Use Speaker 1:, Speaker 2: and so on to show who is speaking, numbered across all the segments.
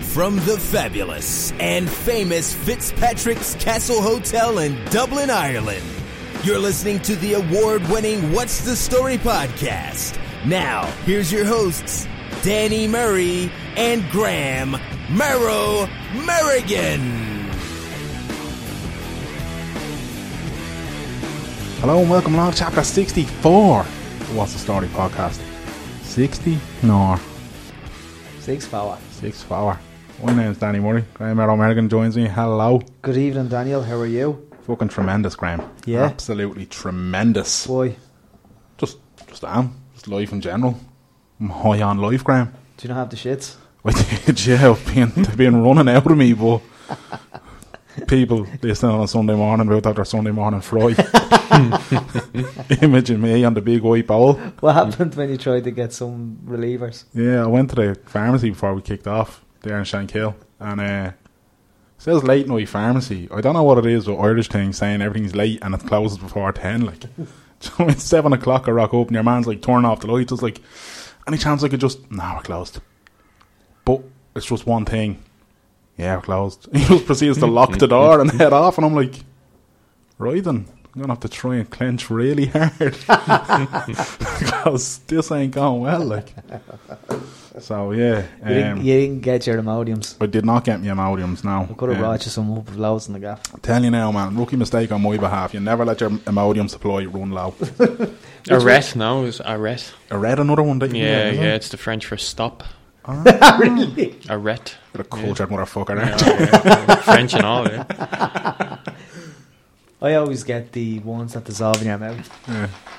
Speaker 1: From the fabulous and famous Fitzpatrick's Castle Hotel in Dublin, Ireland, you're listening to the award winning What's the Story podcast. Now, here's your hosts, Danny Murray and Graham Merrow Merrigan.
Speaker 2: Hello and welcome along to chapter 64 of What's the Story podcast. 60? No,
Speaker 3: Six fella.
Speaker 2: 6 hour. My name's Danny Murray. Graham Errol Merrigan joins me. Hello.
Speaker 3: Good evening, Daniel. How are you?
Speaker 2: Fucking tremendous, Graham.
Speaker 3: Yeah.
Speaker 2: Absolutely tremendous.
Speaker 3: Boy,
Speaker 2: Just, just am. Just life in general. I'm high on life, Graham.
Speaker 3: do you not have the shits?
Speaker 2: With the jail being, they've been running out of me, but people listening on a Sunday morning about that their Sunday morning fry. Imagine me on the big white bowl.
Speaker 3: What happened when you tried to get some relievers?
Speaker 2: Yeah, I went to the pharmacy before we kicked off there in Shankill, and uh, it says late night pharmacy. I don't know what it is with Irish things saying everything's late and it closes before ten. Like, Do you know, it's seven o'clock. I rock up and your man's like turning off the lights. It's like, any chance I could just? No, we're closed. But it's just one thing. Yeah, we're closed. He just proceeds to lock the door and head off, and I'm like, right then. I'm gonna have to try and clench really hard because this ain't going well. Like, so yeah,
Speaker 3: You, didn't,
Speaker 2: um,
Speaker 3: you didn't get your Imodiums.
Speaker 2: I did not get me Imodiums now.
Speaker 3: I could have
Speaker 2: Um,
Speaker 3: brought you some up with loads in the gaff.
Speaker 2: Tell you now, man, rookie mistake on my behalf. You never let your Imodium supply run low.
Speaker 4: Arrest now is arrest.
Speaker 2: I read another one that you did,
Speaker 4: Yeah, yeah,
Speaker 2: isn't it?
Speaker 4: it's the French for stop. Arrest.
Speaker 2: You're a cultured motherfucker eh? there.
Speaker 4: Yeah, yeah. French and all, yeah.
Speaker 3: I always get the ones that dissolve in your mouth.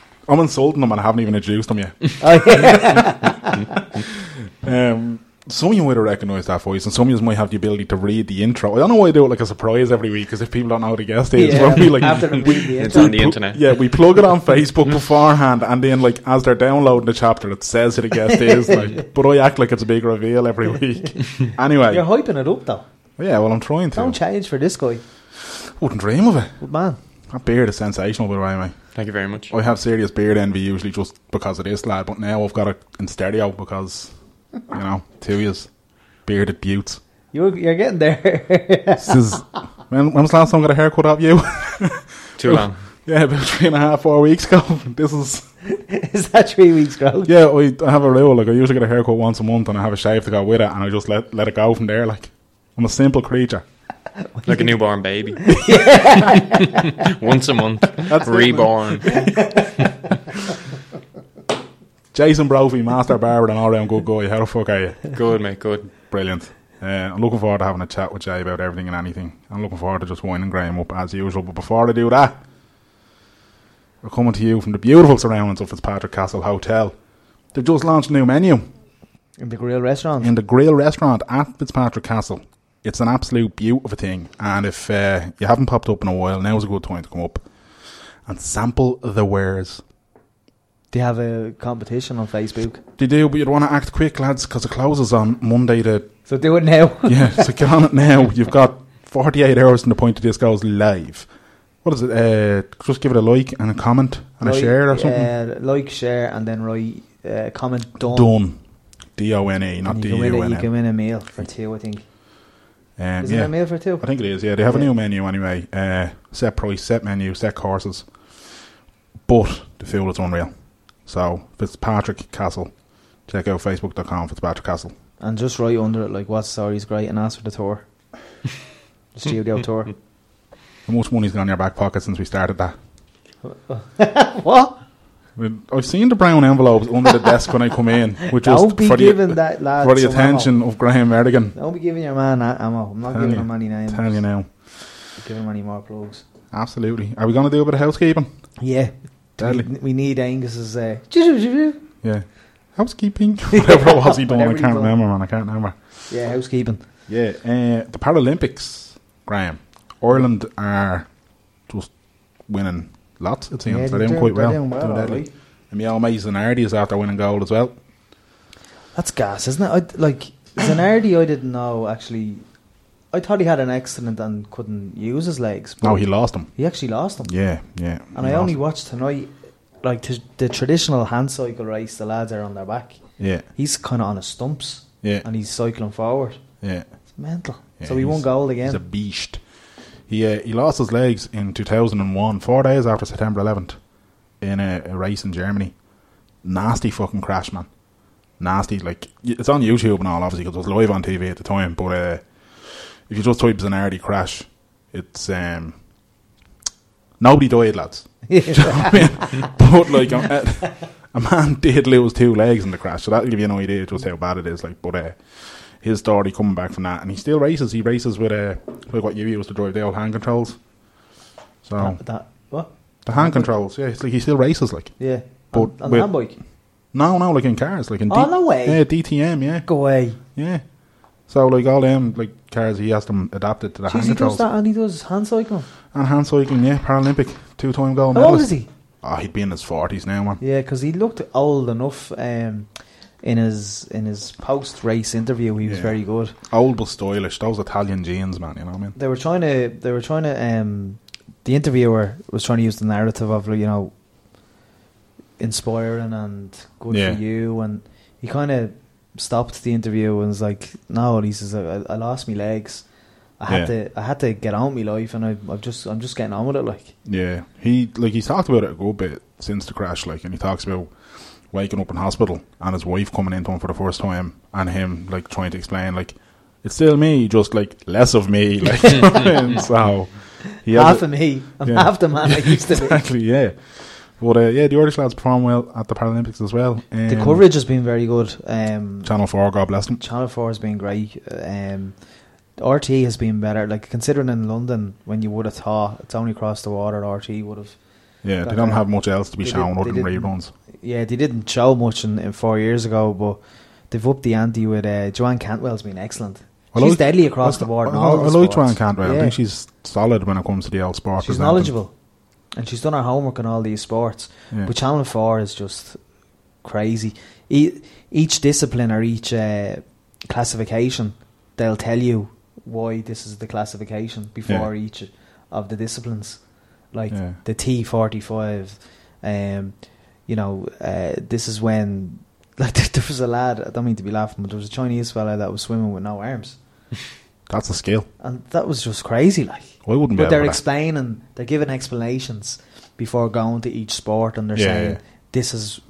Speaker 2: I'm insulting them and I haven't even introduced them yet.
Speaker 3: Oh, yeah.
Speaker 2: um, some of you might have recognised that voice, and some of you might have the ability to read the intro. I don't know why I do it like a surprise every week, because if people don't know how to guess it, it's
Speaker 3: Yeah,
Speaker 2: probably like
Speaker 3: after them read the
Speaker 4: It's
Speaker 3: intro.
Speaker 4: on the
Speaker 2: pl-
Speaker 4: internet.
Speaker 2: Yeah, we plug it on Facebook beforehand, and then like as they're downloading the chapter, it says it again. It is like, but I act like it's a big reveal every week. anyway,
Speaker 3: You're hyping it up, though.
Speaker 2: yeah, well, I'm trying to.
Speaker 3: Don't change for this guy.
Speaker 2: Wouldn't dream of it.
Speaker 3: Good man.
Speaker 2: That beard is sensational, by the way, mate.
Speaker 4: Thank you very much.
Speaker 2: I have serious beard envy usually just because of this lad, but now I've got it in stereo because, you know, two years bearded buttes.
Speaker 3: You're, you're getting there.
Speaker 2: This is when, when was the last time I got a haircut off you?
Speaker 4: Too long.
Speaker 2: yeah, about three and a half, four weeks ago. This is
Speaker 3: Is that three weeks' growth?
Speaker 2: yeah. I, I have a rule like I usually get a haircut once a month and I have a shave to go with it, and I just let let it go from there. Like I'm a simple creature.
Speaker 4: Like a newborn baby. Once a month. Reborn.
Speaker 2: Jason Brophy, master barber, and all round good guy. How the fuck are you?
Speaker 4: Good, mate, good.
Speaker 2: Brilliant. Uh, I'm looking forward to having a chat with Jay about everything and anything. I'm looking forward to just winding Graham up as usual. But before I do that, we're coming to you from the beautiful surroundings of Fitzpatrick Castle Hotel. They've just launched a new menu
Speaker 3: In the grill restaurant.
Speaker 2: in the Grill restaurant at Fitzpatrick Castle. It's an absolute beaut of a thing. And if uh, you haven't popped up in a while, now's a good time to come up and sample the wares.
Speaker 3: They have a competition on Facebook.
Speaker 2: They do, but you'd want to act quick, lads, because it closes on Monday the
Speaker 3: So do it now.
Speaker 2: yeah, so get on it now. You've got 48 hours from the point of this goes live. What is it? Uh, just give it a like and a comment and a
Speaker 3: Like,
Speaker 2: share or something.
Speaker 3: uh, like, share, and then write uh, comment done.
Speaker 2: Done. D O N E, not
Speaker 3: And
Speaker 2: D
Speaker 3: you can win
Speaker 2: U
Speaker 3: a- You
Speaker 2: N
Speaker 3: can
Speaker 2: E.
Speaker 3: win a meal for two, I think.
Speaker 2: Um,
Speaker 3: Is it
Speaker 2: yeah,
Speaker 3: a meal for two?
Speaker 2: I think it is. Yeah, they have a
Speaker 3: Yeah.
Speaker 2: new menu anyway. Uh, set price, set menu, set courses. But the food is unreal. So Fitzpatrick Castle. Check out facebook.com Fitzpatrick Castle.
Speaker 3: And just write under it like what story's great and ask for the tour. The studio tour.
Speaker 2: How much money's gone in your back pocket since we started that?
Speaker 3: What?
Speaker 2: Well, I've seen the brown envelopes under the desk when I come in, which was
Speaker 3: Don't be
Speaker 2: for the,
Speaker 3: giving that lad
Speaker 2: for the
Speaker 3: some
Speaker 2: attention of Graham Erdogan.
Speaker 3: Don't be giving your man that ammo. I'm not
Speaker 2: Tell
Speaker 3: giving
Speaker 2: you.
Speaker 3: him any names.
Speaker 2: Tell you now,
Speaker 3: Give him any more plugs.
Speaker 2: absolutely. Are we going to do a bit of housekeeping?
Speaker 3: Yeah. We,
Speaker 2: Deadly.
Speaker 3: we need Angus's uh, yeah,
Speaker 2: Yeah, housekeeping. Whatever it was he doing, I
Speaker 3: Whatever he
Speaker 2: can't
Speaker 3: done.
Speaker 2: remember, man. I can't remember.
Speaker 3: housekeeping.
Speaker 2: Yeah, uh, the Paralympics, Graham. Ireland are just winning lots. It seems
Speaker 3: Yeah,
Speaker 2: they're,
Speaker 3: they're
Speaker 2: doing
Speaker 3: doing-
Speaker 2: quite
Speaker 3: they're
Speaker 2: well.
Speaker 3: doing well,
Speaker 2: deadly.
Speaker 3: alright.
Speaker 2: And Mial Mason Ardy is after winning gold as well.
Speaker 3: That's gas, isn't it? I, like, Zanardi, I didn't know actually. I thought he had an accident and couldn't use his legs. but
Speaker 2: No, he lost him.
Speaker 3: he actually lost them.
Speaker 2: Yeah, yeah.
Speaker 3: And
Speaker 2: he
Speaker 3: I only
Speaker 2: lost.
Speaker 3: watched tonight, like t- the traditional hand cycle race. The lads are on their back.
Speaker 2: yeah,
Speaker 3: He's kind of on his stumps,
Speaker 2: yeah,
Speaker 3: and he's cycling forward.
Speaker 2: yeah.
Speaker 3: Mental.
Speaker 2: Yeah,
Speaker 3: so he won
Speaker 2: he's-
Speaker 3: gold
Speaker 2: He's a
Speaker 3: again.
Speaker 2: beast. He uh, he lost his legs in 2001, four days after September 11th, in a, a race in Germany. Nasty fucking crash, man. Nasty. Like y- it's on YouTube and all, obviously, because it was live on TV at the time. But uh, if you just type Zanardi crash, it's um nobody died, lads. but like a, a man did lose two legs in the crash, so that'll give you an idea just how bad it is. Like, but uh, his story coming back from that, and he still races. He races with uh, like what you use to drive the old hand controls. So
Speaker 3: That, that- what?
Speaker 2: the hand controls, yeah, it's like he still races. Like,
Speaker 3: Yeah.
Speaker 2: But
Speaker 3: on, on the
Speaker 2: with-
Speaker 3: handbike.
Speaker 2: no, no, like in cars, like in
Speaker 3: Oh, no way.
Speaker 2: yeah, DTM, yeah,
Speaker 3: Go away.
Speaker 2: yeah. So like all them like cars, he has them adapted to the
Speaker 3: Jeez,
Speaker 2: hand
Speaker 3: he does
Speaker 2: controls
Speaker 3: that and he does hand cycling.
Speaker 2: and hand cycling. Yeah, Paralympic two-time gold
Speaker 3: How old
Speaker 2: medalist.
Speaker 3: is he?
Speaker 2: Oh, he'd be in his forties now, man.
Speaker 3: Yeah, because he looked old enough um, in his in his post race interview. He was
Speaker 2: Yeah.
Speaker 3: very good.
Speaker 2: Old but stylish. Those Italian jeans, man. You know what I mean?
Speaker 3: They were trying to. They were trying to. Um, the interviewer was trying to use the narrative of you know, inspiring and good
Speaker 2: Yeah.
Speaker 3: for you, and he kind of stopped the interview and was like, "No," he says, "I, I lost my legs. I had
Speaker 2: Yeah.
Speaker 3: to. I had to get on with my life, and I, I've just. I'm just getting on with it. Like,
Speaker 2: Yeah, he like he's talked about it a good bit since the crash, like, and he talks about waking up in hospital and his wife coming into him for the first time, and him like trying to explain like it's still me, just like less of me, like and so. He has
Speaker 3: half
Speaker 2: a-
Speaker 3: of me, I'm
Speaker 2: yeah.
Speaker 3: half the man I used to be."
Speaker 2: exactly, yeah. But uh, yeah, the Irish lads perform well at the Paralympics as well.
Speaker 3: The
Speaker 2: Um,
Speaker 3: coverage has been very good. Um,
Speaker 2: Channel Four, God bless them.
Speaker 3: Channel Four has been great. Um, RT has been better. Like considering in London, when you would have thought it's only across the water, RT would have.
Speaker 2: Yeah, they
Speaker 3: That,
Speaker 2: don't
Speaker 3: uh,
Speaker 2: have much else to be
Speaker 3: they
Speaker 2: shown
Speaker 3: did-
Speaker 2: other
Speaker 3: they
Speaker 2: than
Speaker 3: didn't-
Speaker 2: reruns.
Speaker 3: Yeah, they didn't show much in, in four years ago, but they've upped the ante with uh, Joanne Cantwell's been excellent.
Speaker 2: I
Speaker 3: she's
Speaker 2: like-
Speaker 3: deadly across
Speaker 2: I-
Speaker 3: the board. in
Speaker 2: I,
Speaker 3: all
Speaker 2: I
Speaker 3: the
Speaker 2: like
Speaker 3: sports.
Speaker 2: Joanne Cantwell. I
Speaker 3: Yeah.
Speaker 2: think she's solid when it comes to the old sport.
Speaker 3: she's
Speaker 2: presenting.
Speaker 3: knowledgeable, and she's done her homework in all these sports.
Speaker 2: Yeah.
Speaker 3: But Channel Four is just crazy. E- each discipline or each uh, classification, they'll tell you why this is the classification before each of the disciplines, like
Speaker 2: Yeah.
Speaker 3: the T forty five. Um, you know, uh, this is when like there was a lad. I don't mean to be laughing, but there was a Chinese fella that was swimming with no arms,
Speaker 2: That's a skill.
Speaker 3: and that was just crazy. Like
Speaker 2: I wouldn't be
Speaker 3: but
Speaker 2: able
Speaker 3: they're
Speaker 2: to-
Speaker 3: explaining, they're giving explanations before going to each sport, and they're
Speaker 2: Yeah,
Speaker 3: saying
Speaker 2: yeah.
Speaker 3: this is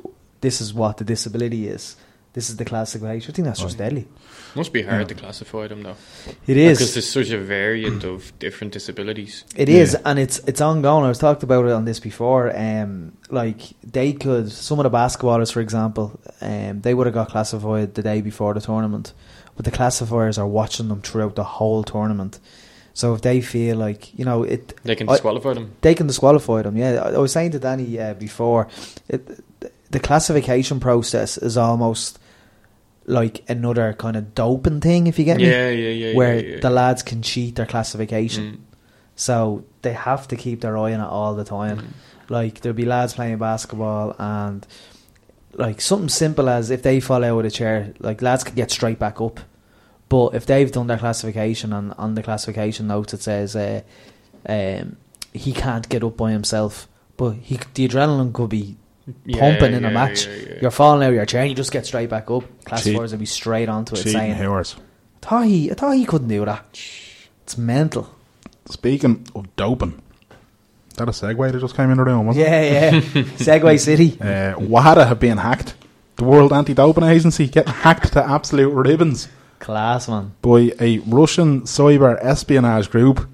Speaker 3: this is what the disability is. This is the classification. I think that's just deadly.
Speaker 4: Must be hard to classify them though.
Speaker 3: It
Speaker 4: Because
Speaker 3: is.
Speaker 4: there's such a variant of different disabilities.
Speaker 3: It is, and it's it's ongoing. I was talked about it on this before. Um, like they could some of the basketballers, for example, um, they would have got classified the day before the tournament, but the classifiers are watching them throughout the whole tournament. So if they feel like you know it,
Speaker 4: They can
Speaker 3: I-
Speaker 4: disqualify them.
Speaker 3: they can disqualify them. Yeah, I, I was saying to Danny uh, before, it, the classification process is almost like another kind of doping thing, if you get me,
Speaker 4: Yeah, yeah, yeah.
Speaker 3: where
Speaker 4: yeah, yeah.
Speaker 3: the lads can cheat their classification.
Speaker 4: Mm.
Speaker 3: So they have to keep their eye on it all the time. Like there'll be lads playing basketball and like something simple as if they fall out of the chair, like lads can get straight back up. But if they've done their classification and on the classification notes it says uh, um, he can't get up by himself, but he c- the adrenaline could be
Speaker 4: Yeah,
Speaker 3: pumping in a
Speaker 4: yeah,
Speaker 3: match.
Speaker 4: yeah, yeah.
Speaker 3: You're falling out of your chair and you just get straight back up.
Speaker 2: Cheat.
Speaker 3: Classifiers will be straight onto it
Speaker 2: Cheating
Speaker 3: saying,
Speaker 2: hours.
Speaker 3: I thought, he, I thought he couldn't do that. It's mental.
Speaker 2: Speaking of doping, is that a segue that just came in the room, wasn't
Speaker 3: Yeah, yeah. Segway City.
Speaker 2: it? Uh, WADA have been hacked. The World Anti Doping Agency getting hacked to absolute ribbons
Speaker 3: Class, man.
Speaker 2: by a Russian cyber espionage group,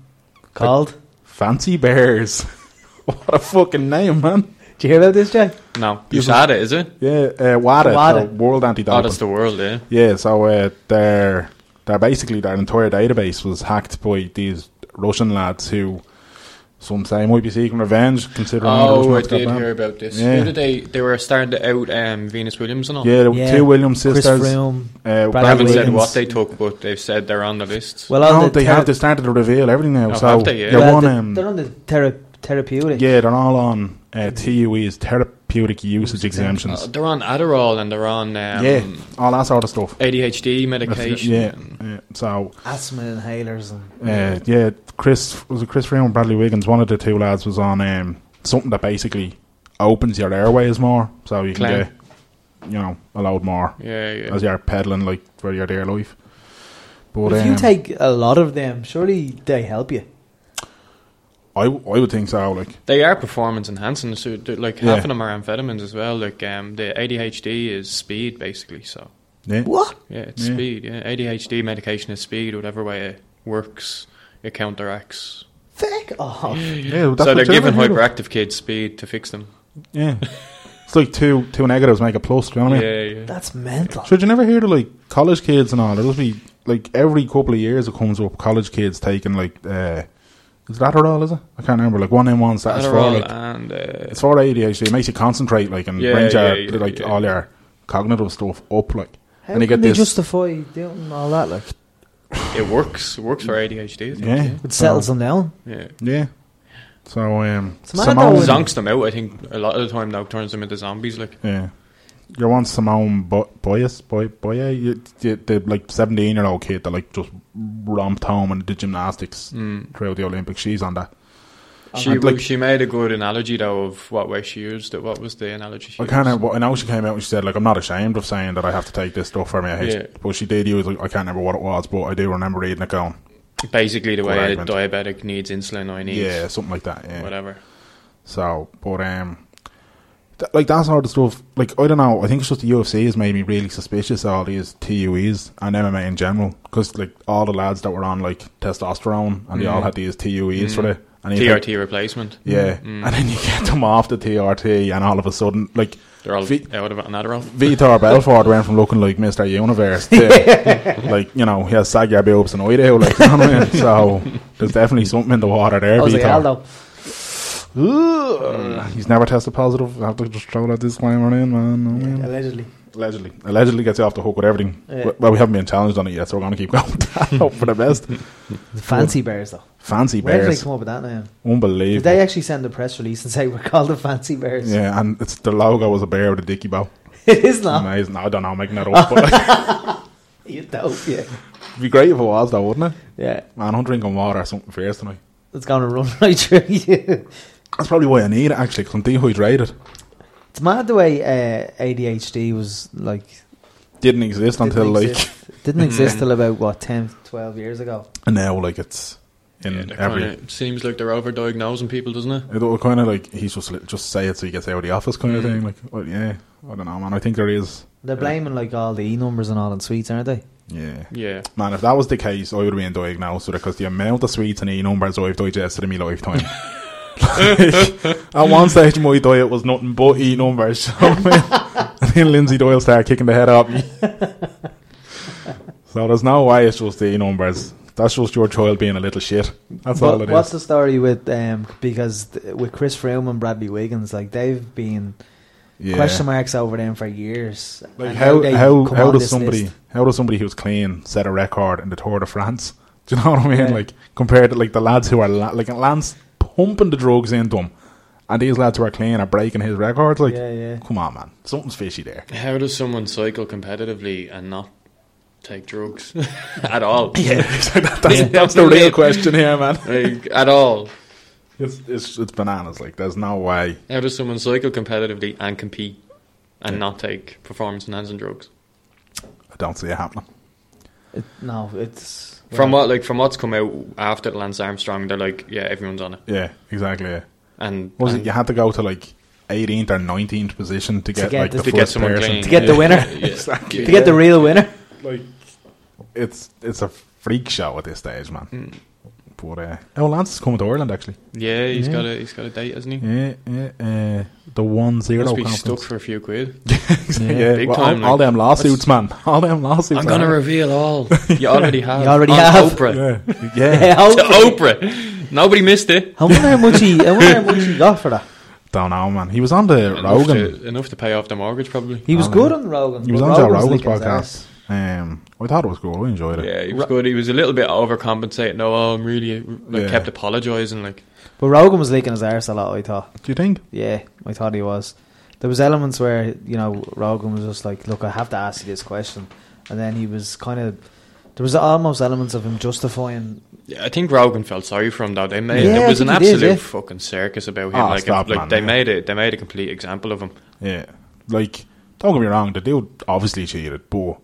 Speaker 3: Called.
Speaker 2: Fancy Bears. what a fucking name, man.
Speaker 3: Do you hear about this, Jay?
Speaker 4: No, you said it, is it?
Speaker 2: Yeah, uh, WADA,
Speaker 3: WADA.
Speaker 2: so World Anti
Speaker 4: Oh,
Speaker 2: Doping.
Speaker 4: that's the world, yeah.
Speaker 2: Yeah, so uh, their their basically their entire database was hacked by these Russian lads who some say might be seeking revenge, considering all the Russian
Speaker 4: Oh, I
Speaker 2: lads got
Speaker 4: did
Speaker 2: banned.
Speaker 4: hear about this.
Speaker 2: Yeah.
Speaker 4: Who did they? They were starting to out um, Venus Williams and all.
Speaker 2: Yeah, there were two Williams
Speaker 3: Chris
Speaker 2: sisters.
Speaker 3: Froome,
Speaker 2: uh,
Speaker 4: I
Speaker 3: Bradley
Speaker 4: haven't said
Speaker 3: Wiggins.
Speaker 4: what they took, but they've said they're on the list.
Speaker 3: Well, on
Speaker 2: No,
Speaker 3: the
Speaker 2: they
Speaker 3: thera-
Speaker 2: have. They started to reveal everything now.
Speaker 4: Oh,
Speaker 2: so
Speaker 4: have they, yeah?
Speaker 2: they're
Speaker 3: well,
Speaker 2: on.
Speaker 3: the-
Speaker 2: Um,
Speaker 3: they're on the thera- therapeutic.
Speaker 2: yeah, they're all on uh, TUE's therapeutic usage exemptions.
Speaker 4: Uh, they're on Adderall and they're on um,
Speaker 2: yeah, all that sort of stuff.
Speaker 4: ADHD medication.
Speaker 2: Yeah, yeah. So
Speaker 3: Asthma inhalers and
Speaker 2: Uh, yeah, Chris was it Chris Freeman, Bradley Wiggins. One of the two lads was on um, something that basically opens your airways more, so you can
Speaker 4: Clear.
Speaker 2: get you know a load more
Speaker 4: yeah, yeah.
Speaker 2: as you're pedaling like for your dear life. But
Speaker 3: if
Speaker 2: um,
Speaker 3: you take a lot of them, surely they help you.
Speaker 2: I, w- I would think so. Like,
Speaker 4: They are performance enhancing. So, they're- like
Speaker 2: Yeah.
Speaker 4: half of them are amphetamines as well. Like um, the ADHD is speed, basically. So
Speaker 2: yeah.
Speaker 3: What?
Speaker 4: yeah, it's
Speaker 2: Yeah.
Speaker 4: speed. Yeah, ADHD medication is speed. Whatever way it works, it counteracts.
Speaker 3: Fuck off.
Speaker 2: yeah that's
Speaker 4: so
Speaker 2: what
Speaker 4: they're
Speaker 2: you're
Speaker 4: giving
Speaker 2: looking for.
Speaker 4: hyperactive kids speed to fix them.
Speaker 2: Yeah, it's like two two negatives make a plus. Do you know what I mean?
Speaker 4: Yeah, yeah.
Speaker 3: That's mental.
Speaker 2: Should you never hear the like college kids and all? There'll be like every couple of years it comes up. College kids taking like uh, is that all? Is it? I can't remember. Like one in one. That's for
Speaker 4: Adderall
Speaker 2: like
Speaker 4: and uh,
Speaker 2: it's for ADHD. It makes you concentrate like and
Speaker 4: Yeah,
Speaker 2: brings
Speaker 4: yeah,
Speaker 2: your
Speaker 4: yeah,
Speaker 2: like
Speaker 4: yeah.
Speaker 2: all your cognitive stuff up like.
Speaker 3: How
Speaker 2: and you get
Speaker 3: can they
Speaker 2: this.
Speaker 3: justify doing all that? Like,
Speaker 4: it works. It works for ADHD. I think,
Speaker 2: yeah,
Speaker 3: would settle
Speaker 2: so,
Speaker 3: them down.
Speaker 4: yeah.
Speaker 2: Yeah. So um,
Speaker 3: It's mad though
Speaker 2: Simone-
Speaker 3: when-
Speaker 4: Zonks them out. I think a lot of the time now turns them into zombies. Like
Speaker 2: Yeah. You're one Simone Bo- Boyes, Boy, Boye, you, you, the like seventeen year old kid that like just romped home and did gymnastics
Speaker 4: Mm.
Speaker 2: throughout the Olympics. She's on that.
Speaker 4: she,
Speaker 2: I'd Uh-huh. like-
Speaker 4: she made a good analogy though of what way she used it. What was the analogy? She
Speaker 2: I can't.
Speaker 4: used?
Speaker 2: Remember, I know she came out and she said like I'm not ashamed of saying that I have to take this stuff for my head,
Speaker 4: Yeah.
Speaker 2: but she did use. Like, I can't remember what it was, but I do remember reading it going,
Speaker 4: Basically, the
Speaker 2: Good
Speaker 4: way a
Speaker 2: argument.
Speaker 4: diabetic needs insulin, I need
Speaker 2: yeah, something like that. Yeah.
Speaker 4: whatever.
Speaker 2: So, but um, th- like that sort of stuff. Like I don't know. I think it's just the UFC has made me really suspicious of all these TUEs and MMA in general. Because like all the lads that were on like testosterone and they
Speaker 3: Mm.
Speaker 2: all had these TUEs for it. And you
Speaker 4: TRT
Speaker 2: think-
Speaker 4: replacement.
Speaker 2: yeah,
Speaker 3: Mm.
Speaker 2: and then you get them off the TRT, and all of a sudden, like
Speaker 4: They're all
Speaker 2: V-
Speaker 4: out of an Adderall.
Speaker 2: Vitor Belfort went from looking like Mr. Universe to like, you know, he has saggy boobs and eye do like you know what I mean? So there's definitely something in the water there,
Speaker 3: I was like,
Speaker 2: Vitor.
Speaker 3: Aldo. Mm.
Speaker 2: Ugh. Uh, He's never tested positive. I have to just throw that disclaimer in, man. I mean,
Speaker 3: Allegedly.
Speaker 2: Allegedly. Allegedly gets you off the hook with everything.
Speaker 3: Yeah.
Speaker 2: W- Well, we haven't been challenged on it yet, so we're going to keep going. Hope for the best.
Speaker 3: Fancy Bears, though.
Speaker 2: Fancy
Speaker 3: Where did they
Speaker 2: Bears.
Speaker 3: come up with that name? Did
Speaker 2: Unbelievable.
Speaker 3: they actually send a press release and say we're called the Fancy Bears?
Speaker 2: Yeah, and it's the logo was a bear with a dicky bow.
Speaker 3: It is not.
Speaker 2: Amazing. I don't know, I'm making that
Speaker 3: Ah.
Speaker 2: up. But like,
Speaker 3: You dope, yeah.
Speaker 2: it'd be great if it was, though, wouldn't it?
Speaker 3: Yeah.
Speaker 2: Man, I'm drinking water or something fierce tonight.
Speaker 3: It's going to run right through you.
Speaker 2: That's probably why I need it actually, 'cause I'm dehydrated.
Speaker 3: It's mad the way uh, ADHD was like.
Speaker 2: Didn't exist
Speaker 3: didn't
Speaker 2: until like,
Speaker 3: exist- Didn't
Speaker 4: Mm.
Speaker 3: exist till about, what, 10, 12 years ago?
Speaker 2: and now like it's
Speaker 4: Yeah,
Speaker 2: in
Speaker 4: they're
Speaker 2: every.
Speaker 4: kinda- it seems like they're overdiagnosing people, doesn't it?
Speaker 2: It'll kind of like he's just li- just say it so he gets out of the office
Speaker 3: Mm.
Speaker 2: kind of thing. Like, well, yeah, I don't know, man. I think there is.
Speaker 3: They're blaming like all the E numbers and all in sweets, aren't they?
Speaker 2: Yeah,
Speaker 4: Yeah,
Speaker 2: man. If that was the case, I would have been diagnosed with it because the amount of sweets and e numbers I've digested in my lifetime. like, at one stage, my diet was nothing but e numbers. and then Lindsay Doyle started kicking the head off me. so there's no way it's just the e numbers. That's just your child being a little shit. That's
Speaker 3: What-
Speaker 2: all it is.
Speaker 3: what's the story with um because th- with Chris Froome and Bradley Wiggins, like they've been
Speaker 2: Yeah.
Speaker 3: question marks over them for years.
Speaker 2: Like
Speaker 3: And
Speaker 2: how
Speaker 3: now they
Speaker 2: how
Speaker 3: come
Speaker 2: how
Speaker 3: on
Speaker 2: does
Speaker 3: this
Speaker 2: somebody
Speaker 3: list.
Speaker 2: how does somebody who's clean set a record in the Tour de France? Do you know what I mean?
Speaker 3: Yeah.
Speaker 2: Like compared to like the lads who are la- like Lance pumping the drugs into him, and these lads who are clean are breaking his records. Like,
Speaker 3: Yeah, yeah.
Speaker 2: come on, man, something's fishy there.
Speaker 4: how does someone cycle competitively and not take drugs at all?
Speaker 2: Yeah, that's, that's the real question here, man.
Speaker 4: Like, at all.
Speaker 2: It's, it's it's bananas. Like, there's no way.
Speaker 4: How does someone cycle competitively and compete and not take performance enhancing drugs?
Speaker 2: I don't see it happening.
Speaker 3: It, no, it's
Speaker 4: From
Speaker 3: well,
Speaker 4: what like from what's come out after Lance Armstrong, they're like, yeah, everyone's on it.
Speaker 2: Yeah, exactly. Yeah.
Speaker 4: And
Speaker 2: What was
Speaker 4: and
Speaker 2: it? You had to go to like 18th or 19th position to get
Speaker 3: get
Speaker 2: like the
Speaker 3: the-
Speaker 4: to
Speaker 2: first
Speaker 4: get someone
Speaker 2: person.
Speaker 4: clean
Speaker 3: to get the
Speaker 4: Yeah,
Speaker 3: winner.
Speaker 4: yeah,
Speaker 2: Exactly.
Speaker 3: to get the real winner.
Speaker 2: like it's it's a freak show at this stage, man. But uh, oh, Lance is coming to Ireland actually.
Speaker 4: Yeah, he's
Speaker 2: Yeah.
Speaker 4: got a he's got a date, hasn't he?
Speaker 2: Yeah, yeah. Uh, the one zero
Speaker 4: Must be stuck
Speaker 2: conference.
Speaker 4: for a few quid.
Speaker 2: yeah,
Speaker 4: big
Speaker 2: well,
Speaker 4: time,
Speaker 2: all, all
Speaker 4: like,
Speaker 2: them lawsuits, man. All them lawsuits.
Speaker 4: I'm gonna
Speaker 2: man.
Speaker 4: reveal all. You already have.
Speaker 3: You already
Speaker 4: on
Speaker 3: have.
Speaker 4: Oprah.
Speaker 2: yeah, yeah.
Speaker 3: Yeah,
Speaker 4: To
Speaker 3: I
Speaker 4: Oprah. Nobody missed it.
Speaker 3: wonder how much he. I wonder how much he got for that.
Speaker 2: Don't know, man. He was on the
Speaker 4: Enough
Speaker 2: Rogan.
Speaker 4: to, enough to pay off the mortgage, probably.
Speaker 3: He was
Speaker 2: Oh,
Speaker 3: good
Speaker 2: yeah.
Speaker 3: on Rogan.
Speaker 2: He was
Speaker 3: but
Speaker 2: on Joe
Speaker 3: Rogan's
Speaker 2: Rogan's
Speaker 3: licking his
Speaker 2: podcast.
Speaker 3: arse.
Speaker 2: Um, I thought it was cool. I enjoyed it.
Speaker 4: Yeah, he was
Speaker 3: Ro-
Speaker 4: good. He was a little bit overcompensating. though. Oh, I'm really like
Speaker 2: Yeah.
Speaker 4: kept apologising. Like
Speaker 3: But Rogan was leaking his arse a lot. I thought.
Speaker 2: Do you think?
Speaker 3: Yeah, I thought he was. There was elements where you know Rogan was just like, "Look, I have to ask you this question," and then he was kind of. There was almost elements of him justifying.
Speaker 4: Yeah, I think Rogan felt sorry for him though. They made
Speaker 3: Yeah,
Speaker 4: there
Speaker 3: I
Speaker 4: was an
Speaker 3: think he did,
Speaker 4: absolute
Speaker 3: yeah.
Speaker 4: fucking circus about him.
Speaker 2: Ah,
Speaker 4: like
Speaker 2: stop,
Speaker 4: like
Speaker 2: man,
Speaker 4: they
Speaker 2: yeah.
Speaker 4: made it they made a complete example of him.
Speaker 2: Yeah, like don't get me wrong. The dude obviously cheated, but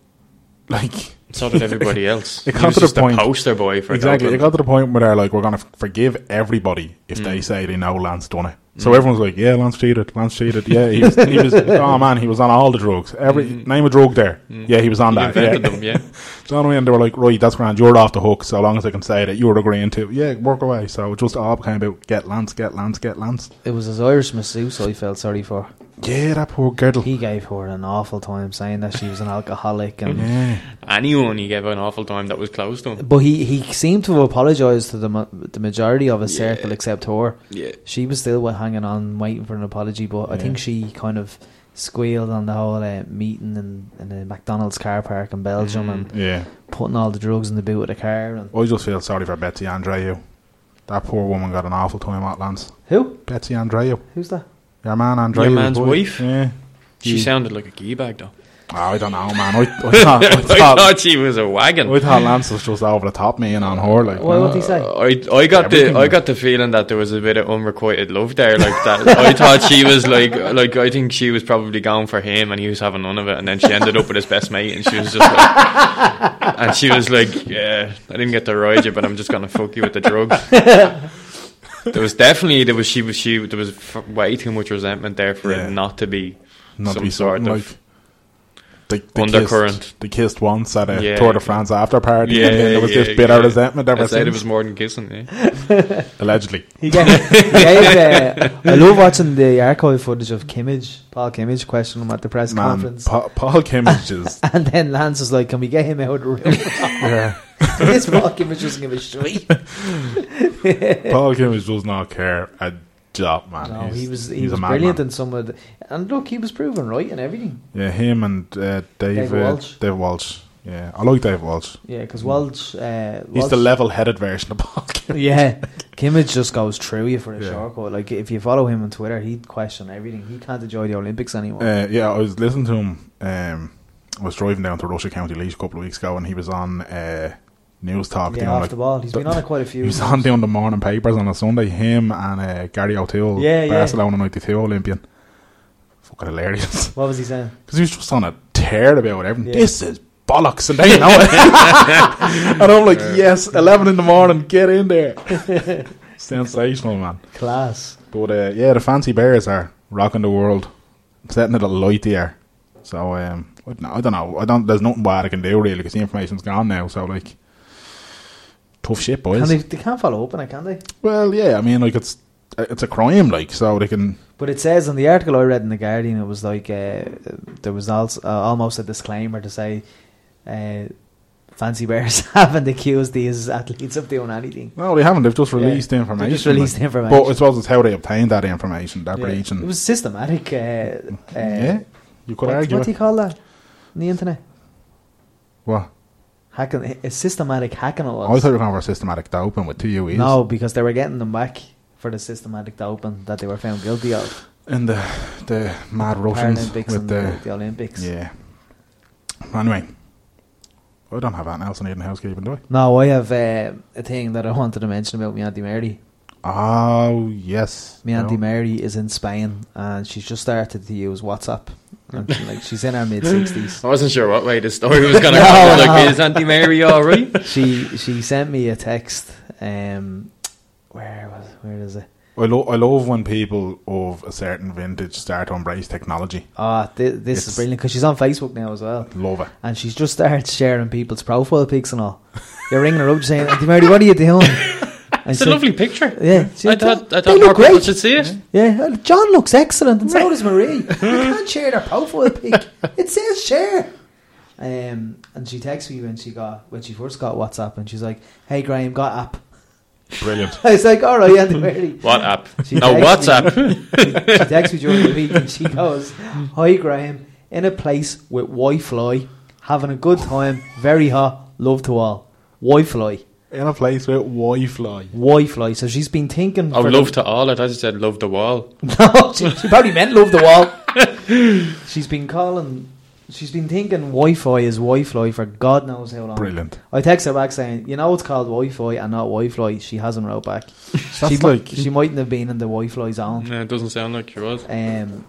Speaker 2: Like
Speaker 4: So did everybody else.
Speaker 2: It
Speaker 4: It
Speaker 2: got
Speaker 4: was
Speaker 2: to the
Speaker 4: just the
Speaker 2: point-
Speaker 4: poster boy for
Speaker 2: exactly, it
Speaker 4: Dublin.
Speaker 2: got to the point where they're like, "We're going to forgive everybody if
Speaker 4: Mm.
Speaker 2: they say they know Lance done it." So everyone's like, "Yeah, Lance cheated. Lance cheated. Yeah, he was. he was oh man, he was on all the drugs. Every name a drug there. Yeah, he was on
Speaker 4: Mm. He
Speaker 2: that. Yeah.
Speaker 4: invented them, yeah.
Speaker 2: So anyway, and they were like, "Right, that's grand. You're off the hook so long as I can say that you're agreeing to. Yeah, work away." So it just all became about get Lance, get Lance, get Lance.
Speaker 3: It was his Irish masseuse I felt sorry for.
Speaker 2: Yeah, that poor girdle.
Speaker 3: He gave her an awful time saying that she was an alcoholic and
Speaker 2: yeah.
Speaker 4: Anyone he gave an awful time that was close to him.
Speaker 3: But he, he seemed to have apologised to the ma- the majority of his circle except her.
Speaker 4: Yeah.
Speaker 3: She was still wa- hanging on, waiting for an apology, but I
Speaker 2: Yeah.
Speaker 3: think she kind of squealed on the whole uh, meeting in, in the McDonald's car park in Belgium and
Speaker 2: Yeah.
Speaker 3: putting all the drugs in the boot of the car. And
Speaker 2: I just feel sorry for Betsy Andreu. That poor woman got an awful time at Lance.
Speaker 3: Who?
Speaker 2: Betsy Andreu.
Speaker 3: Who's that?
Speaker 2: Your man Andreu.
Speaker 4: Your man's wife?
Speaker 2: Yeah.
Speaker 4: She
Speaker 2: Yeah.
Speaker 4: sounded like a key bag though.
Speaker 2: Oh, I don't know, man. I, I, thought, I,
Speaker 4: I
Speaker 2: thought,
Speaker 4: thought she was a wagon.
Speaker 2: I thought Lance was just over the top me and on her. Like,
Speaker 3: Why,
Speaker 2: no.
Speaker 3: what did he say?
Speaker 4: I, I got
Speaker 2: Everything.
Speaker 4: the I got the feeling that there was a bit of unrequited love there, like that. I thought she was like like I think she was probably going for him, and he was having none of it, and then she ended up with his best mate, and she was just like, and she was like, yeah, I didn't get to ride you, but I'm just gonna fuck you with the drugs. there was definitely there was she was she there was f- way too much resentment there for
Speaker 2: Yeah.
Speaker 4: it not to be
Speaker 2: not
Speaker 4: some
Speaker 2: be
Speaker 4: sort
Speaker 2: sort
Speaker 4: of.
Speaker 2: like. They, they
Speaker 4: undercurrent.
Speaker 2: Kissed, they kissed once at a
Speaker 4: Yeah.
Speaker 2: Tour de France after party,
Speaker 4: Yeah,
Speaker 2: and then there was
Speaker 4: yeah,
Speaker 2: this bitter
Speaker 4: yeah.
Speaker 2: resentment
Speaker 4: I
Speaker 2: ever
Speaker 4: said it
Speaker 2: since.
Speaker 4: was more than kissing. Yeah.
Speaker 2: Allegedly,
Speaker 3: He gave, he gave, uh, I love watching the archive footage of Kimmage, Paul Kimmage, questioning him at the press
Speaker 2: man,
Speaker 3: conference.
Speaker 2: pa- Paul Kimmich is
Speaker 3: and then Lance was like, "Can we get him out of the room?"
Speaker 2: yeah.
Speaker 3: this Paul Kimmage doesn't give a shit.
Speaker 2: Paul Kimmich does not care a job, man.
Speaker 3: No,
Speaker 2: He's-
Speaker 3: he was he
Speaker 2: he's a
Speaker 3: was
Speaker 2: madman.
Speaker 3: brilliant in some of the, and look, he was proven right in everything.
Speaker 2: Yeah, him and uh, Dave,
Speaker 3: Dave
Speaker 2: uh,
Speaker 3: Walsh.
Speaker 2: Dave Walsh. Yeah, I like Dave Walsh.
Speaker 3: Yeah, because Walsh, uh,
Speaker 2: Hmm. He's
Speaker 3: Walsh-
Speaker 2: the level-headed version of Paul Kimmich.
Speaker 3: Yeah, Kimmich just goes through you for a
Speaker 2: Yeah.
Speaker 3: shortcut. Like if you follow him on Twitter, he'd question everything. He can't enjoy the Olympics anymore.
Speaker 2: Uh, yeah, I was listening to him. Um, I was driving down to Russia County Leash a couple of weeks ago, and he was on uh, News Talk.
Speaker 3: yeah,
Speaker 2: doing,
Speaker 3: off
Speaker 2: like,
Speaker 3: the ball. He's been on it quite a few.
Speaker 2: He was
Speaker 3: times.
Speaker 2: on doing the morning papers on a Sunday. Him and uh, Gary O'Toole,
Speaker 3: Yeah, yeah.
Speaker 2: Barcelona '92 Olympian. Fucking hilarious.
Speaker 3: What was he saying?
Speaker 2: Because he was just on a tear about everything.
Speaker 3: Yeah.
Speaker 2: This is bollocks, and they know it. and I'm like, yes, 11 in the morning, get in there. Sensational, man.
Speaker 3: Class.
Speaker 2: But uh, yeah, the fancy bears are rocking the world, setting it alight here. So um, I don't know. I don't know. I don't. There's nothing bad I can do really because the information's gone now. So like, tough shit,
Speaker 3: And
Speaker 2: boys.
Speaker 3: they, they can't follow up on it, can they?
Speaker 2: well, yeah. I mean, like it's it's a crime, like so they can.
Speaker 3: But it says in the article I read in the Guardian, it was like uh, there was also, uh, almost a disclaimer to say, uh, "Fancy Bears haven't accused these athletes of doing anything."
Speaker 2: No, they haven't. They've just released the
Speaker 3: Yeah,
Speaker 2: information.
Speaker 3: they just released
Speaker 2: like.
Speaker 3: the information.
Speaker 2: But I suppose it's how they obtained that information. That
Speaker 3: Yeah.
Speaker 2: breaching.
Speaker 3: It was systematic. Uh, uh,
Speaker 2: yeah, you could
Speaker 3: what,
Speaker 2: argue.
Speaker 3: What do you
Speaker 2: it.
Speaker 3: call that? On the internet,
Speaker 2: What?
Speaker 3: hacking. A systematic hacking. It
Speaker 2: I thought
Speaker 3: was.
Speaker 2: you were going for systematic doping with two U's.
Speaker 3: no, because they were getting them back for the systematic doping that they were found guilty of.
Speaker 2: And the the mad Russians
Speaker 3: Paralympics
Speaker 2: with
Speaker 3: and
Speaker 2: the
Speaker 3: the, the Olympics.
Speaker 2: Yeah. Anyway, I don't have anything else I need in housekeeping, do I?
Speaker 3: No, I have uh, a thing that I wanted to mention about my auntie Mary.
Speaker 2: Oh yes.
Speaker 3: My auntie
Speaker 2: No.
Speaker 3: Mary is in Spain and she's just started to use WhatsApp. And she, like she's in her mid sixties.
Speaker 4: I wasn't sure what way the story was going to
Speaker 3: No,
Speaker 4: go. I was
Speaker 3: no.
Speaker 4: Like, is Auntie Mary all right?
Speaker 3: She she sent me a text. Um, where was where is it?
Speaker 2: I, lo- I love when people of a certain vintage start to embrace technology.
Speaker 3: Ah, thi- this
Speaker 2: It's-
Speaker 3: is brilliant because she's on Facebook now as well,
Speaker 2: Love it.
Speaker 3: and she's just started sharing people's profile pics and all. You're ringing her up, saying, "Auntie Mary, what are you doing?" And
Speaker 4: It's
Speaker 3: she-
Speaker 4: a lovely picture.
Speaker 3: Yeah, she-
Speaker 4: I thought, I
Speaker 3: er? they
Speaker 4: thought more
Speaker 3: look
Speaker 4: people
Speaker 3: great.
Speaker 4: should see it.
Speaker 3: Yeah, uh, John looks excellent, and so does Marie. You can't share their profile pic. It says share. Um, and she texts me when she got when she first got WhatsApp, and she's like, "Hey, Graham, got app."
Speaker 2: Brilliant.
Speaker 3: I was like, "All right, Andy Mary."
Speaker 4: What app?
Speaker 3: She
Speaker 4: No,
Speaker 3: texts
Speaker 4: WhatsApp.
Speaker 3: She texts me during the week, and she goes, "Hi, Graham, in a place with Wi-Fi, having a good time, very hot, love to all, Wi-Fi,
Speaker 2: In a place with Wi-Fi.
Speaker 3: Wi-Fi." So she's been thinking.
Speaker 4: Oh,
Speaker 3: for
Speaker 4: love to all. I thought you said love the wall.
Speaker 3: No, she, she probably meant love the wall. she's been calling. She's been thinking Wi-Fi is Wi-Fi for God knows how long.
Speaker 2: Brilliant.
Speaker 3: I text her back saying, "You know it's called Wi-Fi and not Wi-Fi." She hasn't wrote back.
Speaker 2: That's
Speaker 3: she mi-
Speaker 2: like
Speaker 3: she mightn't have been in the Wi-Fi zone.
Speaker 4: No, it doesn't sound like she was.
Speaker 3: Um,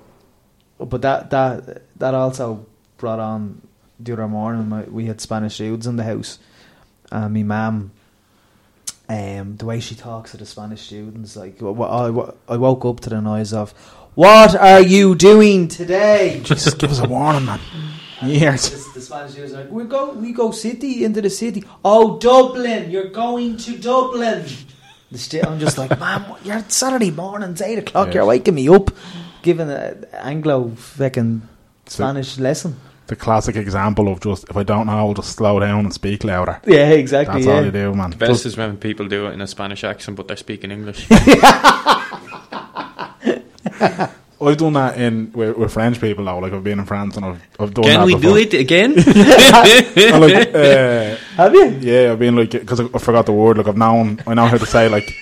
Speaker 3: but that that that also brought on the other morning. my- We had Spanish dudes in the house, and my mum, um, the way she talks to the Spanish students, like wh- wh- I, wh- I woke up to the noise of, "What are you doing today?"
Speaker 2: Just give us a warning, man. Years.
Speaker 3: The Spanish students are like, "We go, we go city into the city. Oh, Dublin! You're going to Dublin." The sti- I'm just like, man, what- you're Saturday mornings, eight o'clock.
Speaker 2: Yeah.
Speaker 3: You're waking me up, giving an Anglo fucking Spanish lesson.
Speaker 2: The classic example of just if I don't know, I'll just slow down and speak louder.
Speaker 3: Yeah, exactly.
Speaker 2: That's all you
Speaker 3: yeah.
Speaker 2: do, man.
Speaker 4: The best
Speaker 2: Just-
Speaker 4: is when people do it in a Spanish accent, but they're speaking English.
Speaker 2: I've done that in with, with French people now. Like I've been in France and I've, I've done that
Speaker 4: Can we
Speaker 2: before.
Speaker 4: do it again?
Speaker 2: And, like, uh,
Speaker 3: Have you?
Speaker 2: yeah, I've been like because I, I forgot the word. Like I've known, I know how to say like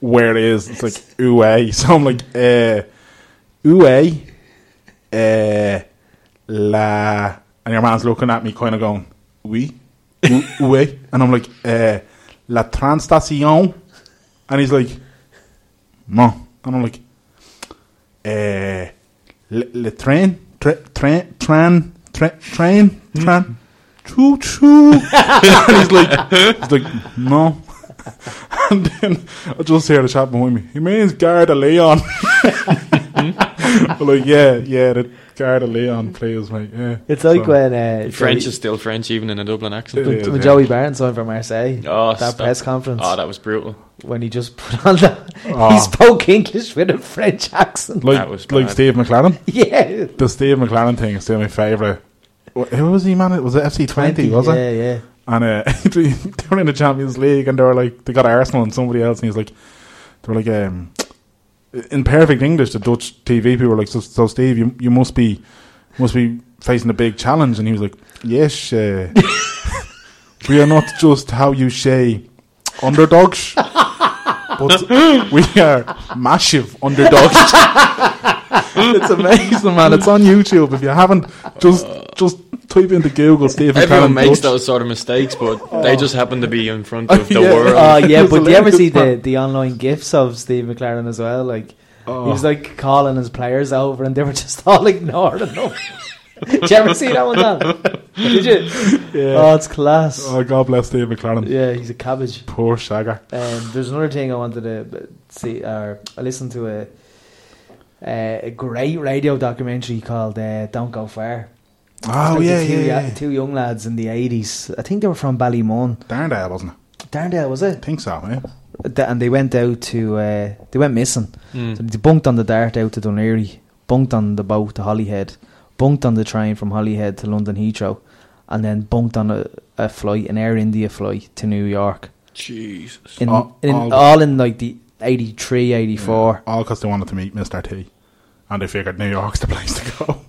Speaker 2: where it is. It's like ouay. So I'm like eh." uh, ouay, uh, la, and your man's looking at me, kind of going oui, ou- ouay, and I'm like uh, la transstation, and he's like no, and I'm like uh, le, le train, tra, train, train, tra, train, train, choo choo. And he's like, he's like, no. And then I just hear the chap behind me. He means Garda Leon. I'm like, yeah, yeah, the Garda Leon players, mate. Yeah,
Speaker 3: It's like
Speaker 2: So,
Speaker 3: when uh,
Speaker 4: French
Speaker 3: Joey,
Speaker 4: is still French, even in a Dublin accent.
Speaker 2: It
Speaker 3: when,
Speaker 2: is,
Speaker 3: when
Speaker 2: yeah.
Speaker 3: Joey Barron signed for Marseille.
Speaker 4: Oh,
Speaker 3: that
Speaker 4: stop.
Speaker 3: press conference
Speaker 4: Oh, that was brutal.
Speaker 3: when he just put on that
Speaker 2: Oh.
Speaker 3: he spoke English with a French accent.
Speaker 2: like,
Speaker 4: That was
Speaker 2: like
Speaker 4: bad.
Speaker 2: Steve McLaren.
Speaker 3: yeah,
Speaker 2: The Steve McLaren thing is still my favourite. Wh- Who was he, man? It was it FC twenty, was
Speaker 3: yeah,
Speaker 2: it?
Speaker 3: Yeah,
Speaker 2: And uh, they were in the Champions League, and they were like, they got Arsenal and somebody else, and he's like, they were like, um, in perfect English, the Dutch TV people were like, so, so Steve, you you must be must be facing a big challenge, and he was like, yes, uh, we are not just how you say underdogs, but we are massive underdogs. it's amazing, man. It's on YouTube. If you haven't, just just type into Google Steve.
Speaker 4: Everyone
Speaker 2: McLaren
Speaker 4: makes
Speaker 2: Dutch.
Speaker 4: those sort of mistakes, but they just happen to be in front of the
Speaker 2: Yeah.
Speaker 4: world.
Speaker 3: Oh yeah,
Speaker 2: It's
Speaker 3: but do you ever
Speaker 2: hilarious,
Speaker 3: see the,
Speaker 2: man.
Speaker 3: the online gifs of Steve McLaren as well? Like he
Speaker 2: Oh.
Speaker 3: was like calling his players over, and they were just all ignoring him. Did you ever see that one? Dan? Did you?
Speaker 2: Yeah.
Speaker 3: Oh, it's class.
Speaker 2: Oh, God bless Steve McLaren.
Speaker 3: Yeah, he's a cabbage.
Speaker 2: Poor Shagger.
Speaker 3: Um, there's another thing I wanted to uh, see. Or I listened to a uh, a great radio documentary called uh, "Don't Go Far." It's
Speaker 2: Oh,
Speaker 3: about the
Speaker 2: yeah,
Speaker 3: two,
Speaker 2: yeah,
Speaker 3: ya-
Speaker 2: yeah.
Speaker 3: two young lads in the '80s. I think they were from Ballymun.
Speaker 2: Darndale, wasn't it?
Speaker 3: Darndale was
Speaker 2: I
Speaker 3: it?
Speaker 2: think so, eh? yeah.
Speaker 3: Th- And they went out to uh, they went missing. So
Speaker 4: Mm.
Speaker 3: they bunked on the dart out to Dunleary, bunked on the boat to Holyhead, bunked on the train from Holyhead to London Heathrow, and then bunked on a, a flight, an Air India flight to New York.
Speaker 4: Jesus.
Speaker 3: in,
Speaker 2: All-
Speaker 3: all, in
Speaker 2: all
Speaker 3: all,
Speaker 2: the-
Speaker 3: in like the 83 84
Speaker 2: All because they wanted to meet Mr. T. And they figured New York's the place to go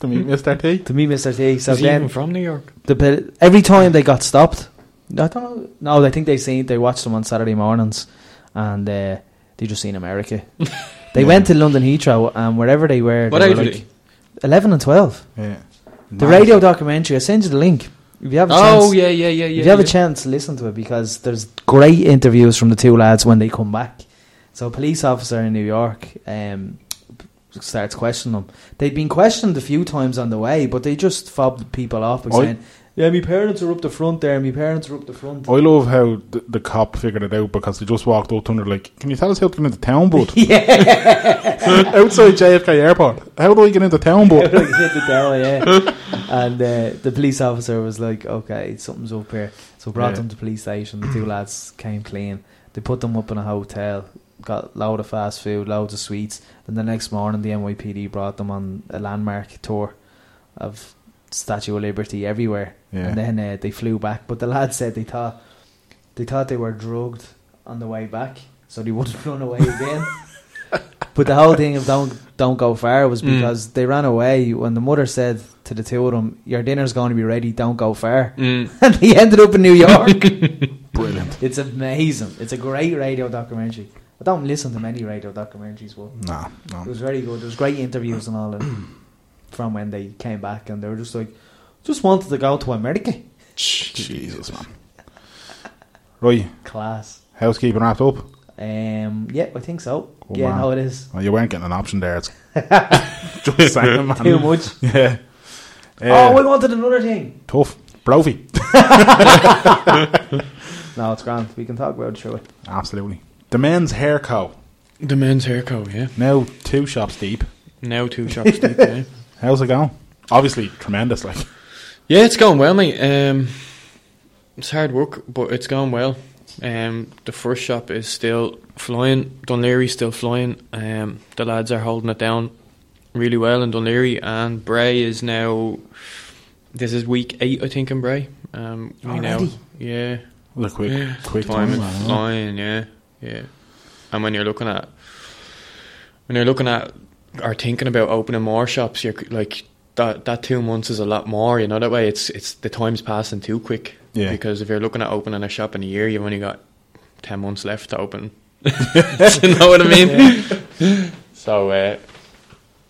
Speaker 2: to meet Mr. T.
Speaker 3: to me Mr T so
Speaker 4: Is he even
Speaker 3: then
Speaker 4: from New York?
Speaker 3: the, pe- every time they got stopped I don't know no I think they seen they watched them on Saturday mornings and uh, they just seen America they went to London Heathrow and wherever they were
Speaker 4: What
Speaker 3: they
Speaker 4: age
Speaker 3: were
Speaker 4: did
Speaker 3: like
Speaker 4: he?
Speaker 3: 11 and 12
Speaker 2: Yeah.
Speaker 3: the radio documentary I send you the link if you have a chance
Speaker 4: Oh, yeah, yeah, yeah, yeah.
Speaker 3: if you have
Speaker 4: yeah.
Speaker 3: a chance listen to it because there's great interviews from the two lads when they come back so a police officer in new york um, starts questioning them they'd been questioned a few times on the way but they just fobbed people off by
Speaker 2: Oi.
Speaker 3: saying yeah my parents are up the front there my parents are up the front
Speaker 2: I love how the, the cop figured it out because they just walked up to him and they're like, Can you tell us how to get into town, bud?
Speaker 3: yeah
Speaker 2: Outside JFK Airport. How do I get into town, bud?
Speaker 3: Like, hit the door, yeah and uh, the police officer was like okay something's up here so brought
Speaker 2: Yeah.
Speaker 3: them to police station the two lads came clean they put them up in a hotel got load of fast food loads of sweets and the next morning the NYPD brought them on a landmark tour of Statue of Liberty everywhere
Speaker 2: Yeah.
Speaker 3: and then uh, they flew back but the lads said they thought they thought they were drugged on the way back so they wouldn't run away again but the whole thing of don't don't go far was
Speaker 4: Mm.
Speaker 3: because they ran away when the mother said to the two of them, "Your dinner's going to be ready. Don't go far."
Speaker 4: Mm.
Speaker 3: And he ended up in New York.
Speaker 2: Brilliant.
Speaker 3: it's amazing. It's a great radio documentary. I don't listen to many radio documentaries, but
Speaker 2: Nah, no.
Speaker 3: it was very good. There was great interviews and all that from when they came back, and they were just like, "Just wanted to go to America."
Speaker 2: Jesus, man. Right,
Speaker 3: Class.
Speaker 2: housekeeping wrapped up.
Speaker 3: Um. Yeah, I think so.
Speaker 2: Oh,
Speaker 3: yeah,
Speaker 2: man.
Speaker 3: no, it is
Speaker 2: Well, you weren't getting an option there. It's just saying, man.
Speaker 3: too much.
Speaker 2: Yeah. Uh,
Speaker 3: oh, we wanted another thing.
Speaker 2: Tough. Brophy.
Speaker 3: No, it's grand. We can talk about it, surely.
Speaker 2: Absolutely. The men's hair co.
Speaker 4: The men's haircut, yeah.
Speaker 2: Now two shops deep.
Speaker 4: Now two shops deep, eh? yeah.
Speaker 2: How's it going? Obviously tremendous. Like
Speaker 4: Yeah, it's going well, mate. Um, it's hard work, but it's going well. Um, the first shop is still flying. Dunleary's still flying. Um, the lads are holding it down really well in Dunleary, and Bray is now. This is week eight, I think, in Bray. Um, we now,
Speaker 3: Already?
Speaker 4: yeah,
Speaker 2: look quick,
Speaker 4: yeah,
Speaker 2: quick
Speaker 4: time
Speaker 2: time.
Speaker 4: is flying, yeah, yeah. And when you're looking at when you're looking at or thinking about opening more shops, you're c- like that that two months is a lot more. You know that way. It's it's the time's passing too quick.
Speaker 2: Yeah.
Speaker 4: Because if you're looking at opening a shop in a year, you've only got ten months left to open. you know what I mean? So uh,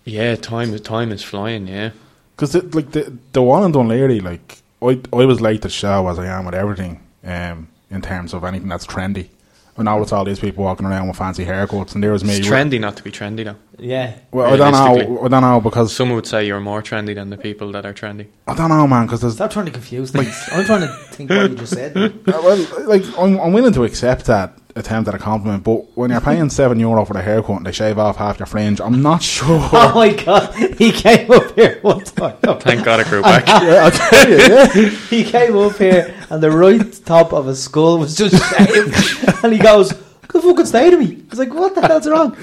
Speaker 4: yeah, time time is flying. Yeah.
Speaker 2: Because like the the one in Dunleary, like I I was late to the show as I am with everything. Um, in terms of anything that's trendy. I know it's all these people walking around with fancy haircuts, and there was me. with-
Speaker 4: It's trendy not to be trendy though.
Speaker 3: Yeah.
Speaker 2: Well, I don't know.
Speaker 4: realistically.
Speaker 2: I don't know because
Speaker 4: Some would say you're more trendy than the people that are trendy.
Speaker 2: I don't know, man. Because there's
Speaker 3: Stop trying to confuse things. I'm trying to think what you just said.
Speaker 2: Uh, well, like I'm, I'm willing to accept that attempt at a compliment, but when you're paying seven euro for the haircut and they shave off half your fringe, I'm not sure.
Speaker 3: Oh my god, he came up here one time.
Speaker 4: Thank God I grew back.
Speaker 2: yeah, I'll tell you, yeah.
Speaker 3: He came up here and the right top of his skull was just shaved. and he goes, Good fucking stay to me. I was like, What the hell's wrong?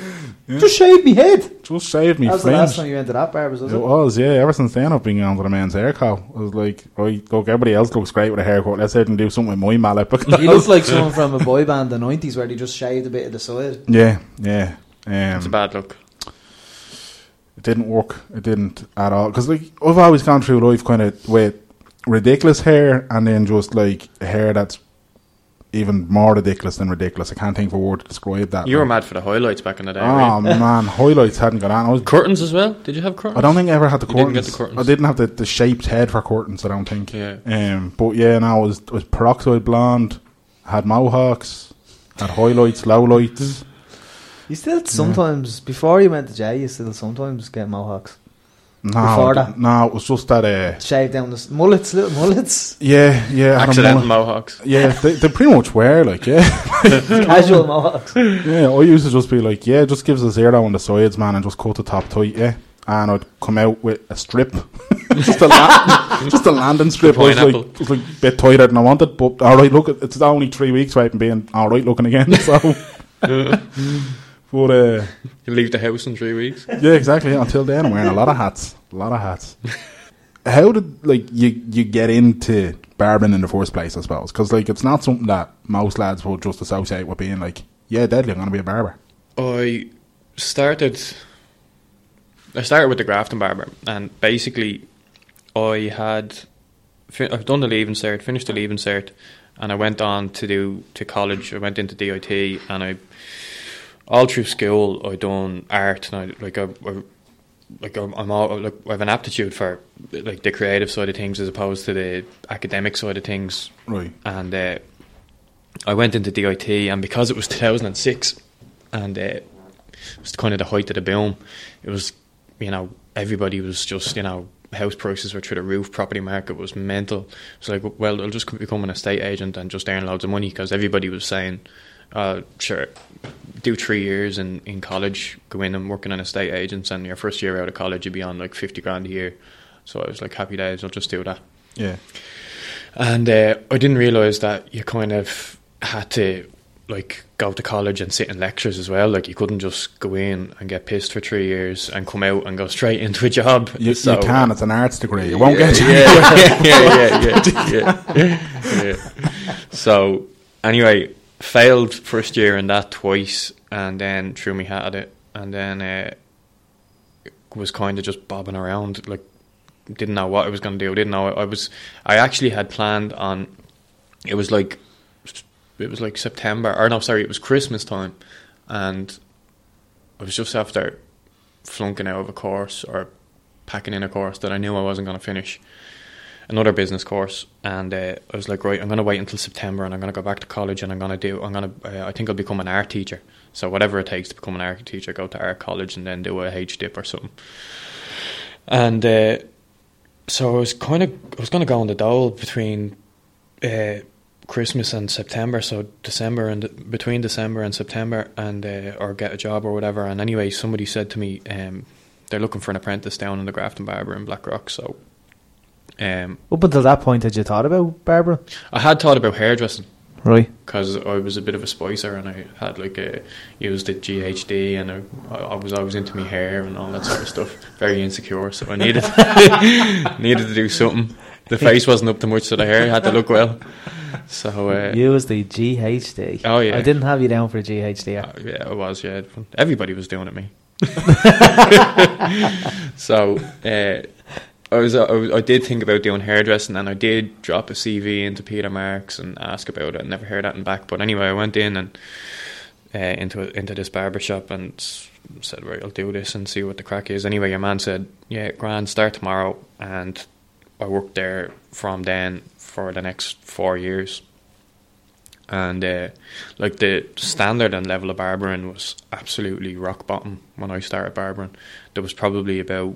Speaker 3: Just shave me head.
Speaker 2: Just shave me
Speaker 3: That was the
Speaker 2: fringe.
Speaker 3: last time you went to that barber's, was
Speaker 2: it
Speaker 3: it?
Speaker 2: was, yeah. Ever since then, I've been going to the man's haircut. I was like, right, look, everybody else looks great with a haircut. Let's have them do something with my mallet. Because
Speaker 3: He looked like someone from a boy band in the 90s where they just shaved a bit of the side.
Speaker 2: yeah, yeah. Um,
Speaker 4: It's a bad look.
Speaker 2: it didn't work. It didn't at all. Because like I've always gone through life kind of with ridiculous hair and then just like hair that's even more ridiculous than ridiculous. I can't think of a word to describe that.
Speaker 4: You were
Speaker 2: like.
Speaker 4: mad for the highlights back in the day,
Speaker 2: Oh
Speaker 4: right?
Speaker 2: man, highlights hadn't got on. I, was,
Speaker 4: Curtains as well? Did you have curtains?
Speaker 2: I don't think I ever had the
Speaker 4: You
Speaker 2: curtains.
Speaker 4: didn't get the curtains.
Speaker 2: I didn't have the, the shaped head for curtains. I don't think.
Speaker 4: Yeah.
Speaker 2: Um. But yeah, no, I was I was peroxide blonde, had mohawks, had highlights, lowlights.
Speaker 3: You still sometimes, before you went to Jay, you still sometimes get mohawks.
Speaker 2: No,
Speaker 3: Before that?
Speaker 2: no, it was just that. Uh,
Speaker 3: Shave down the s- mullets, little mullets,
Speaker 2: yeah, yeah, I had a
Speaker 4: Accidental
Speaker 2: mullet.
Speaker 4: mohawks.
Speaker 2: Yeah, they, they pretty much were like yeah.
Speaker 3: casual mohawks.
Speaker 2: Yeah, I used to just be like, yeah, just give us a zero on the sides, man, and just cut the top tight, yeah. And I'd come out with a strip, just a la- just a landing strip. I was like,
Speaker 4: Pineapple.
Speaker 2: it was like a bit tighter than I wanted, but all right, look, it's only three weeks away from being all right looking again. So, but uh,
Speaker 4: You leave the house in three weeks.
Speaker 2: yeah, exactly. Until then, I'm wearing a lot of hats, a lot of hats. How did like you you get into barbering in the first place? I suppose because like it's not something that most lads will just associate with being like, yeah, deadly, I'm gonna be a barber.
Speaker 4: I started. I started with the Grafton Barber, and basically, I had. Fin- I've done the leaving cert, finished the leaving cert, and I went on to do to college. I went into DIT, and I all through school I done art, and I like I. I like I'm, I'm all like I have an aptitude for like the creative side of things as opposed to the academic side of things.
Speaker 2: Right.
Speaker 4: and uh, I went into DIT, and because it was 2006, and uh, it was kind of the height of the boom, it was, you know, everybody was just, you know, house prices were through the roof, property market was mental. It's like, well, I'll just become an estate agent and just earn loads of money because everybody was saying, uh, sure, do three years in, in college, go in and work in an estate agents, and your first year out of college, you'd be on like 50 grand a year. So I was like, happy days, I'll just do that.
Speaker 2: Yeah.
Speaker 4: And uh, I didn't realise that you kind of had to like go to college and sit in lectures as well. Like you couldn't just go in and get pissed for three years and come out and go straight into a job.
Speaker 2: You,
Speaker 4: So- uh,
Speaker 2: you can. It's an arts degree. You won't get you.
Speaker 4: yeah, yeah, yeah, yeah, yeah, yeah, yeah. So anyway, failed first year in that twice, and then threw me hat at it, and then uh, was kind of just bobbing around, like didn't know what I was going to do. Didn't know I was. I actually had planned on. It was like, it was like September, or no, sorry, it was Christmas time, and I was just after flunking out of a course or packing in a course that I knew I wasn't going to finish, another business course, and uh, I was like, right, I'm going to wait until September and I'm going to go back to college and I'm going to do, I'm going to, uh, I think I'll become an art teacher. So whatever it takes to become an art teacher, go to art college and then do a H dip or something. And uh, so I was kind of I was going to go on the dole between uh, Christmas and September, so December and between December and September, and uh, or get a job or whatever. And anyway, somebody said to me, um, they're looking for an apprentice down in the Grafton Barber in Blackrock. So um,
Speaker 3: Up until that point, had you thought about Barbara?
Speaker 4: I had thought about hairdressing
Speaker 3: Right.
Speaker 4: because I was a bit of a spicer and I had like a used the GHD and I, I was always into my hair and all that sort of stuff. Very insecure, so I needed needed to do something. The face wasn't up to much, so the hair had to look well. So uh,
Speaker 3: you was the GHD.
Speaker 4: Oh, yeah.
Speaker 3: I didn't have you down for a GHD.
Speaker 4: Uh, yeah, it was. Yeah, everybody was doing it. Me. so uh, I was. I, was- I did think about doing hairdressing, and I did drop a CV into Peter Marks and ask about it. and Never heard that and back, but anyway, I went in and uh, into into this barber shop and s- said, "Right, I'll do this and see what the crack is." Anyway, your man said, "Yeah, grand, start tomorrow," and I worked there from then for the next four years and uh, like the standard and level of barbering was absolutely rock bottom when I started barbering. There was probably about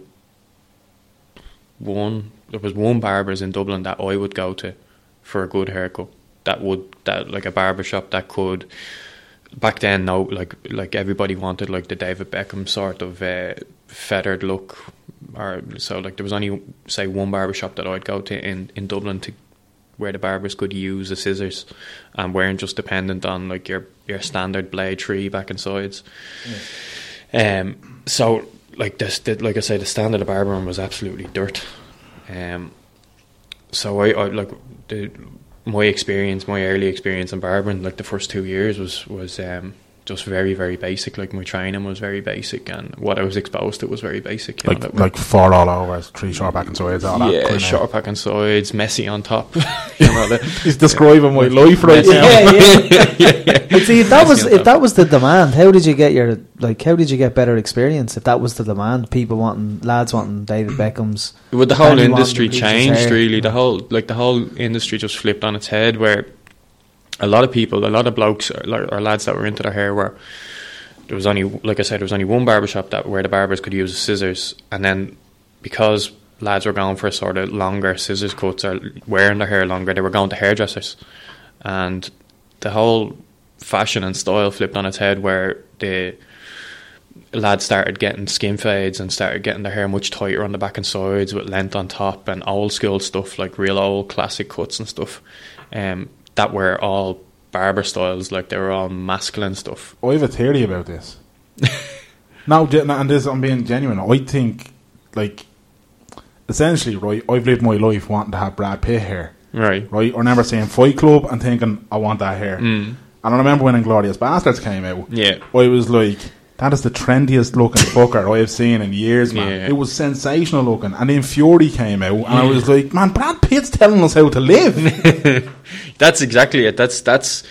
Speaker 4: one there was one barbers in Dublin that I would go to for a good haircut. That would that like a barber shop that could back then no like like everybody wanted like the David Beckham sort of uh, feathered look or so like there was only say one barber shop that I'd go to in, in Dublin to where the barbers could use the scissors and weren't just dependent on like your your standard blade tree back and sides. Um, so like this, the, like I say, the standard of barbering was absolutely dirt. Um, so I, I like the, my experience, my early experience in barbering, like the first two years was was um, just very very basic. Like my training was very basic, and what I was exposed to was very basic. you know,
Speaker 2: Like eh?
Speaker 4: that-
Speaker 2: like four all over, three short back and sides, all that.
Speaker 4: yeah,
Speaker 2: kinda-
Speaker 4: short back and sides, messy on top. you know, the-
Speaker 2: He's describing my life right
Speaker 4: Yeah.
Speaker 2: now.
Speaker 3: yeah, yeah. But see, if that was
Speaker 4: Yeah.
Speaker 3: if that was the demand, how did you get your like? How did you get better experience? If that was the demand, people wanting lads wanting David Beckham's.
Speaker 4: Well, the whole
Speaker 3: Penny
Speaker 4: industry
Speaker 3: wanted to lose his
Speaker 4: changed
Speaker 3: hair.
Speaker 4: really. The whole like the whole industry just flipped on its head. Where a lot of people, a lot of blokes or, lo- or lads that were into their hair were there was only like I said, there was only one barbershop that where the barbers could use scissors, and then because lads were going for sort of longer scissors cuts or wearing their hair longer, they were going to hairdressers, and the whole fashion and style flipped on its head where the lads started getting skin fades and started getting their hair much tighter on the back and sides with length on top and old school stuff like real old classic cuts and stuff um, that were all barber styles like they were all masculine stuff
Speaker 2: I have a theory about this. no, ge- no, and this I'm being genuine. I think, like, essentially, right. I've lived my life wanting to have Brad Pitt hair,
Speaker 4: right
Speaker 2: right? Or never seeing Fight Club and thinking I want that hair. Mm. And I remember when Inglorious Bastards came out.
Speaker 4: Yeah.
Speaker 2: I was like, that is the trendiest looking fucker I have seen in years, man.
Speaker 4: Yeah.
Speaker 2: It was sensational looking. And then Fury came out, and I was like, man, Brad Pitt's telling us how to live.
Speaker 4: that's exactly it that's that's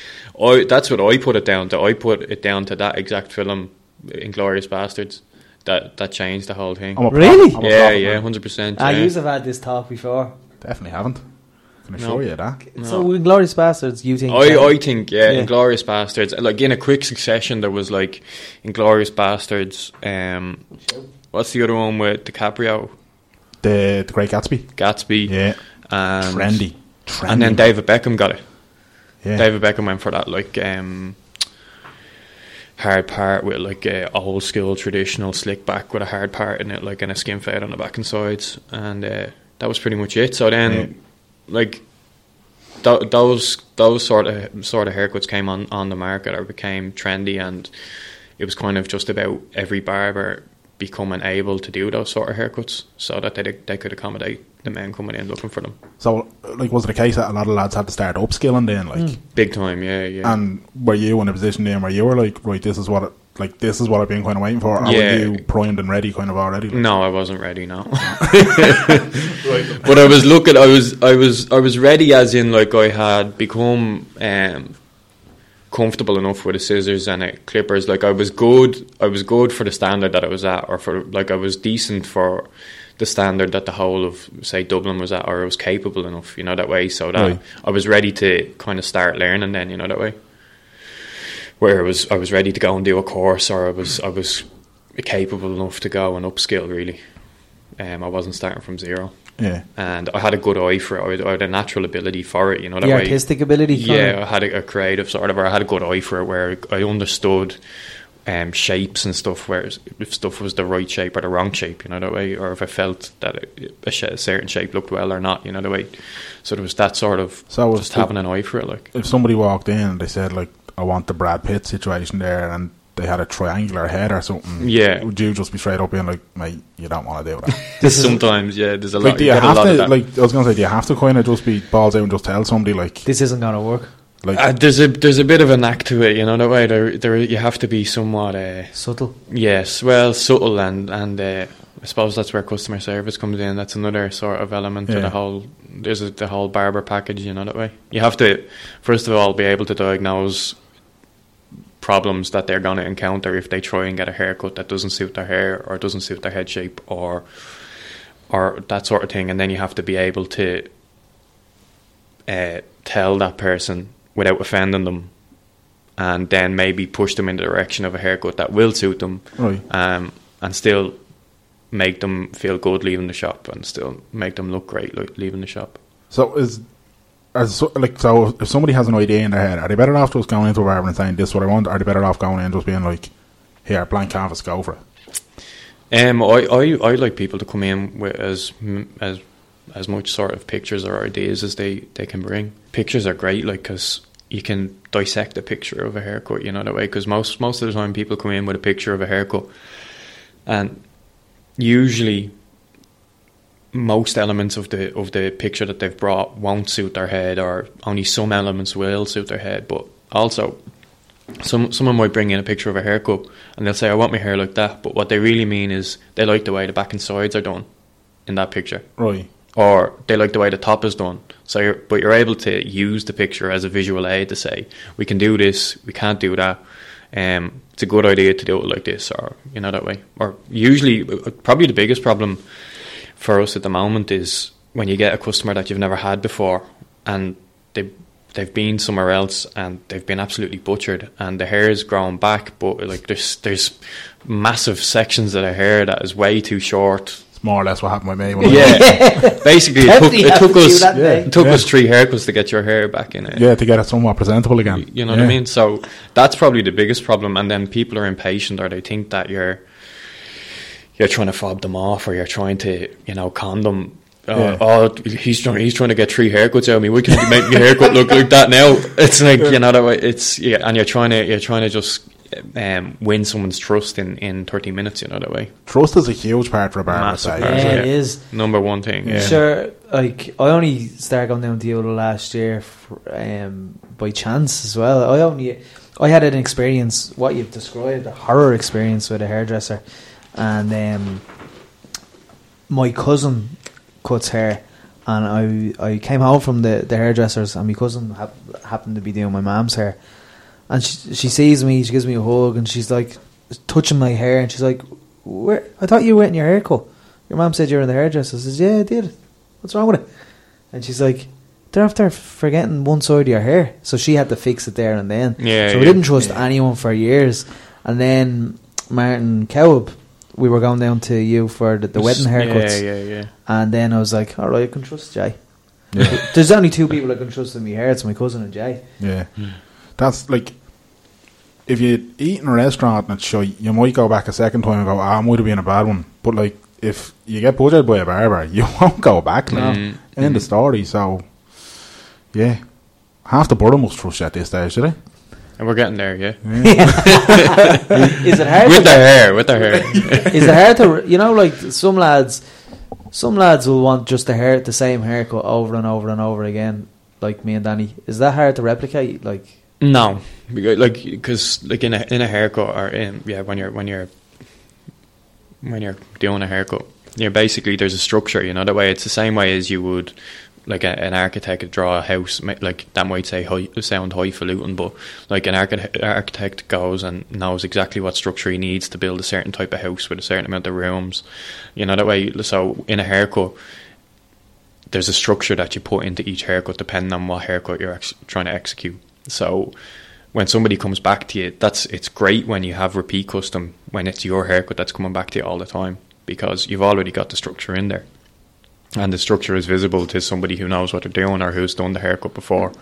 Speaker 4: I, that's what I put it down to I put it down to that exact film Inglorious Bastards that that changed the whole thing
Speaker 2: I'm a prop-
Speaker 3: Really?
Speaker 2: I'm a
Speaker 4: yeah
Speaker 2: prop,
Speaker 4: yeah
Speaker 2: man.
Speaker 4: 100%
Speaker 3: I
Speaker 4: yeah.
Speaker 3: used have had this talk before.
Speaker 2: Definitely haven't. Can I
Speaker 4: No.
Speaker 2: show you that?
Speaker 3: So, Glorious Bastards, you think?
Speaker 4: I, I think yeah,
Speaker 3: Yeah.
Speaker 4: Inglorious Bastards. Like in a quick succession, there was like Inglorious Bastards. Um, what's the other one with DiCaprio,
Speaker 2: The, the Great Gatsby.
Speaker 4: Gatsby?
Speaker 2: Yeah.
Speaker 4: and,
Speaker 2: Trendy. Trendy.
Speaker 4: And then David Beckham got it.
Speaker 2: yeah.
Speaker 4: David Beckham went for that like um, hard part with like uh, old school traditional slick back with a hard part in it, like and a skin fade on the back and sides, and uh, that was pretty much it. So then, like th- those those sort of sort of haircuts came on on the market or became trendy, and it was kind of just about every barber becoming able to do those sort of haircuts so that they they could accommodate the men coming in looking for them.
Speaker 2: So, like, was it a case that a lot of lads had to start upskilling then, like,
Speaker 4: Big time, yeah, yeah.
Speaker 2: and were you in a position then where you were like, right, this is what, it, like, this is what I've been kind of waiting for, or
Speaker 4: Yeah.
Speaker 2: were you primed and ready, kind of already? Like,
Speaker 4: No, I wasn't ready. No, but I was looking. I was, I was, I was ready. As in, like I had become um, comfortable enough with the scissors and the clippers. Like I was good. I was good for the standard that I was at, or for like I was decent for the standard that the whole of say Dublin was at, or I was capable enough. You know that way. So that
Speaker 2: Right.
Speaker 4: I was ready to kind of start learning. Then you know that way where I was I was ready to go and do a course or I was I was capable enough to go and upskill really. Um, I wasn't starting from zero.
Speaker 2: Yeah.
Speaker 4: and I had a good eye for it. I had- I had a natural ability for it. You know that
Speaker 3: the
Speaker 4: way.
Speaker 3: artistic ability.
Speaker 4: Yeah, I had a, a creative sort of, or I had a good eye for it, where I understood um, shapes and stuff. Where if stuff was the right shape or the wrong shape, you know that way, or if I felt that a, a, sh- a certain shape looked well or not, you know the way. So there was that sort of
Speaker 2: So it was
Speaker 4: just
Speaker 2: the-
Speaker 4: having an eye for it, like
Speaker 2: If somebody walked in and they said, like, I want the Brad Pitt situation there, and they had a triangular head or something,
Speaker 4: Yeah.
Speaker 2: would you just be straight up being like, mate, you don't want to do that?
Speaker 4: sometimes, yeah, there's a lot.
Speaker 2: like, do
Speaker 4: you
Speaker 2: you
Speaker 4: get a
Speaker 2: have
Speaker 4: lot of
Speaker 2: to,
Speaker 4: that.
Speaker 2: like, I was going to say, do you have to kind of just be balls out and just tell somebody, like,
Speaker 3: this isn't gonna work.
Speaker 2: like
Speaker 4: Uh, there's a there's a bit of an act to it, you know that way. There, there you have to be somewhat. Uh,
Speaker 3: Subtle.
Speaker 4: Yes, well, subtle and and uh, I suppose that's where customer service comes in. That's another sort of element to
Speaker 2: Yeah.
Speaker 4: the whole. There's a, the whole barber package, you know that way. You have to first of all be able to diagnose problems that they're going to encounter if they try and get a haircut that doesn't suit their hair or doesn't suit their head shape or or that sort of thing, and then you have to be able to uh, tell that person without offending them. And then maybe push them in the direction of a haircut that will suit them,
Speaker 2: Right.
Speaker 4: um, and still make them feel good leaving the shop and still make them look great like, leaving the shop.
Speaker 2: So is as so, like so if somebody has an idea in their head, are they better off just going into a barber and saying this is what I want? Are they better off going in and just being like, here, blank canvas, go for it?
Speaker 4: Um, I, I, I like people to come in with as m- as as much sort of pictures or ideas as they, they can bring. Pictures are great, like because you can dissect a picture of a haircut, you know that way. Because most most of the time, people come in with a picture of a haircut, and usually most elements of the of the picture that they've brought won't suit their head, or only some elements will suit their head. But also, some someone might bring in a picture of a haircut and they'll say, "I want my hair like that," but what they really mean is they like the way the back and sides are done in that picture,
Speaker 2: Right.
Speaker 4: or they like the way the top is done. So, you're, but you're able to use the picture as a visual aid to say, "We can do this. We can't do that." Um, it's a good idea to do it like this, or you know that way. Or usually, uh, probably the biggest problem for us at the moment is when you get a customer that you've never had before and they they've been somewhere else and they've been absolutely butchered and the hair is grown back but like there's there's massive sections of the hair that is way too short
Speaker 2: It's more or less what happened with me. When I,
Speaker 4: yeah basically it took,
Speaker 3: Definitely
Speaker 4: it took
Speaker 3: happened to you
Speaker 4: us
Speaker 3: that day.
Speaker 4: it took
Speaker 2: Yeah.
Speaker 4: us three haircuts to get your hair back in it
Speaker 2: yeah, to get it somewhat presentable again.
Speaker 4: you know
Speaker 2: Yeah.
Speaker 4: what I mean? So that's probably the biggest problem. And then people are impatient, or they think that you're you're trying to fob them off, or you're trying to you know con them. Oh,
Speaker 2: Yeah.
Speaker 4: oh, he's trying. He's trying to get three haircuts out of me. We can make your haircut look like that now. It's like you know that way. It's yeah, and you're trying to you're trying to just um, win someone's trust in in 30 minutes. You know that way.
Speaker 2: Trust is a huge part for a barber.
Speaker 4: Massive
Speaker 2: side.
Speaker 4: part,
Speaker 3: Yeah,
Speaker 4: yeah.
Speaker 3: it is.
Speaker 4: Number one thing. Yeah.
Speaker 3: Sure, like I only started going down Diola last year for, um, by chance as well. I only I had an experience what you've described a horror experience with a hairdresser, and um, my cousin cuts hair, and I I came home from the, the hairdressers, and my cousin hap- happened to be doing my mom's hair, and she she sees me, she gives me a hug, and she's like touching my hair, and she's like, "Where? I thought you were in your haircut. Your mom said you were in the hairdresser." I says, "Yeah, I did. What's wrong with it?" And she's like, "They're after forgetting one side of your hair, so she had to fix it there and then."
Speaker 4: Yeah,
Speaker 3: so
Speaker 4: yeah.
Speaker 3: we didn't trust anyone for years, and then Martin Cowab, we were going down to you for the, the wedding haircuts.
Speaker 4: Yeah, yeah, yeah.
Speaker 3: And then I was like, all right, I can trust Jay.
Speaker 2: Yeah.
Speaker 3: There's only two people I can trust in my hair. It's my cousin and Jay.
Speaker 2: Yeah. That's like if you eat in a restaurant and it's shite, you might go back a second time and go, Ah, I might have been a bad one. But like if you get butchered by a barber, you won't go back now.
Speaker 4: Mm.
Speaker 2: End of story, so yeah. Half the borough must trust you at this stage, should they?
Speaker 4: And we're getting there. Yeah.
Speaker 3: Is it hard?
Speaker 4: With
Speaker 3: to,
Speaker 4: the hair. With the hair.
Speaker 3: is it hard to you know like some lads, some lads will want just the hair, the same haircut over and over and over again. Like me and Danny, is that hard to replicate? Like
Speaker 4: No, because, like because like in a in a haircut or in yeah when you're when you're when you're doing a haircut, you're basically there's a structure. You know that way. It's the same way as you would like a, an architect would draw a house. ma- Like that might say high, sound highfalutin, but like an architect architect goes and knows exactly what structure he needs to build a certain type of house with a certain amount of rooms. You know that way. So in a haircut, there's a structure that you put into each haircut depending on what haircut you're ex- trying to execute. So when somebody comes back to you, that's it's great when you have repeat custom when it's your haircut that's coming back to you all the time because you've already got the structure in there. and the structure is visible to somebody who knows what they're doing or who's done the haircut before.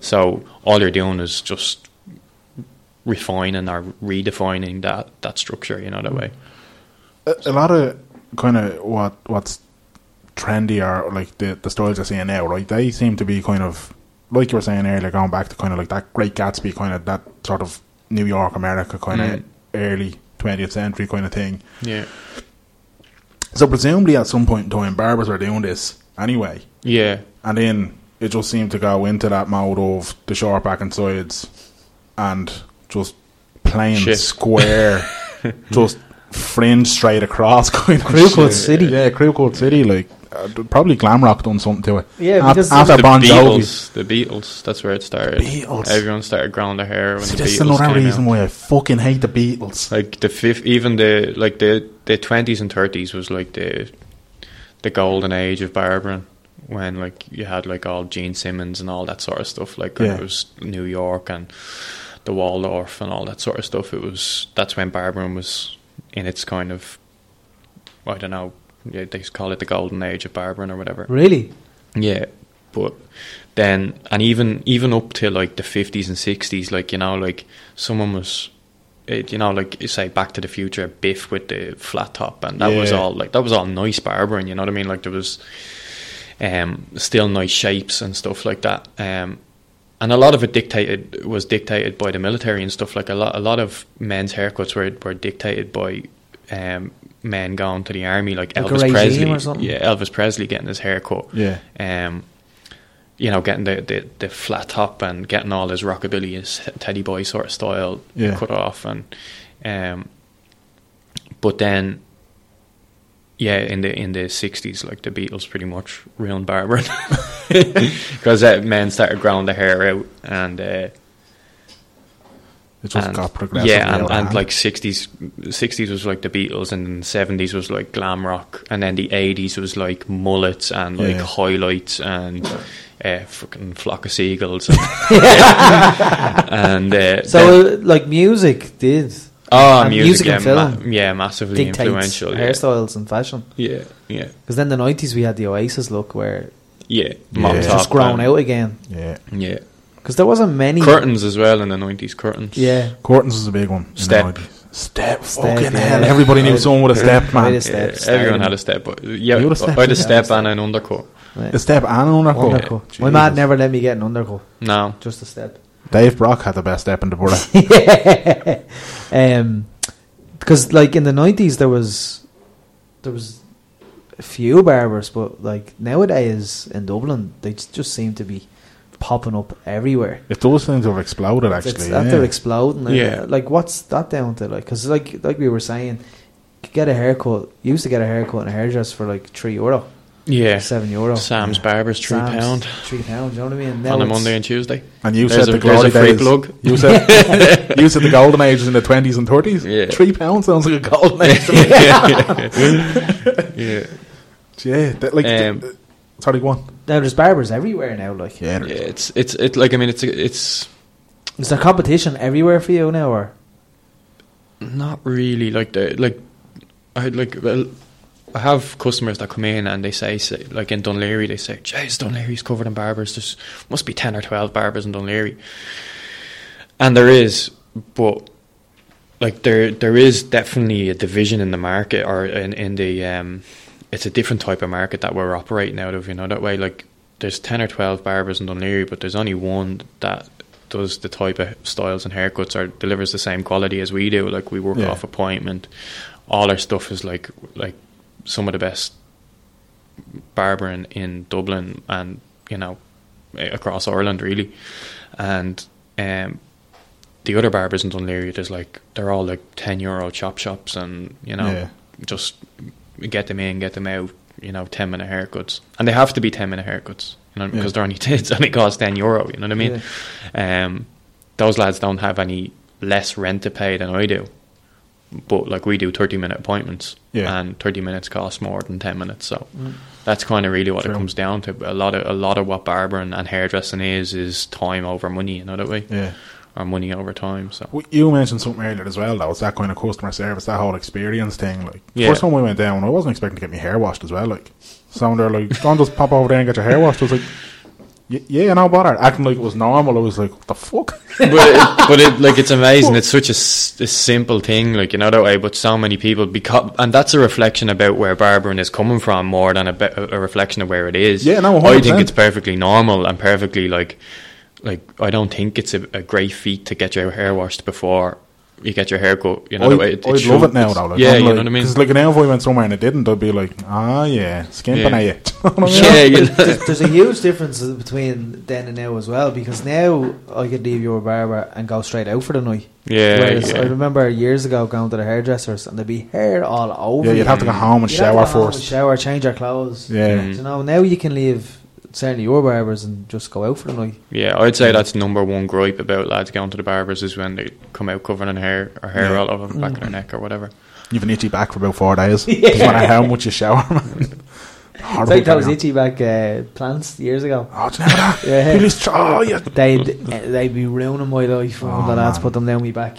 Speaker 4: So all you're doing is just refining or redefining that that structure, you know, that way.
Speaker 2: a, a lot of kind of what what's trendy or like the the styles you're seeing now, right? They seem to be kind of like you were saying earlier, going back to kind of like that Great Gatsby, kind of that sort of New York, America, kind of
Speaker 4: Mm.
Speaker 2: early 20th century kind of thing.
Speaker 4: Yeah.
Speaker 2: So presumably, at some point in time, barbers are doing this anyway,
Speaker 4: Yeah.
Speaker 2: and then it just seemed to go into that mode of the sharp back and sides and just plain
Speaker 4: Shit.
Speaker 2: square, just fringe straight across kind of
Speaker 3: Crew
Speaker 2: shit.
Speaker 3: Cut City.
Speaker 2: Yeah, crew cut city. Like uh, probably glam rock done something to it.
Speaker 3: Yeah,
Speaker 2: Af-
Speaker 3: because
Speaker 2: after
Speaker 4: the
Speaker 2: Bon Jovi.
Speaker 4: Beatles. The Beatles. That's where it started.
Speaker 2: Beatles.
Speaker 4: Everyone started growing their hair when
Speaker 2: See,
Speaker 4: the
Speaker 2: that's
Speaker 4: Beatles
Speaker 2: another
Speaker 4: came
Speaker 2: reason
Speaker 4: out.
Speaker 2: why I fucking hate the Beatles.
Speaker 4: Like the fifth, even the like the the twenties and thirties was like the the golden age of barbering when like you had like all Gene Simmons and all that sort of stuff. Like when
Speaker 2: Yeah.
Speaker 4: it was New York and the Waldorf and all that sort of stuff. It was that's when barbering was in its kind of I don't know. Yeah, they call it the golden age of barbering or whatever.
Speaker 3: Really?
Speaker 4: Yeah, but then and even even up to like the fifties and sixties, like you know, like someone was, it, you know, like say Back to the Future, Biff with the flat top, and that was
Speaker 2: Yeah.
Speaker 4: all like that was all nice barbering. You know what I mean? Like there was, um, still nice shapes and stuff like that. Um, and a lot of it dictated was dictated by the military and stuff. Like a lot, a lot of men's haircuts were were dictated by. Um, men going to the army like,
Speaker 3: Like a
Speaker 4: Elvis
Speaker 3: regime
Speaker 4: Presley,
Speaker 3: or something?
Speaker 4: yeah, Elvis Presley getting his hair cut,
Speaker 2: Yeah.
Speaker 4: um, you know, getting the, the, the flat top and getting all his rockabilly, his teddy boy sort of style
Speaker 2: Yeah.
Speaker 4: cut off, and um, but then, yeah, in the in the sixties, like the Beatles, pretty much ruined barbering because uh, men started growing their hair out and. Uh,
Speaker 2: It just
Speaker 4: and-
Speaker 2: got progressively
Speaker 4: Yeah,
Speaker 2: out
Speaker 4: and,
Speaker 2: of
Speaker 4: and
Speaker 2: hand.
Speaker 4: like sixties, sixties was like the Beatles, and then seventies was like glam rock, and then the eighties was like mullets and like
Speaker 2: Yeah.
Speaker 4: highlights and uh, fucking flock of seagulls, and, and, uh,
Speaker 3: So, uh, like, music did
Speaker 4: oh,
Speaker 3: and music
Speaker 4: music, yeah,
Speaker 3: and
Speaker 4: ma-
Speaker 3: film
Speaker 4: yeah, massively
Speaker 3: dictates
Speaker 4: influential, yeah.
Speaker 3: hairstyles and fashion.
Speaker 4: yeah, yeah,
Speaker 3: Because then the 90s we had the Oasis look where
Speaker 4: yeah,
Speaker 3: it
Speaker 4: Mop
Speaker 3: was
Speaker 2: Yeah.
Speaker 3: just
Speaker 4: top
Speaker 3: grown
Speaker 4: and-
Speaker 3: out again.
Speaker 2: yeah,
Speaker 4: yeah,
Speaker 3: Because there wasn't many.
Speaker 4: curtains as well in the nineties, curtains,
Speaker 3: Yeah.
Speaker 2: Curtains is a big one. in the
Speaker 4: Step.
Speaker 2: 90s. step, fucking
Speaker 3: yeah.
Speaker 2: hell! Everybody knew someone with a step, man.
Speaker 3: Wait a
Speaker 2: A
Speaker 3: step,
Speaker 4: Yeah,
Speaker 3: style.
Speaker 4: everyone had a step, but yeah,
Speaker 2: You
Speaker 4: I
Speaker 2: had a
Speaker 4: had
Speaker 2: step,
Speaker 4: a
Speaker 2: yeah.
Speaker 4: step and an undercut.
Speaker 3: Right.
Speaker 2: step and an undercut.
Speaker 3: Undercut.
Speaker 2: Jesus.
Speaker 3: My man never let me get an undercut.
Speaker 4: No,
Speaker 3: Just a step.
Speaker 2: Dave Brock had the best step in the borough.
Speaker 3: um, because like in the nineties there was there was a few barbers, but like nowadays in Dublin they j- just seem to be popping up everywhere.
Speaker 2: If those things have exploded,
Speaker 3: It's-
Speaker 2: actually,
Speaker 3: it's
Speaker 2: yeah.
Speaker 3: that they're exploding. Like,
Speaker 4: Yeah.
Speaker 3: like what's that down to? Like, because like like we were saying, you get a haircut. You used to get a haircut and a hairdresser for like three euro,
Speaker 4: yeah,
Speaker 3: seven euro.
Speaker 4: Sam's Barbers, three
Speaker 3: Sam's,
Speaker 4: pound.
Speaker 3: three pound. You know what I mean? Now
Speaker 4: on a
Speaker 3: it's-
Speaker 4: Monday and Tuesday.
Speaker 2: and you
Speaker 4: There's
Speaker 2: said
Speaker 4: a-
Speaker 2: the
Speaker 4: there's
Speaker 2: glory
Speaker 4: a free
Speaker 2: days.
Speaker 4: plug.
Speaker 2: You said you said the golden age is in the twenties and thirties.
Speaker 4: Yeah.
Speaker 2: Three pounds sounds like a golden age. to me.
Speaker 4: Yeah,
Speaker 2: yeah, that, like
Speaker 4: Um,
Speaker 2: th- sorry, go on.
Speaker 3: now there's barbers everywhere now. Like,
Speaker 2: Yeah,
Speaker 4: yeah. It's it's it like I mean it's it's
Speaker 3: Is there competition everywhere for you now, or
Speaker 4: not really like the like I like well, I have customers that come in and they say, say like in Dunleary they say, "Jeez, Dunleary's covered in barbers. There's must be ten or twelve barbers in Dunleary," and there is, but like there there is definitely a division in the market or in in the um it's a different type of market that we're operating out of you know that way like there's 10 or 12 barbers in Dunleary but there's only one that does the type of styles and haircuts or delivers the same quality as we do like we work
Speaker 2: Yeah.
Speaker 4: off appointment all our stuff is like like some of the best barbering in Dublin and you know across Ireland really and um the other barbers in Dunleary, there's like they're all like ten euro chop shops, and you know,
Speaker 2: Yeah.
Speaker 4: just get them in, get them out. You know, ten minute haircuts, and they have to be ten minute haircuts, you know,
Speaker 2: Yeah.
Speaker 4: because they're only it's only cost ten euro. You know what I mean? Um, those lads don't have any less rent to pay than I do, but like we do thirty minute appointments,
Speaker 2: Yeah.
Speaker 4: and thirty minutes costs more than ten minutes, so that's kind of really what
Speaker 2: Mm. True.
Speaker 4: it comes down to. A lot of a lot of what barbering and hairdressing is is time over money. You know that way
Speaker 2: yeah.
Speaker 4: or money over time. So
Speaker 2: Well, You mentioned something earlier as well, though. It's that kind of customer service, that whole experience thing. Like
Speaker 4: Yeah.
Speaker 2: first time we went down, I wasn't expecting to get my hair washed as well. Like So they're like, "Don't just pop over there and get your hair washed." I was like, "Y- "Yeah, no bother." Acting like it was normal. I was like, "What the fuck?"
Speaker 4: but it, but it, like it's amazing. It's such a, s- a simple thing, like you know that way. But so many people because, and that's a reflection about where barbering is coming from more than a, be- a reflection of where it is.
Speaker 2: Yeah, no,
Speaker 4: I think
Speaker 2: 100%.
Speaker 4: it's perfectly normal and perfectly like, like I don't think it's a, a great feat to get your hair washed before you get your hair cut. You know
Speaker 2: I,
Speaker 4: the way it,
Speaker 2: I
Speaker 4: it
Speaker 2: love
Speaker 4: should-
Speaker 2: it now,
Speaker 4: it's-
Speaker 2: though. Like,
Speaker 4: yeah,
Speaker 2: I'm
Speaker 4: you
Speaker 2: like,
Speaker 4: know what I mean.
Speaker 2: Because like now, if I went somewhere and it didn't, I'd be like, "Ah, yeah, skimping
Speaker 4: Yeah.
Speaker 2: at you." You know what I mean?
Speaker 4: Yeah, you know.
Speaker 3: there's, there's a huge difference between then and now as well because now I could leave your barber and go straight out for the night.
Speaker 4: Yeah,
Speaker 3: Whereas
Speaker 4: yeah.
Speaker 3: I remember years ago going to the hairdressers and there'd be hair all over.
Speaker 2: Yeah,
Speaker 3: you.
Speaker 2: you'd have to go home and
Speaker 3: You'd have to
Speaker 2: shower
Speaker 3: go home and
Speaker 2: first.
Speaker 3: Shower, change your clothes.
Speaker 2: Yeah.
Speaker 4: Mm.
Speaker 3: You know, now you can leave certainly your barbers and just go out for the night.
Speaker 4: Yeah, I'd say that's number one gripe about lads going to the barbers is when they come out covered in hair or hair
Speaker 2: Yeah. Mm.
Speaker 4: all over the back of their neck or whatever.
Speaker 2: You've an itchy back for about four days. Doesn't matter how much you shower, man. Horrible
Speaker 3: It's like those
Speaker 2: carry on.
Speaker 3: itchy back uh, plants years ago.
Speaker 2: Oh, do you remember that?
Speaker 3: Yeah.
Speaker 2: You just- oh, yeah.
Speaker 3: They'd they'd be ruining my life when
Speaker 2: Oh,
Speaker 3: the lads
Speaker 2: man.
Speaker 3: put them down me back.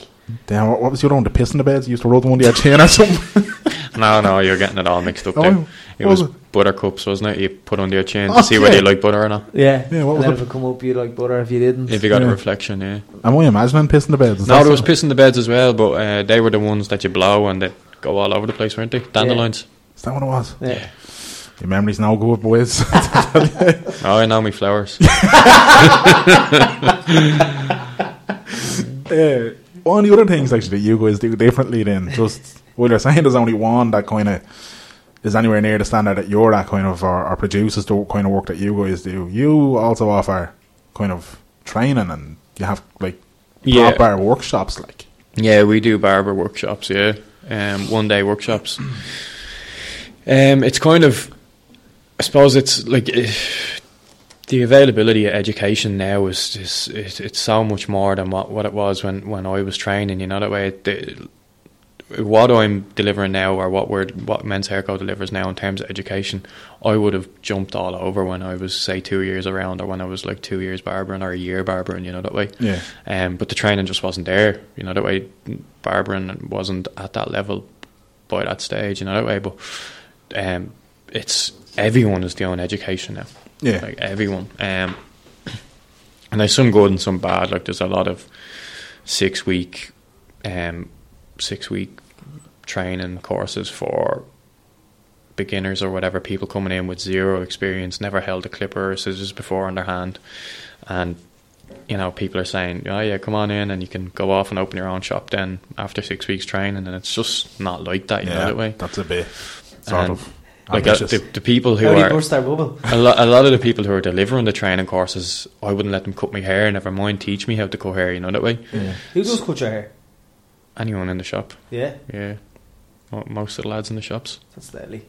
Speaker 2: Damn, what, what was your own? The piss in the beds? You used to roll the one to your chin or something?
Speaker 4: No, no, you're getting it all mixed up
Speaker 2: Oh,
Speaker 4: there. It
Speaker 2: what
Speaker 4: was,
Speaker 2: was
Speaker 4: buttercups, wasn't it? You put under your chin
Speaker 2: Oh,
Speaker 4: to see whether
Speaker 2: yeah.
Speaker 4: you like butter or not.
Speaker 3: Yeah.
Speaker 2: Yeah, what
Speaker 3: and
Speaker 2: was
Speaker 3: then
Speaker 2: it?
Speaker 3: if it come up, you like butter. If you didn't,
Speaker 4: If you got
Speaker 2: Yeah.
Speaker 4: a reflection, yeah.
Speaker 2: Am I imagining piss in the beds? Is
Speaker 4: No,
Speaker 2: that
Speaker 4: there was
Speaker 2: something?
Speaker 4: piss in the beds as well, but uh, they were the ones that you blow and they go all over the place, weren't they? Dandelions.
Speaker 2: Is that what it was?
Speaker 3: yeah.
Speaker 2: Your memory's no good, boys.
Speaker 4: Oh, I know me flowers.
Speaker 2: Yeah. One of the other things actually that you guys do differently than just well you're saying there's only one that kind of is anywhere near the standard that you're at kind of or, or produces the kind of work that you guys do. You also offer kind of training and you have like
Speaker 4: Yeah.
Speaker 2: proper workshops like
Speaker 4: Yeah, we do barber workshops. Yeah, um, one day workshops. Um, it's kind of, I suppose it's like eh, the availability of education now is, is it, it's so much more than what, what it was when, when I was training. You know that way. The, what I'm delivering now, or what we're what Men's Hairco delivers now in terms of education, I would have jumped all over when I was say two years around, or when I was like two years barbering or a year barbering. You know that way.
Speaker 2: Yeah.
Speaker 4: Um, but the training just wasn't there. You know that way. Barbering wasn't at that level by that stage. You know that way. But um, it's everyone is doing education now.
Speaker 2: Yeah.
Speaker 4: like everyone. Um, and there's some good and some bad. Like there's a lot of six week, um, six week training courses for beginners or whatever, people coming in with zero experience, never held a clipper or scissors before in their hand. And, you know, people are saying, oh, yeah, come on in and you can go off and open your own shop then after six weeks training. And it's just not like that, you know, that way.
Speaker 2: that's a bit sort
Speaker 4: And,
Speaker 2: of
Speaker 4: Like uh,
Speaker 2: ambitious.
Speaker 4: the, the people who
Speaker 3: How do you
Speaker 4: are
Speaker 3: burst that bubble?
Speaker 4: a lot, a lot of the people who are delivering the training courses, I wouldn't let them cut my hair. Never mind, teach me how to cut hair. You know that way.
Speaker 2: yeah.
Speaker 3: Who does cut your hair?
Speaker 4: Anyone in the shop,
Speaker 3: Yeah,
Speaker 4: yeah. Mo- Most of the lads in the shops.
Speaker 3: that's deadly.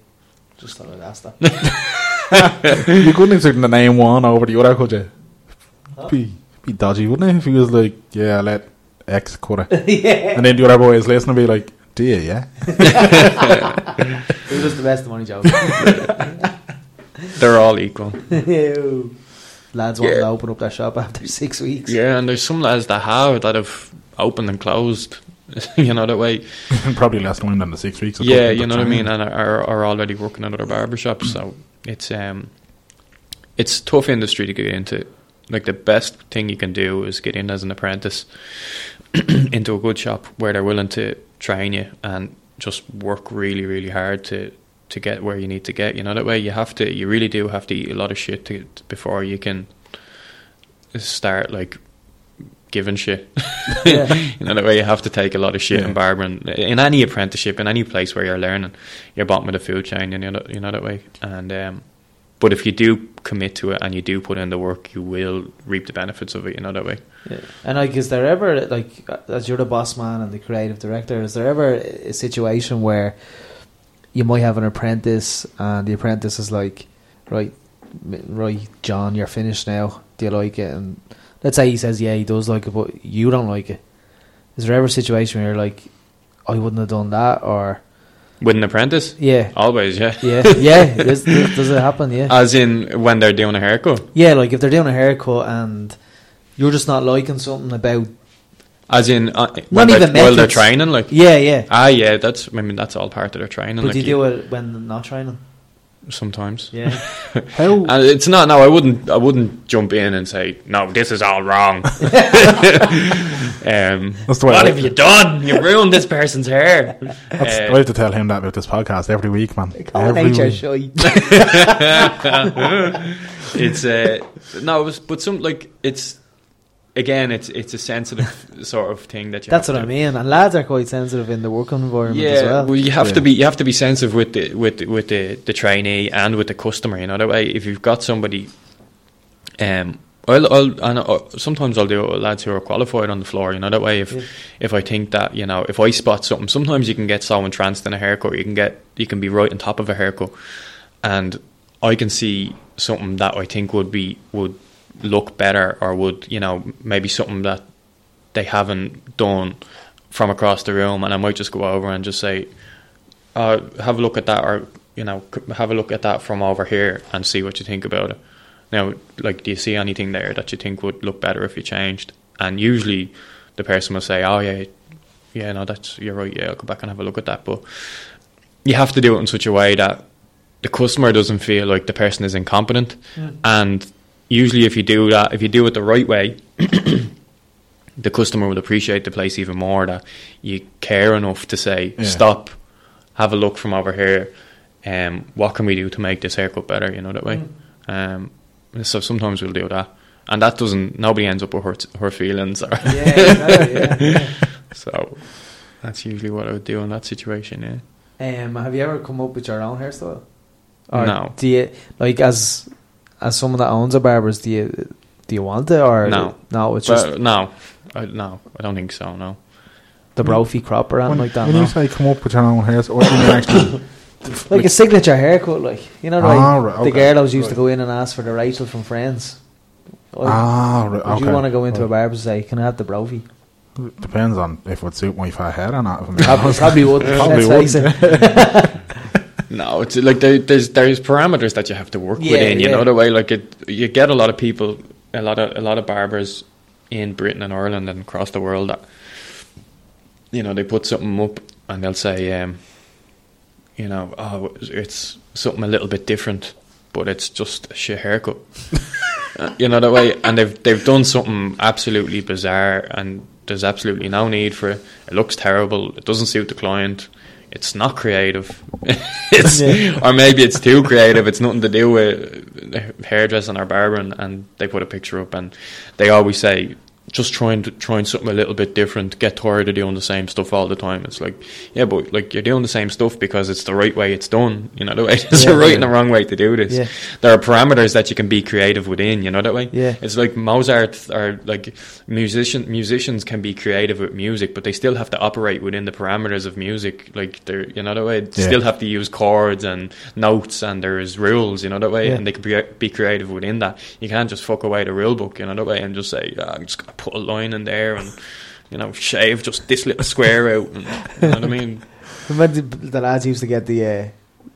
Speaker 3: Just thought I'd ask that.
Speaker 2: you couldn't have taken the name one over the other, could you?
Speaker 3: Huh?
Speaker 2: Be be dodgy, wouldn't it? If he was like, yeah, let X cut it,
Speaker 3: yeah.
Speaker 2: and then the other boy is listening, and be like, dear, yeah.
Speaker 3: Who does the best money job?
Speaker 4: They're all equal.
Speaker 3: Ew. Lads wanting
Speaker 4: Yeah.
Speaker 3: to open up their shop after six weeks.
Speaker 4: Yeah, and there's some lads that have that have opened and closed. you know that way.
Speaker 2: Probably less time than the six weeks. of
Speaker 4: Yeah,
Speaker 2: cooking,
Speaker 4: you
Speaker 2: but
Speaker 4: know what I
Speaker 2: training.
Speaker 4: mean, and are are already working at other barbershops. So it's um, it's a tough industry to get into. Like the best thing you can do is get in as an apprentice into a good shop where they're willing to train you and just work really, really hard to to get where you need to get. You know that way you have to, you really do have to eat a lot of shit to, before you can start like giving shit.
Speaker 3: Yeah.
Speaker 4: you know that way you have to take a lot of shit
Speaker 2: Yeah.
Speaker 4: in barbering in any apprenticeship in any place where you're learning you're bottom of the food chain you know that, you know that way and um but if you do commit to it and you do put in the work you will reap the benefits of it you know that way
Speaker 3: Yeah. And like, is there ever like, uh, as you're the boss man and the creative director, is there ever a situation where you might have an apprentice and the apprentice is like, right, m- right, John, you're finished now. Do you like it? And let's say he says, yeah, he does like it, but you don't like it. Is there ever a situation where you're like, I wouldn't have done that, or
Speaker 4: with an apprentice
Speaker 3: yeah,
Speaker 4: always yeah
Speaker 3: yeah, yeah? does, does it happen? Yeah.
Speaker 4: as in when they're doing a haircut
Speaker 3: Yeah, like if they're doing a haircut and you're just not liking something about.
Speaker 4: as in uh, when
Speaker 3: Not
Speaker 4: they're,
Speaker 3: even
Speaker 4: while they're
Speaker 3: methods.
Speaker 4: training like
Speaker 3: Yeah, yeah.
Speaker 4: ah yeah that's I mean that's all part of their training
Speaker 3: But
Speaker 4: like
Speaker 3: do you
Speaker 4: you-
Speaker 3: do it when not training?
Speaker 4: sometimes.
Speaker 3: Yeah.
Speaker 2: How
Speaker 4: And Uh, it's not. No, I wouldn't. I wouldn't jump in and say, "No, this is all wrong." um,
Speaker 2: That's the way
Speaker 4: what
Speaker 2: I-
Speaker 4: have you done? You ruined this person's hair.
Speaker 2: That's,
Speaker 4: Uh,
Speaker 2: I have to tell him that about this podcast every week, man. Every
Speaker 3: nature
Speaker 2: week.
Speaker 3: shite.
Speaker 4: it's uh, no, it was, but some like it's again, it's it's a sensitive sort of thing that you.
Speaker 3: That's
Speaker 4: have
Speaker 3: what I
Speaker 4: to-
Speaker 3: mean. And lads are quite sensitive in the work environment
Speaker 4: Yeah,
Speaker 3: as well.
Speaker 4: well, you have
Speaker 2: Yeah.
Speaker 4: to be you have to be sensitive with the with the, with the, the trainee and with the customer. You know that way, if you've got somebody, um, I'll, I'll and i uh, sometimes I'll do it with lads who are qualified on the floor. You know that way, if
Speaker 3: Yeah.
Speaker 4: if I think that you know if I spot something, sometimes you can get so entranced in a haircut, you can get you can be right on top of a haircut, and I can see something that I think would be would look better or would you know maybe something that they haven't done from across the room, and I might just go over and just say, uh, "Have a look at that," or you know, c- "Have a look at that from over here and see what you think about it." Now, like, do you see anything there that you think would look better if you changed? And usually, the person will say, "Oh yeah, yeah, no, that's you're right. Yeah, I'll go back and have a look at that." But you have to do it in such a way that the customer doesn't feel like the person is incompetent. And usually, if you do that, if you do it the right way, the customer will appreciate the place even more that you care enough to say,
Speaker 2: Yeah.
Speaker 4: stop, have a look from over here. Um, what can we do to make this haircut better? You know that way.
Speaker 3: Mm.
Speaker 4: Um, so sometimes we'll do that, and that doesn't. Nobody ends up with hurt, hurt feelings. Or
Speaker 3: yeah, exactly, yeah.
Speaker 4: so that's usually what I would do in that situation. Yeah.
Speaker 3: Um, have you ever come up with your own hairstyle?
Speaker 4: No.
Speaker 3: Do you like as as someone that owns a barber's? Do you do you want it or
Speaker 4: No.
Speaker 3: No, it's just
Speaker 4: But no, I, no, I don't think so. No.
Speaker 3: the brophy crop or
Speaker 2: When,
Speaker 3: anything like that.
Speaker 2: when
Speaker 3: no?
Speaker 2: you say come up with your own hairs, or do you mean actually?
Speaker 3: Like a signature haircut, like you know, like
Speaker 2: Ah, right,
Speaker 3: the
Speaker 2: okay,
Speaker 3: girls used
Speaker 2: right.
Speaker 3: to go in and ask for the Rachel from Friends. Like,
Speaker 2: ah, right,
Speaker 3: would
Speaker 2: okay.
Speaker 3: you want to go into a
Speaker 2: Right.
Speaker 3: barber's and say, "Can I have the brophy?"
Speaker 2: Depends on if it would suit my fat head or not. If I'm being
Speaker 3: Probably,
Speaker 2: honest.
Speaker 3: probably would.
Speaker 2: Probably
Speaker 3: let's face it.
Speaker 4: No, it's like there, there's there's parameters that you have to work
Speaker 3: Yeah,
Speaker 4: within. You
Speaker 3: yeah.
Speaker 4: know the way like it, you get a lot of people, a lot of a lot of barbers in Britain and Ireland and across the world that you know they put something up and they'll say, um, you know, oh, it's something a little bit different, but it's just a shit haircut. Uh, you know that way, and they've they've done something absolutely bizarre, and there's absolutely no need for it. It looks terrible. It doesn't suit the client. It's not creative. it's or maybe it's too creative. It's nothing to do with uh, hairdressing or barbering, and they put a picture up, and they always say. Just trying to trying something a little bit different. Get tired of doing the same stuff all the time. It's like, yeah, but like you're doing the same stuff because it's the right way it's done. You know the way there's
Speaker 3: Yeah.
Speaker 4: a right and a wrong way to do this
Speaker 3: Yeah.
Speaker 4: there are parameters that you can be creative within. You know that way.
Speaker 3: Yeah.
Speaker 4: It's like Mozart or like musician musicians can be creative with music, but they still have to operate within the parameters of music. Like they're you know that way. They
Speaker 2: Yeah.
Speaker 4: Still have to use chords and notes, and there is rules. You know that way,
Speaker 3: Yeah.
Speaker 4: and they can be, be creative within that. You can't just fuck away the rule book. You know that way, and just say "Ah, I'm just gonna put a line in there and. You know, shave just this little square out. And, you know what I mean?
Speaker 3: Remember the, the lads used to get the uh,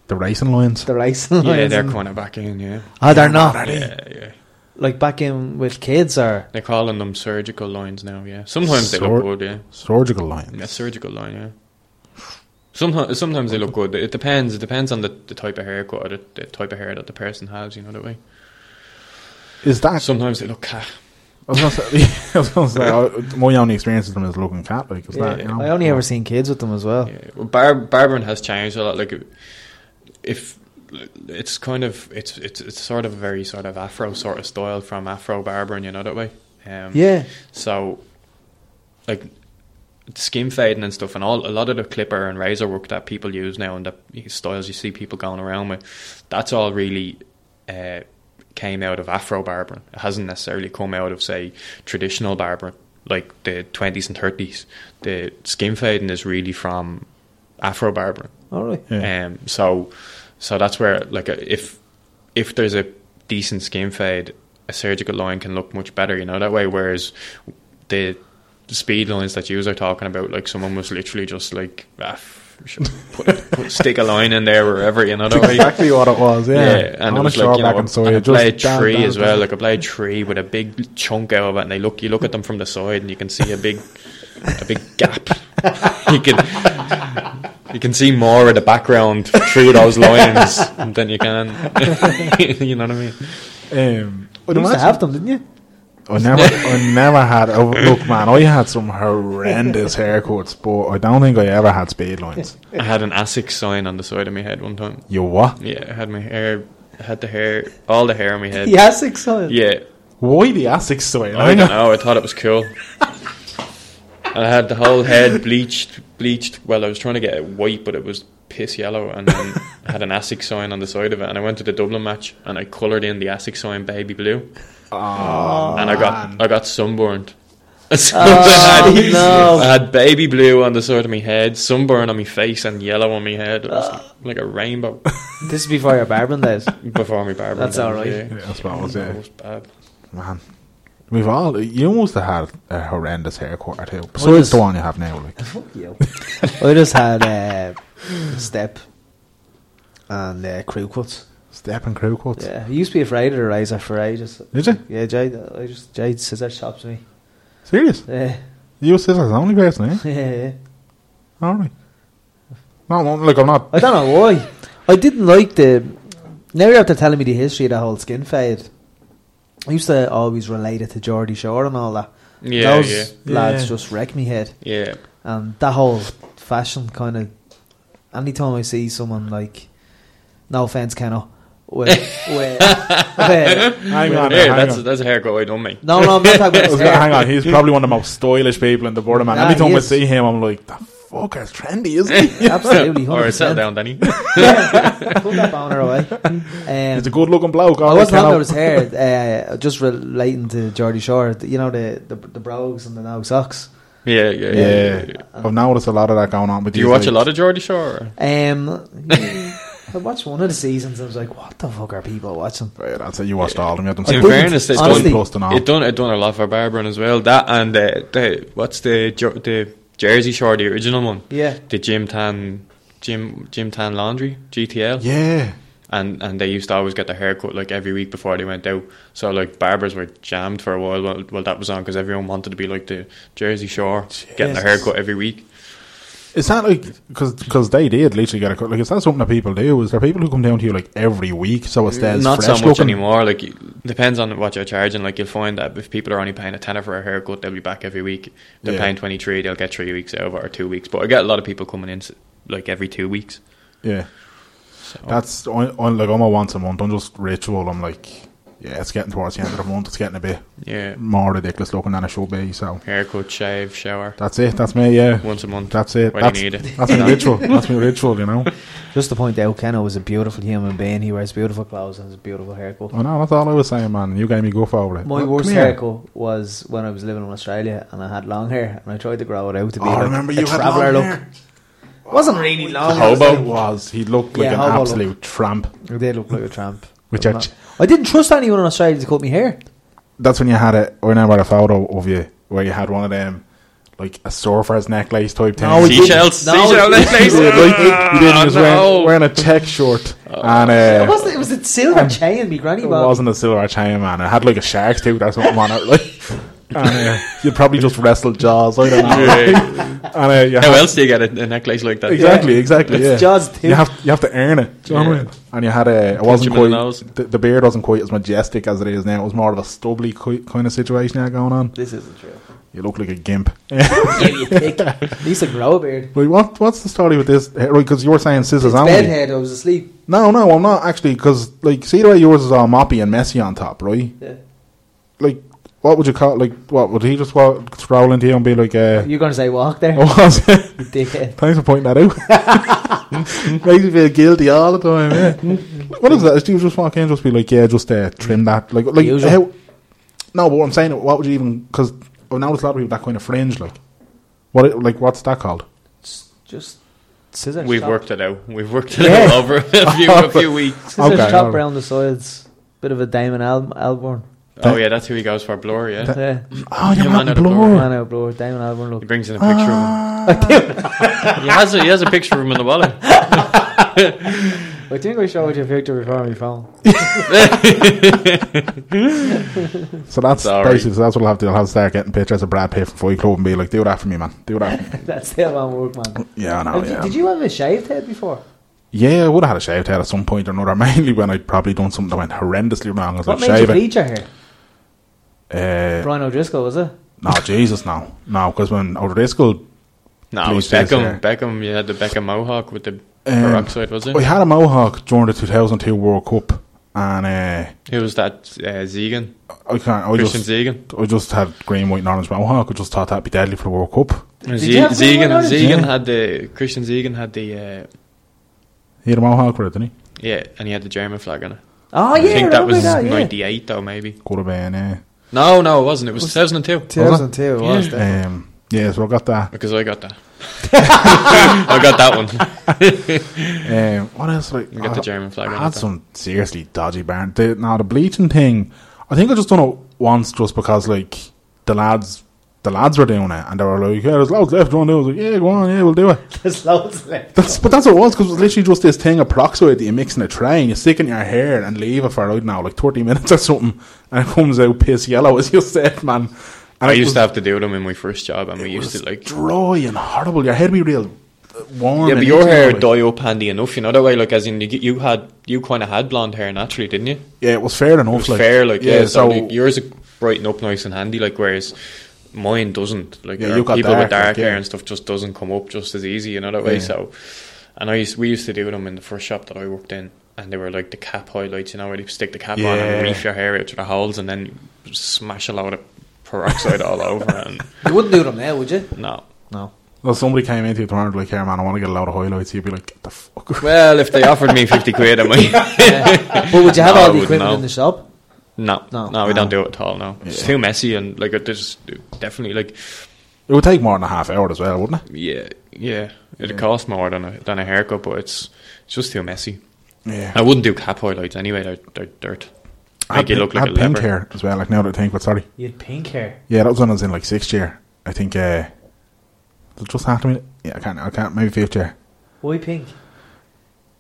Speaker 2: the racing lines.
Speaker 3: the rice.
Speaker 4: Yeah,
Speaker 3: lines
Speaker 4: they're
Speaker 3: and-
Speaker 4: kind of back in. Yeah,
Speaker 3: Oh, they're not.
Speaker 4: yeah, yeah.
Speaker 3: Like back in with kids or
Speaker 4: They're calling them surgical lines now, yeah. Sometimes they
Speaker 2: Sur-
Speaker 4: look good, yeah.
Speaker 2: surgical lines.
Speaker 4: Yeah, surgical line, yeah. Sometimes, sometimes they look good. It depends. It depends on the, the type of haircut or the, the type of hair that the person has, you know that way.
Speaker 2: Is that?
Speaker 4: Sometimes they look ah, cat.
Speaker 2: I was gonna say. I was gonna say. I- My only experience with them is looking cat. Like, is that? You know,
Speaker 3: I only ever seen kids with them as well.
Speaker 4: Yeah. Well, bar- barbering has changed a lot. Like, if it's kind of it's it's it's sort of very sort of Afro sort of style from Afro barbering, you know that way. Um,
Speaker 3: Yeah.
Speaker 4: So, like skin fading and stuff, and all a lot of the clipper and razor work that people use now, and the styles you see people going around with, that's all really uh, came out of Afro barbering. It hasn't necessarily come out of say traditional barbering, like the twenties and thirties. The skin fading is really from Afro barbering.
Speaker 3: All right.
Speaker 2: Yeah.
Speaker 4: Um, so, so that's where like uh, if if there's a decent skin fade, a surgical line can look much better. You know that way. Whereas the speed lines that you are talking about, like someone was literally just like, ah, f- should put, put, stick a line in there wherever. You know that way.
Speaker 2: exactly what it was. Yeah,
Speaker 4: Yeah,
Speaker 2: On
Speaker 4: and it
Speaker 2: a
Speaker 4: was like
Speaker 2: short
Speaker 4: you know,
Speaker 2: back and side,
Speaker 4: and I
Speaker 2: just
Speaker 4: played
Speaker 2: down,
Speaker 4: tree
Speaker 2: down,
Speaker 4: as well.
Speaker 2: down.
Speaker 4: Like I played tree with a big chunk out of it, and they look. You look at them from the side, and you can see a big, a big gap. you can, you can see more of the background through those lines than you can. you know what I mean?
Speaker 2: Um, I'd
Speaker 3: You used to
Speaker 2: imagine-
Speaker 3: have them, didn't you?
Speaker 2: I never, I never had. oh, Look, man, I had some horrendous haircuts, but I don't think I ever had speed lines.
Speaker 4: I had an ASICS sign on the side of my head one time.
Speaker 2: You what?
Speaker 4: Yeah, I had my hair, I had the hair, all the hair on my head.
Speaker 3: Yeah, six on it.
Speaker 4: Yeah,
Speaker 2: Why the Asics sign?
Speaker 4: I don't know. I thought it was cool. And I had the whole head bleached, bleached. Well, I was trying to get it white, but it was piss yellow. And then I had an ASIC sign on the side of it. And I went to the Dublin match and I coloured in the ASIC sign baby blue. and I got I got sunburned. So I, had,
Speaker 3: Oh, no.
Speaker 4: I had baby blue on the side of my head, sunburn on my face, and yellow on my head. It
Speaker 3: Uh.
Speaker 4: was like a rainbow
Speaker 3: This is before your barbering days.
Speaker 4: before my barber.
Speaker 3: That's all right.
Speaker 4: Yeah.
Speaker 2: That's what I was
Speaker 4: It
Speaker 2: saying.
Speaker 4: was bad.
Speaker 2: Man, we've all. You must have had a horrendous haircut or two.
Speaker 3: Well,
Speaker 2: Besides
Speaker 3: just-
Speaker 2: the one you have now, like.
Speaker 3: Fuck you. I just had uh, step and uh, crew cuts.
Speaker 2: Step and crew cuts.
Speaker 3: Yeah, I used to be afraid of the razor for ages.
Speaker 2: Did you?
Speaker 3: Yeah, Jade, I just Jade scissor chops me.
Speaker 2: Serious?
Speaker 3: Yeah,
Speaker 2: You were scissors the only person, eh?
Speaker 3: yeah, yeah.
Speaker 2: Alright. No, no, look, I'm not.
Speaker 3: I don't know why. I didn't like the. Now you're after telling me the history of the whole skin fade. I used to always relate it to Geordie Shore and all that.
Speaker 4: Yeah,
Speaker 3: Those
Speaker 4: yeah,
Speaker 3: lads
Speaker 2: Yeah.
Speaker 3: just wreck me head.
Speaker 4: yeah.
Speaker 3: And that whole fashion kind of. Anytime I see someone like, no offense, Keno, with, with, with
Speaker 2: Hang on,
Speaker 4: yeah,
Speaker 2: hang
Speaker 4: that's
Speaker 2: on.
Speaker 4: that's a haircut I don't make.
Speaker 3: no, no, I'm not talking
Speaker 2: I was
Speaker 3: about his
Speaker 2: gonna-
Speaker 3: hair.
Speaker 2: hang on, he's probably one of the most stylish people in the border, man.
Speaker 3: Nah,
Speaker 2: Every time
Speaker 3: he
Speaker 2: I
Speaker 3: is.
Speaker 2: see him, I'm like, the fucker's trendy, isn't he?
Speaker 3: Absolutely,
Speaker 4: All right, settle
Speaker 3: 100%.
Speaker 4: down, Danny.
Speaker 3: Put that boner away. Um,
Speaker 2: he's a good looking bloke.
Speaker 3: I
Speaker 2: alright,
Speaker 3: wasn't talking
Speaker 2: Kev.
Speaker 3: about his hair. Uh, just relating to Geordie Shore, th- you know the the, the brogues and the no socks.
Speaker 4: Yeah, yeah, yeah. yeah, yeah.
Speaker 2: Yeah, I've noticed a lot of that going on. But
Speaker 4: Do you watch a lot of Geordie Shore? or-
Speaker 3: Um, I watched one of the seasons. and I was like, "What the fuck are people watching?"
Speaker 2: Right, that's it. You watched all of them. You had them
Speaker 4: In
Speaker 2: sitting
Speaker 4: fairness, it's
Speaker 3: honestly-
Speaker 2: close to now.
Speaker 4: It done it done a lot for Barbara as well. That and uh, the what's the Jer- the Jersey Shore, the original one.
Speaker 3: Yeah.
Speaker 4: The Jim Tan Jim Jim Tan Laundry GTL.
Speaker 2: Yeah,
Speaker 4: And and they used to always get their haircut like every week before they went out. So like barbers were jammed for a while while, while that was on because everyone wanted to be like the Jersey Shore, getting
Speaker 2: Jesus.
Speaker 4: their haircut every week.
Speaker 2: it's not like because they did literally get a cut. Like, it's not something that people do. Is there people who come down to you like every week? So it's stays
Speaker 4: Mm, Not so
Speaker 2: fresh
Speaker 4: much
Speaker 2: looking.
Speaker 4: anymore. Like you- depends on what you're charging. Like you'll find that if people are only paying a tenner for a haircut, they'll be back every week. If They're
Speaker 2: Yeah.
Speaker 4: paying twenty three, they'll get three weeks out of it or two weeks. But I get a lot of people coming in s- like every two weeks.
Speaker 2: Yeah, that's I, I, like I'm a once a month. I'm just ritual. I'm like, yeah, it's getting towards the end of the month. It's getting a bit
Speaker 4: Yeah,
Speaker 2: more ridiculous looking than it should be. So
Speaker 4: haircut, shave, shower
Speaker 2: that's it. That's me. Yeah,
Speaker 4: once a month.
Speaker 2: that's it.
Speaker 4: When
Speaker 2: that's
Speaker 4: you need it.
Speaker 2: that's my ritual. That's my ritual. You know.
Speaker 3: Just to point out, Keno is a beautiful human being. He wears beautiful clothes and has a beautiful haircut.
Speaker 2: Oh, I know. That's all I was saying, man. You gave me go for it.
Speaker 3: My
Speaker 2: Well,
Speaker 3: worst
Speaker 2: come here.
Speaker 3: haircut was when I was living in Australia and I had long hair and I tried to grow it out to be
Speaker 2: Oh, I
Speaker 3: like
Speaker 2: remember
Speaker 3: a
Speaker 2: you had
Speaker 3: traveller
Speaker 2: long
Speaker 3: look.
Speaker 2: hair. Oh,
Speaker 3: It wasn't really long. it was
Speaker 2: Hobo
Speaker 3: like-
Speaker 2: was. He looked like
Speaker 3: Yeah,
Speaker 2: an
Speaker 3: hobo look.
Speaker 2: absolute tramp.
Speaker 3: I did look like a tramp.
Speaker 2: Which I
Speaker 3: I'm not-
Speaker 2: ch-
Speaker 3: I didn't trust anyone in Australia to cut me hair.
Speaker 2: That's when you had it. I remember a photo of you where you had one of them, like a surfer's necklace type thing.
Speaker 3: No, we didn't.
Speaker 4: Seashells,
Speaker 3: No,
Speaker 4: seashell
Speaker 3: we
Speaker 2: You
Speaker 3: didn't.
Speaker 4: necklace.
Speaker 2: did, like, you didn't.
Speaker 4: Ah,
Speaker 2: He was wearing,
Speaker 4: no.
Speaker 2: wearing a tech shirt and uh,
Speaker 3: It wasn't. It was a silver chain. Me granny
Speaker 2: Um, It
Speaker 3: bought.
Speaker 2: wasn't a silver chain, man. It had like a shark's tooth or something on it. Like, and, uh, you'd probably just wrestle jaws. I don't know.
Speaker 4: Yeah.
Speaker 2: And, uh, you
Speaker 4: How
Speaker 2: had-
Speaker 4: else do you get a, a necklace like that?
Speaker 2: Exactly, exactly.
Speaker 3: It's
Speaker 2: yeah.
Speaker 3: jaws' tooth.
Speaker 2: You have you have to earn it. Do you know what I mean? And you had a. It wasn't
Speaker 4: him in
Speaker 2: quite.
Speaker 4: the nose.
Speaker 2: The, the beard wasn't quite as majestic as it is now. It was more of a stubbly ki- kind of situation you had going on.
Speaker 3: This isn't true.
Speaker 2: You look like a gimp.
Speaker 3: At least a grow a beard.
Speaker 2: Wait, what? What's the story with this? Right, because you were saying scissors
Speaker 3: It's
Speaker 2: only.
Speaker 3: bedhead. I was asleep.
Speaker 2: No, no, I'm not actually. Because like, see the way yours is all moppy and messy on top, right?
Speaker 3: Yeah.
Speaker 2: Like, what would you call? Like, what would he just walk, scroll into you and be like? Uh,
Speaker 3: You're gonna say walk there,
Speaker 2: oh, was it?
Speaker 3: you dickhead.
Speaker 2: Thanks for pointing that out. Makes me feel guilty all the time. Yeah. what is that? Steve just walk in, just be like, yeah, just uh, trim that. Like, like
Speaker 3: Usual.
Speaker 2: how, no, but what I'm saying, what would you even? Because I've noticed a lot of people that kind of fringe. Like, what? it- Like, what's that called?
Speaker 3: It's just scissors.
Speaker 4: We've
Speaker 3: chop.
Speaker 4: worked it out. We've worked it
Speaker 3: Yeah.
Speaker 4: out over a few, a few weeks.
Speaker 3: Scissors
Speaker 2: Okay,
Speaker 3: chop
Speaker 2: alright.
Speaker 3: round the sides. Bit of a Damon Al- Alborn.
Speaker 4: Oh yeah, that's who he goes for. Blur, yeah.
Speaker 3: Yeah.
Speaker 2: Oh,
Speaker 4: Yeah,
Speaker 2: you're
Speaker 4: man
Speaker 2: not
Speaker 4: out of blur.
Speaker 2: blur.
Speaker 3: Man out, bro. Damon Alborn
Speaker 4: He
Speaker 3: look.
Speaker 4: brings in a picture
Speaker 2: Ah.
Speaker 4: of him. he has a he has a picture of him in the wallet.
Speaker 5: I think I showed you a picture before on my phone.
Speaker 2: So that's
Speaker 4: Sorry.
Speaker 2: basically so that's what I'll have to. do. I'll have to start getting pictures of Brad Pitt from Fight Club and be like, do that for me, man. Do that. For me.
Speaker 5: That's still on work, man.
Speaker 2: Yeah, I know.
Speaker 5: Have you-
Speaker 2: Oh, Yeah.
Speaker 5: Did you have a shaved head before?
Speaker 2: yeah, I would have had a shaved head at some point or another. Mainly when I'd probably done something that went horrendously wrong. I was
Speaker 5: What
Speaker 2: like,
Speaker 5: made you
Speaker 2: shave it.
Speaker 5: bleach your hair?
Speaker 2: Uh,
Speaker 5: Brian O'Driscoll, was it?
Speaker 2: no, Jesus, no, no, because when over this school,
Speaker 4: No, it was
Speaker 2: Please, yes,
Speaker 4: Beckham. Beckham, you had the Beckham mohawk with the
Speaker 2: Um,
Speaker 4: peroxide, was it?
Speaker 2: I had a mohawk during the 2002 World Cup, and uh,
Speaker 4: Who was that? Uh, Zegan?
Speaker 2: I can't. I
Speaker 4: Christian
Speaker 2: Oh, just,
Speaker 4: Zegan?
Speaker 2: I just had green, white, and orange mohawk. I just thought that'd be deadly for the World Cup.
Speaker 5: Did you
Speaker 4: Ze-
Speaker 5: have green
Speaker 4: Zegan,
Speaker 5: one,
Speaker 4: Zegan
Speaker 2: Yeah.
Speaker 4: had the Christian Zegan had the uh,
Speaker 2: He had a mohawk with it, didn't he?
Speaker 4: yeah, and he had the German flag on it.
Speaker 5: Oh,
Speaker 4: I
Speaker 5: yeah,
Speaker 4: think that
Speaker 5: remember
Speaker 4: was
Speaker 5: that, yeah.
Speaker 4: '98 though, maybe.
Speaker 2: Could have been. Uh,
Speaker 4: No, no, it wasn't. It was 2002
Speaker 5: 2002
Speaker 4: Yeah.
Speaker 5: was that?
Speaker 2: um, yeah, so I got that.
Speaker 4: because I got that. I got that one.
Speaker 2: Um, what else? Like,
Speaker 4: You got the German flag
Speaker 2: I
Speaker 4: on
Speaker 2: had
Speaker 4: it, though.
Speaker 2: some seriously dodgy burn. The, now the bleaching thing, I think I just done it once, just because like the lads, the lads were doing it, and they were like, "Yeah, there's loads left." One, I was like, "Yeah, go on, yeah, we'll do it."
Speaker 5: There's loads left.
Speaker 2: That's but that's what it was because it was literally just this thing of peroxide that you mix in a tray and you stick it in your hair and leave it for I don't know like thirty minutes or something, and it comes out piss yellow as you said, man. And
Speaker 4: I
Speaker 2: it
Speaker 4: used
Speaker 2: was
Speaker 4: to have to do them in my first job, and we used to like
Speaker 2: dry and horrible. Your head would be real uh, warm.
Speaker 4: Yeah, but
Speaker 2: and
Speaker 4: your
Speaker 2: itchy,
Speaker 4: hair
Speaker 2: like.
Speaker 4: dye up handy enough, you know that way. Like as in you, you had you kind of had blonde hair naturally, didn't you?
Speaker 2: Yeah, it was fair enough.
Speaker 4: It was fair, like yeah. so
Speaker 2: so
Speaker 4: like, yours brighten up nice and handy, like whereas mine doesn't. Like
Speaker 2: Yeah,
Speaker 4: there
Speaker 2: you
Speaker 4: are
Speaker 2: got
Speaker 4: people
Speaker 2: dark,
Speaker 4: with dark
Speaker 2: like,
Speaker 4: hair
Speaker 2: yeah.
Speaker 4: and stuff just doesn't come up just as easy, you know that way.
Speaker 2: Yeah.
Speaker 4: So, and I used we used to do them in the first shop that I worked in, and they were like the cap highlights, you know, where you stick the cap on
Speaker 2: Yeah.
Speaker 4: and reef your hair out to the holes, and then smash a load of peroxide all over. And
Speaker 5: You wouldn't do them now, would you?
Speaker 4: no,
Speaker 5: No.
Speaker 2: well, somebody came into you tomorrow and like, "Here, man, I want to get a load of highlights." You'd be like, "Get the fuck." out."
Speaker 4: well, if they offered me fifty quid, I might.
Speaker 5: but would you have
Speaker 4: No, I
Speaker 5: all the
Speaker 4: wouldn't,
Speaker 5: equipment
Speaker 4: no.
Speaker 5: in the shop?
Speaker 4: No,
Speaker 5: No.
Speaker 4: no, we don't do it at all. No, it's
Speaker 2: Yeah.
Speaker 4: too messy and like it just definitely like
Speaker 2: It would take more than a half hour as well, wouldn't it?
Speaker 4: yeah, yeah. It would cost more than a than a haircut, but it's it's just too messy.
Speaker 2: Yeah,
Speaker 4: I wouldn't do cap highlights anyway. They're, they're dirt.
Speaker 2: I
Speaker 4: Make
Speaker 2: had,
Speaker 4: you
Speaker 2: pink-
Speaker 4: look
Speaker 2: I
Speaker 4: like a
Speaker 2: had pink
Speaker 4: leper.
Speaker 2: hair as well. Like now that I think, but sorry,
Speaker 5: You had pink hair.
Speaker 2: yeah, that was when I was in like sixth year. I think uh, was it just after me. Yeah, I can't. I can't. Maybe fifth year.
Speaker 5: Why pink?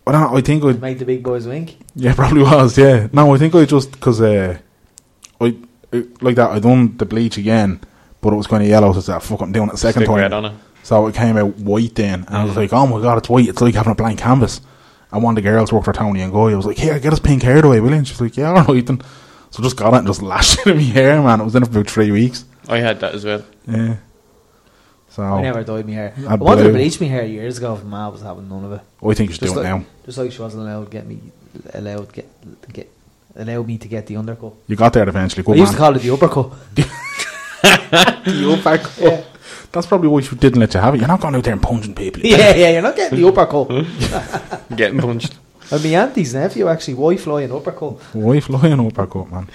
Speaker 2: I don't. know, I think I.
Speaker 5: Make the big boys wink.
Speaker 2: Yeah, probably was. Yeah. No, I think I just because uh, I it, like that. I done the bleach again, but it was kind of yellow. So I said, "Fuck, I'm doing it a second
Speaker 4: Stick
Speaker 2: time."
Speaker 4: red on it. Mm.
Speaker 2: So it came out white then, and I was like, "Oh my god, it's white! It's like having a blank canvas." And one of the girls worked for Tony and Goy. I was like, "Here, get us pink hair away, will you?" And she's like, "Yeah, all right then." So I just got it and just lashed it in my hair, man. It was in it for about three weeks.
Speaker 4: I had that as well.
Speaker 2: Yeah. So
Speaker 5: I
Speaker 2: I,
Speaker 5: never dyed my hair.
Speaker 2: I
Speaker 5: I, wanted to
Speaker 2: blew.
Speaker 5: bleach my hair years ago, but Ma was having none of it.
Speaker 2: think you should do it
Speaker 5: like,
Speaker 2: now.
Speaker 5: Just like she wasn't allowed to get me allowed get get allowed me to get the undercut.
Speaker 2: You got there eventually. Good
Speaker 5: I used to
Speaker 2: man.
Speaker 5: call it the uppercut.
Speaker 2: You back up. That's probably why she didn't let you have it. You're not going out there and punching people.
Speaker 5: yeah, yeah, you're not getting the uppercut.
Speaker 4: Getting punched.
Speaker 5: and my auntie's nephew actually, why fly an uppercut?
Speaker 2: Wife lying up back up, man.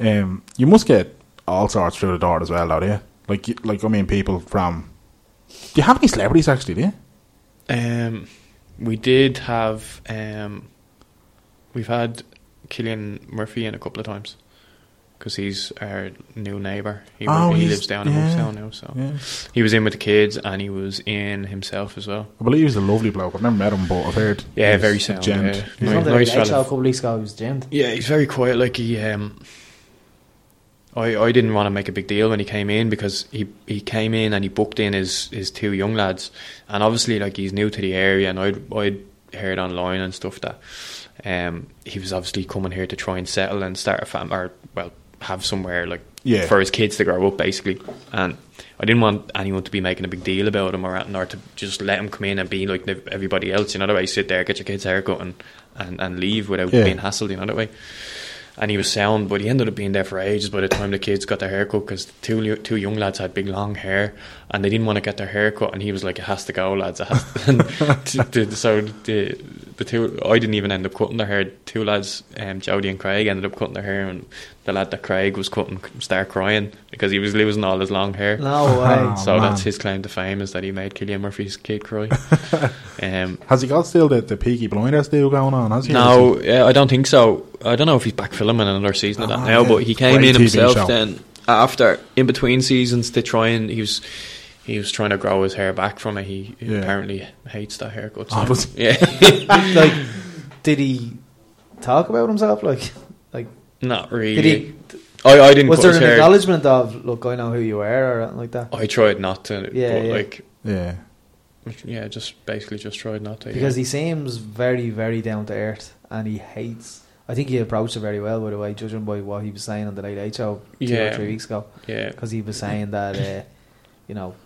Speaker 2: Um, you must get all sorts through the door as well, though, do you? Like, you- like I mean, people from. Do you have any celebrities actually? Do you?
Speaker 4: Um, we did have um, we've had Killian Murphy in a couple of times because he's our new neighbour. He,
Speaker 2: Oh,
Speaker 4: he
Speaker 2: he's-
Speaker 4: lives down in
Speaker 2: yeah.
Speaker 4: Moosetown now, so
Speaker 2: Yeah.
Speaker 4: he was in with the kids and he was in himself as well.
Speaker 2: I believe he's a lovely bloke. I've never met him, but I've heard.
Speaker 4: Yeah,
Speaker 2: he's
Speaker 4: very
Speaker 2: a
Speaker 4: sound.
Speaker 2: gent.
Speaker 4: Yeah.
Speaker 5: He's
Speaker 4: Nice-
Speaker 5: on the late
Speaker 4: nice
Speaker 5: show a
Speaker 4: fella.
Speaker 5: couple of weeks ago. He was jammed.
Speaker 4: Yeah, he's very quiet. Like he, um, I, I didn't want to make a big deal when he came in because he, he came in and he booked in his, his two young lads, and obviously like he's new to the area, and I'd I'd heard online and stuff that, um, he was obviously coming here to try and settle and start a family or well have somewhere like
Speaker 2: Yeah.
Speaker 4: for his kids to grow up basically, and I didn't want anyone to be making a big deal about him or anything, or to just let him come in and be like the- everybody else. You know the way, sit there, get your kids haircut and and, and leave without
Speaker 2: Yeah.
Speaker 4: being hassled. You know that way and he was sound, but he ended up being there for ages by the time the kids got their haircut because two li- two young lads had big long hair and they didn't want to get their hair cut, and he was like, "It has to go, lads." It has to. And t- t- so the the two I didn't even end up cutting their hair. Two lads, um, Jody and Craig, ended up cutting their hair, and the lad that Craig was cutting started crying because he was losing all his long hair.
Speaker 5: No way.
Speaker 2: Oh,
Speaker 4: so
Speaker 2: man.
Speaker 4: that's his claim to fame is that he made Killian Murphy's kid cry. um,
Speaker 2: Has he got still the, the Peaky Blinders deal going on? Has he?
Speaker 4: no, yeah, I don't think so. I don't know if he's back filming another season of that
Speaker 2: Ah,
Speaker 4: now,
Speaker 2: yeah.
Speaker 4: but he came
Speaker 2: Great
Speaker 4: in
Speaker 2: TV
Speaker 4: himself
Speaker 2: show.
Speaker 4: then uh, after in between seasons to try and he was he was trying to grow his hair back from it. He he
Speaker 2: Yeah.
Speaker 4: apparently hates that haircut.
Speaker 2: Oh,
Speaker 4: so-
Speaker 2: does
Speaker 4: yeah,
Speaker 5: like
Speaker 3: did he talk about himself? Like,
Speaker 4: Not
Speaker 3: did
Speaker 4: really.
Speaker 3: he?
Speaker 4: I, I didn't
Speaker 3: Was
Speaker 4: cut
Speaker 3: there
Speaker 4: his
Speaker 3: an
Speaker 4: hair.
Speaker 3: acknowledgement of look? I know who you were, or anything like that.
Speaker 4: I tried not to,
Speaker 3: Yeah,
Speaker 4: but
Speaker 3: yeah.
Speaker 4: like,
Speaker 2: Yeah.
Speaker 4: yeah, just basically just tried not to.
Speaker 3: Because
Speaker 4: yeah.
Speaker 3: he seems very, very down to earth, and he hates. I think he approached it very well, by the way, judging by what he was saying on the Late Late Show two or
Speaker 4: Yeah.
Speaker 3: three weeks ago,
Speaker 4: yeah,
Speaker 3: because he was saying that, uh, you know,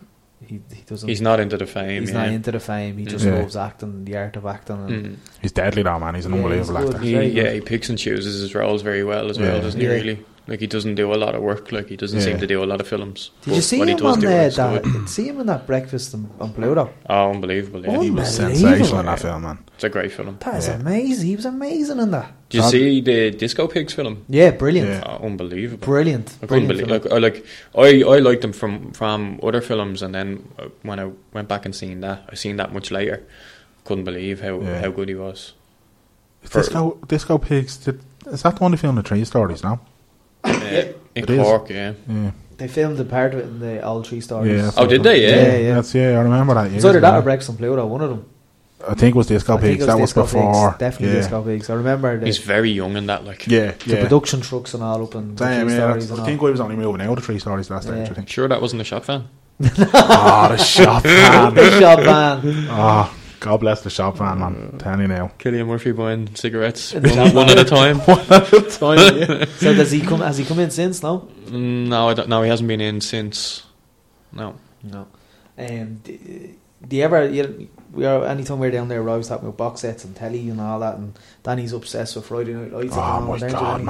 Speaker 3: he he doesn't.
Speaker 4: he's not into the fame.
Speaker 3: he's
Speaker 4: yeah.
Speaker 3: not into the fame. He just
Speaker 2: Yeah.
Speaker 3: loves acting, the art of acting, and
Speaker 4: Mm.
Speaker 2: He's deadly though, man. He's an
Speaker 3: Yeah,
Speaker 2: unbelievable
Speaker 3: he's
Speaker 2: actor.
Speaker 3: good.
Speaker 4: He,
Speaker 3: Very
Speaker 4: yeah,
Speaker 3: good.
Speaker 4: he picks and chooses his roles very well as
Speaker 2: Yeah.
Speaker 4: well, doesn't he?
Speaker 3: Yeah.
Speaker 4: Really, like he doesn't do a lot of work. Like he doesn't
Speaker 2: Yeah.
Speaker 4: seem to do a lot of films.
Speaker 3: Did
Speaker 4: but
Speaker 3: you see
Speaker 4: what he
Speaker 3: him
Speaker 4: does
Speaker 3: on
Speaker 4: do
Speaker 3: there?
Speaker 4: is
Speaker 3: That,
Speaker 4: good.
Speaker 3: see him in that breakfast on, on Pluto.
Speaker 4: Oh, unbelievable! Yeah,
Speaker 2: He was sensational in that film, man.
Speaker 4: it's a great film.
Speaker 3: That is
Speaker 2: Yeah.
Speaker 3: amazing. He was amazing in that.
Speaker 4: Did you
Speaker 2: Todd-
Speaker 4: see the Disco Pigs film?
Speaker 3: Yeah, brilliant,
Speaker 2: Yeah.
Speaker 4: Oh, unbelievable!
Speaker 3: brilliant.
Speaker 4: I couldn't
Speaker 3: brilliant
Speaker 4: believe
Speaker 3: film.
Speaker 4: like I like I, I liked them from from other films and then uh, when I went back and seen that I seen that much later couldn't believe how
Speaker 2: Yeah.
Speaker 4: how good he was
Speaker 2: Is
Speaker 4: For-
Speaker 2: Disco, Disco Pigs, did, is that the one they filmed the tree stories now?
Speaker 4: yeah. in
Speaker 2: It is.
Speaker 4: Cork yeah
Speaker 2: Yeah.
Speaker 3: They filmed a part of it in the all three stories.
Speaker 2: yeah
Speaker 4: Oh, did they? Yeah.
Speaker 3: Yeah, yeah.
Speaker 2: That's, yeah, I remember that. years
Speaker 3: It's either that
Speaker 2: ago.
Speaker 3: or Breakfast on Pluto. One of them.
Speaker 2: I think it was Disco
Speaker 3: I think
Speaker 2: Pigs. That was
Speaker 3: Disco Pigs,
Speaker 2: before.
Speaker 3: Definitely
Speaker 2: yeah.
Speaker 3: Disco Pigs. I remember the,
Speaker 4: he's very young in that like
Speaker 2: Yeah,
Speaker 3: the
Speaker 2: yeah.
Speaker 3: production trucks and all up and the
Speaker 2: Damn,
Speaker 3: three
Speaker 2: yeah,
Speaker 3: stories
Speaker 2: that's-
Speaker 3: and
Speaker 2: I
Speaker 3: all.
Speaker 2: think we was only moving out of three stories last
Speaker 3: Yeah. Ah,
Speaker 2: stage, I think.
Speaker 4: sure that wasn't a shop fan
Speaker 2: oh, the shop van.
Speaker 3: Big shot man.
Speaker 2: Oh, God bless the shop van, man.
Speaker 3: Mm.
Speaker 2: Telling you now.
Speaker 4: Killian Murphy buying cigarettes one, one at a time
Speaker 3: So does he come? Has he come in since? No.
Speaker 4: Mm, no I don't, no he hasn't been in since no
Speaker 3: No. Um, d- do you ever? You, we are anytime we're down there, we're always talking about box sets and telly and all that. And Danny's obsessed with Friday Night Lights.
Speaker 2: Oh, my
Speaker 3: at the moment, aren't you,
Speaker 2: God,
Speaker 3: Danny?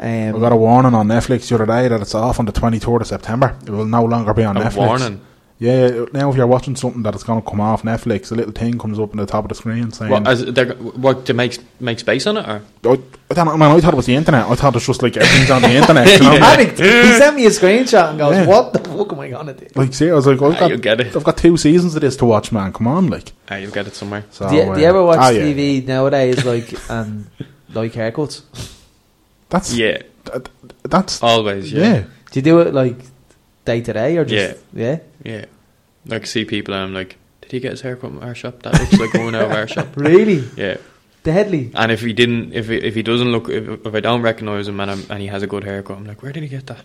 Speaker 2: man.
Speaker 3: Um,
Speaker 2: We got a warning on Netflix the other day that it's off on the 23rd of September. It will no longer be on
Speaker 4: a
Speaker 2: Netflix.
Speaker 4: warning
Speaker 2: Yeah, now if you're watching something that is going to come off Netflix, a little thing comes up on the top of the screen saying,
Speaker 4: what, as, they're- what to make, make space on it or
Speaker 2: I, I don't know, man, I thought it was the internet. I thought it was just like everything's on the internet. You know?
Speaker 3: panicked. He sent me a screenshot and goes,
Speaker 2: Yeah.
Speaker 3: "What the fuck am I gonna do?"
Speaker 2: Like, see, I was like, oh, I've
Speaker 4: Ah,
Speaker 2: got,
Speaker 4: you get it.
Speaker 2: I've got two seasons of this to watch, man. Come on, like.
Speaker 4: ah, you'll get it somewhere
Speaker 2: So,
Speaker 3: do, you, do you
Speaker 2: uh,
Speaker 3: ever watch
Speaker 2: ah, yeah.
Speaker 3: TV nowadays like and like haircuts?
Speaker 2: That's,
Speaker 4: yeah Oh,
Speaker 2: that- that's,
Speaker 4: always
Speaker 2: yeah.
Speaker 3: Do you do it like day to day or
Speaker 4: Yeah.
Speaker 3: just yeah?
Speaker 4: Yeah. Like see people and I'm like, did he get his haircut from our shop? That looks like going out of our shop.
Speaker 3: Really?
Speaker 4: Yeah.
Speaker 3: Deadly.
Speaker 4: And if he didn't if he, if he doesn't look if, if I don't recognise him and, I'm, and he has a good haircut, I'm like, where did he get that?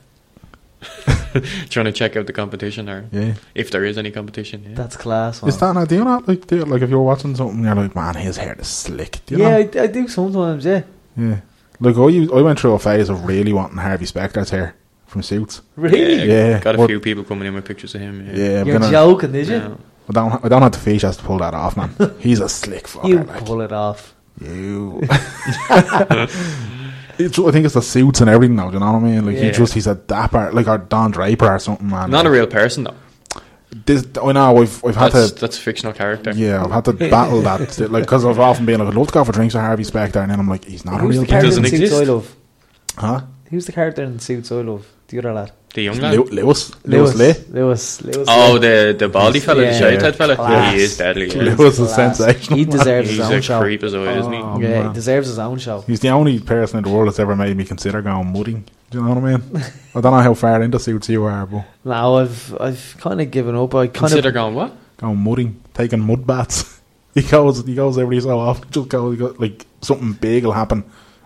Speaker 4: Trying to check out the competition or
Speaker 2: yeah.
Speaker 4: if there is any competition. Yeah.
Speaker 3: That's class,
Speaker 4: Oh.
Speaker 3: man.
Speaker 2: Is that not, do you not, like, do you, like, if you're watching something, you're like, man, his hair is slick. Do you
Speaker 3: yeah,
Speaker 2: know?
Speaker 3: I, I do sometimes, yeah.
Speaker 2: Yeah. Look, I, used, I went through a phase of really wanting Harvey Specter's hair from Suits.
Speaker 3: Really?
Speaker 2: Yeah.
Speaker 4: Got a
Speaker 2: What-
Speaker 4: few people coming in with pictures of him. Yeah.
Speaker 2: Yeah, I'm
Speaker 3: You're
Speaker 2: gonna-
Speaker 3: joking, did you?
Speaker 4: No.
Speaker 2: I don't, I don't have the features to pull that off, man. He's a slick fucker.
Speaker 3: You
Speaker 2: like.
Speaker 3: pull it off.
Speaker 2: You. it's, I think it's the suits and everything, though. Do you know what I mean? Like he
Speaker 4: Yeah.
Speaker 2: just he's a dapper, like our Don Draper or something, man.
Speaker 4: Not a
Speaker 2: Like,
Speaker 4: real person though.
Speaker 2: This, oh, I know. I've I've had
Speaker 4: That's
Speaker 2: to.
Speaker 4: that's a fictional character.
Speaker 2: Yeah, I've had to battle that, like, because I've often been like, I'd love to go for drinks with Harvey Specter, and then I'm like, he's not a
Speaker 3: Who's
Speaker 2: real
Speaker 3: the
Speaker 2: person,
Speaker 3: character
Speaker 4: doesn't
Speaker 3: in Suits I
Speaker 4: exist.
Speaker 3: love?
Speaker 2: huh?
Speaker 3: Who's the character in Suits I love? The other lad.
Speaker 4: The young lad.
Speaker 2: Lew- Lewis, Lewis, Lee,
Speaker 3: Lewis. Lewis.
Speaker 4: Oh,
Speaker 3: Lee.
Speaker 4: the the baldy fella,
Speaker 3: Yeah.
Speaker 4: the shite head fella.
Speaker 3: Class.
Speaker 4: He is deadly. Yeah.
Speaker 2: Lewis is
Speaker 3: Class.
Speaker 2: sensational.
Speaker 3: He
Speaker 2: man.
Speaker 3: deserves
Speaker 4: He's
Speaker 3: his own
Speaker 4: a
Speaker 3: show.
Speaker 4: creep as always, isn't he?
Speaker 2: Oh,
Speaker 3: yeah,
Speaker 2: man.
Speaker 3: he deserves his own show.
Speaker 2: He's the only person in the world that's ever made me consider going mudding. Do you know what I mean? I don't know how far into suits you are, but
Speaker 3: Now I've I've kind of given up. I kind
Speaker 4: Consider
Speaker 3: of
Speaker 4: going what?
Speaker 2: going mudding, taking mud baths. He goes, he goes every so often. Just go, he go- like something big will happen,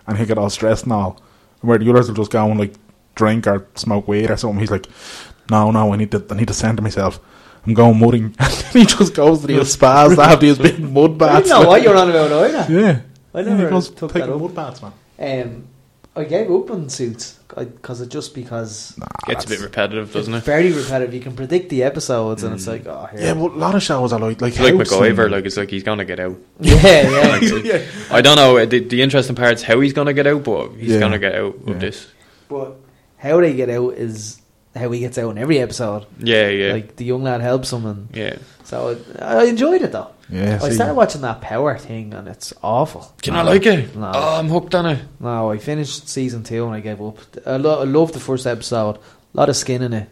Speaker 2: and he get all stressed and all. Where the others will just go and like drink or smoke weed or something. He's like, no, no, I need to, I need to center myself. I'm going mudding. And then he just goes to these spas after these big mud
Speaker 3: I
Speaker 2: baths.
Speaker 3: didn't know what you're on about either.
Speaker 2: Yeah,
Speaker 3: I
Speaker 2: yeah,
Speaker 3: never
Speaker 2: he goes
Speaker 3: took that
Speaker 2: taking
Speaker 3: up.
Speaker 2: mud baths, man.
Speaker 3: Um, I gave up on Suits because it just because
Speaker 4: Gets a bit repetitive, doesn't
Speaker 3: it's
Speaker 4: it? Mm.
Speaker 3: very repetitive. You can predict the episodes, and it's like, oh, here.
Speaker 2: Yeah, but a lot of shows are like like
Speaker 4: It's like
Speaker 2: House and-
Speaker 4: MacGyver, like it's like he's gonna get out.
Speaker 3: yeah, yeah.
Speaker 4: Like, I don't know. The, the interesting part's how he's gonna get out, but he's
Speaker 2: Yeah.
Speaker 4: gonna get out of
Speaker 2: Yeah.
Speaker 4: this.
Speaker 3: but how they get out is how he gets out in every episode.
Speaker 4: Yeah, yeah,
Speaker 3: Like the young lad helps him, and
Speaker 4: yeah.
Speaker 3: so it, I enjoyed it though.
Speaker 2: Yeah,
Speaker 3: I
Speaker 2: see.
Speaker 3: started watching that Power thing, and it's awful.
Speaker 4: Do you not like it?
Speaker 3: No.
Speaker 4: Oh, I'm hooked on it.
Speaker 3: No, I finished season two and I gave up. I, lo- I loved the first episode. A lot of skin in it.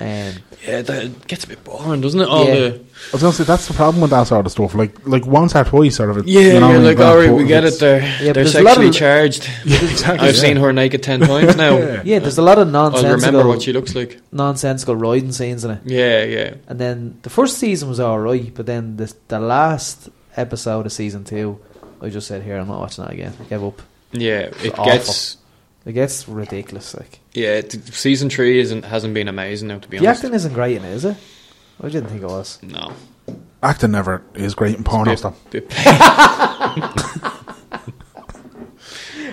Speaker 3: Um,
Speaker 4: Yeah, that it gets a bit boring, doesn't it? All
Speaker 3: Yeah.
Speaker 4: the
Speaker 2: I was gonna say that's the problem with that sort of stuff. Like like once or twice sort of.
Speaker 4: yeah,
Speaker 2: you know,
Speaker 4: you're
Speaker 2: in
Speaker 4: like
Speaker 2: Grand
Speaker 4: all right, we
Speaker 2: Portland,
Speaker 4: get
Speaker 2: it's-
Speaker 4: it. They're
Speaker 3: but
Speaker 4: they're
Speaker 3: there's a lot
Speaker 4: sexually
Speaker 3: of-
Speaker 4: charged.
Speaker 2: Yeah, exactly.
Speaker 4: I've
Speaker 2: yeah.
Speaker 4: seen her naked ten times now.
Speaker 2: Yeah.
Speaker 3: yeah, there's a lot of
Speaker 4: I'll
Speaker 3: nonsensical,
Speaker 4: remember what she looks like.
Speaker 3: nonsensical riding scenes in it.
Speaker 4: Yeah, yeah.
Speaker 3: And then the first season was alright, but then the, the last episode of season two I just said here I'm not watching that again. Gave up.
Speaker 4: Yeah, it
Speaker 3: awful.
Speaker 4: gets.
Speaker 3: It gets ridiculous. Like
Speaker 4: Yeah, t- season three isn't hasn't been amazing now. To be
Speaker 3: the
Speaker 4: honest,
Speaker 3: acting isn't great in it, is it? I didn't think it was.
Speaker 4: no.
Speaker 2: Acting never is great in porn. stuff.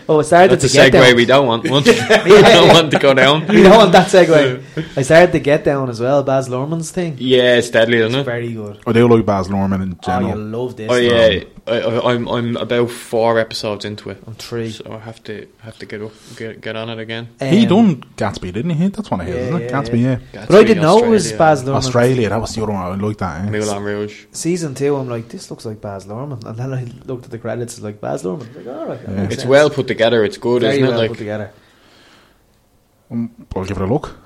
Speaker 3: Oh, it started
Speaker 4: That's a
Speaker 3: to get
Speaker 4: segue
Speaker 3: down.
Speaker 4: we don't want. One. we don't want to go down.
Speaker 3: We don't want that segue. I started to get down as well. Baz Luhrmann's thing.
Speaker 4: Yeah, it's deadly, isn't it?
Speaker 3: Very good.
Speaker 2: I do like Baz Luhrmann in
Speaker 3: Oh, you
Speaker 2: general.
Speaker 3: love this.
Speaker 4: Oh yeah, I, I, I'm I'm about four episodes into it,
Speaker 3: I'm three.
Speaker 4: so I have to have to get up get, get on it again.
Speaker 2: he
Speaker 3: Um,
Speaker 2: done Gatsby, didn't he? That's one of his,
Speaker 3: Yeah,
Speaker 2: isn't it?
Speaker 3: yeah,
Speaker 2: Gatsby, yeah.
Speaker 3: But I didn't know it was
Speaker 4: Australia,
Speaker 3: Baz Luhrmann.
Speaker 2: Australia, that was the other one. I like that. Eh?
Speaker 4: Moulin Rouge.
Speaker 3: Season two, I'm like, this looks like Baz Luhrmann, and then I looked at the credits, it's like Baz Luhrmann. Like, all right, that
Speaker 2: Yeah.
Speaker 3: makes
Speaker 4: It's
Speaker 3: sense.
Speaker 4: well put together. It's good,
Speaker 3: Very
Speaker 4: isn't
Speaker 3: well
Speaker 4: it?
Speaker 3: put
Speaker 4: Like
Speaker 3: together.
Speaker 2: Um, I'll give it a look.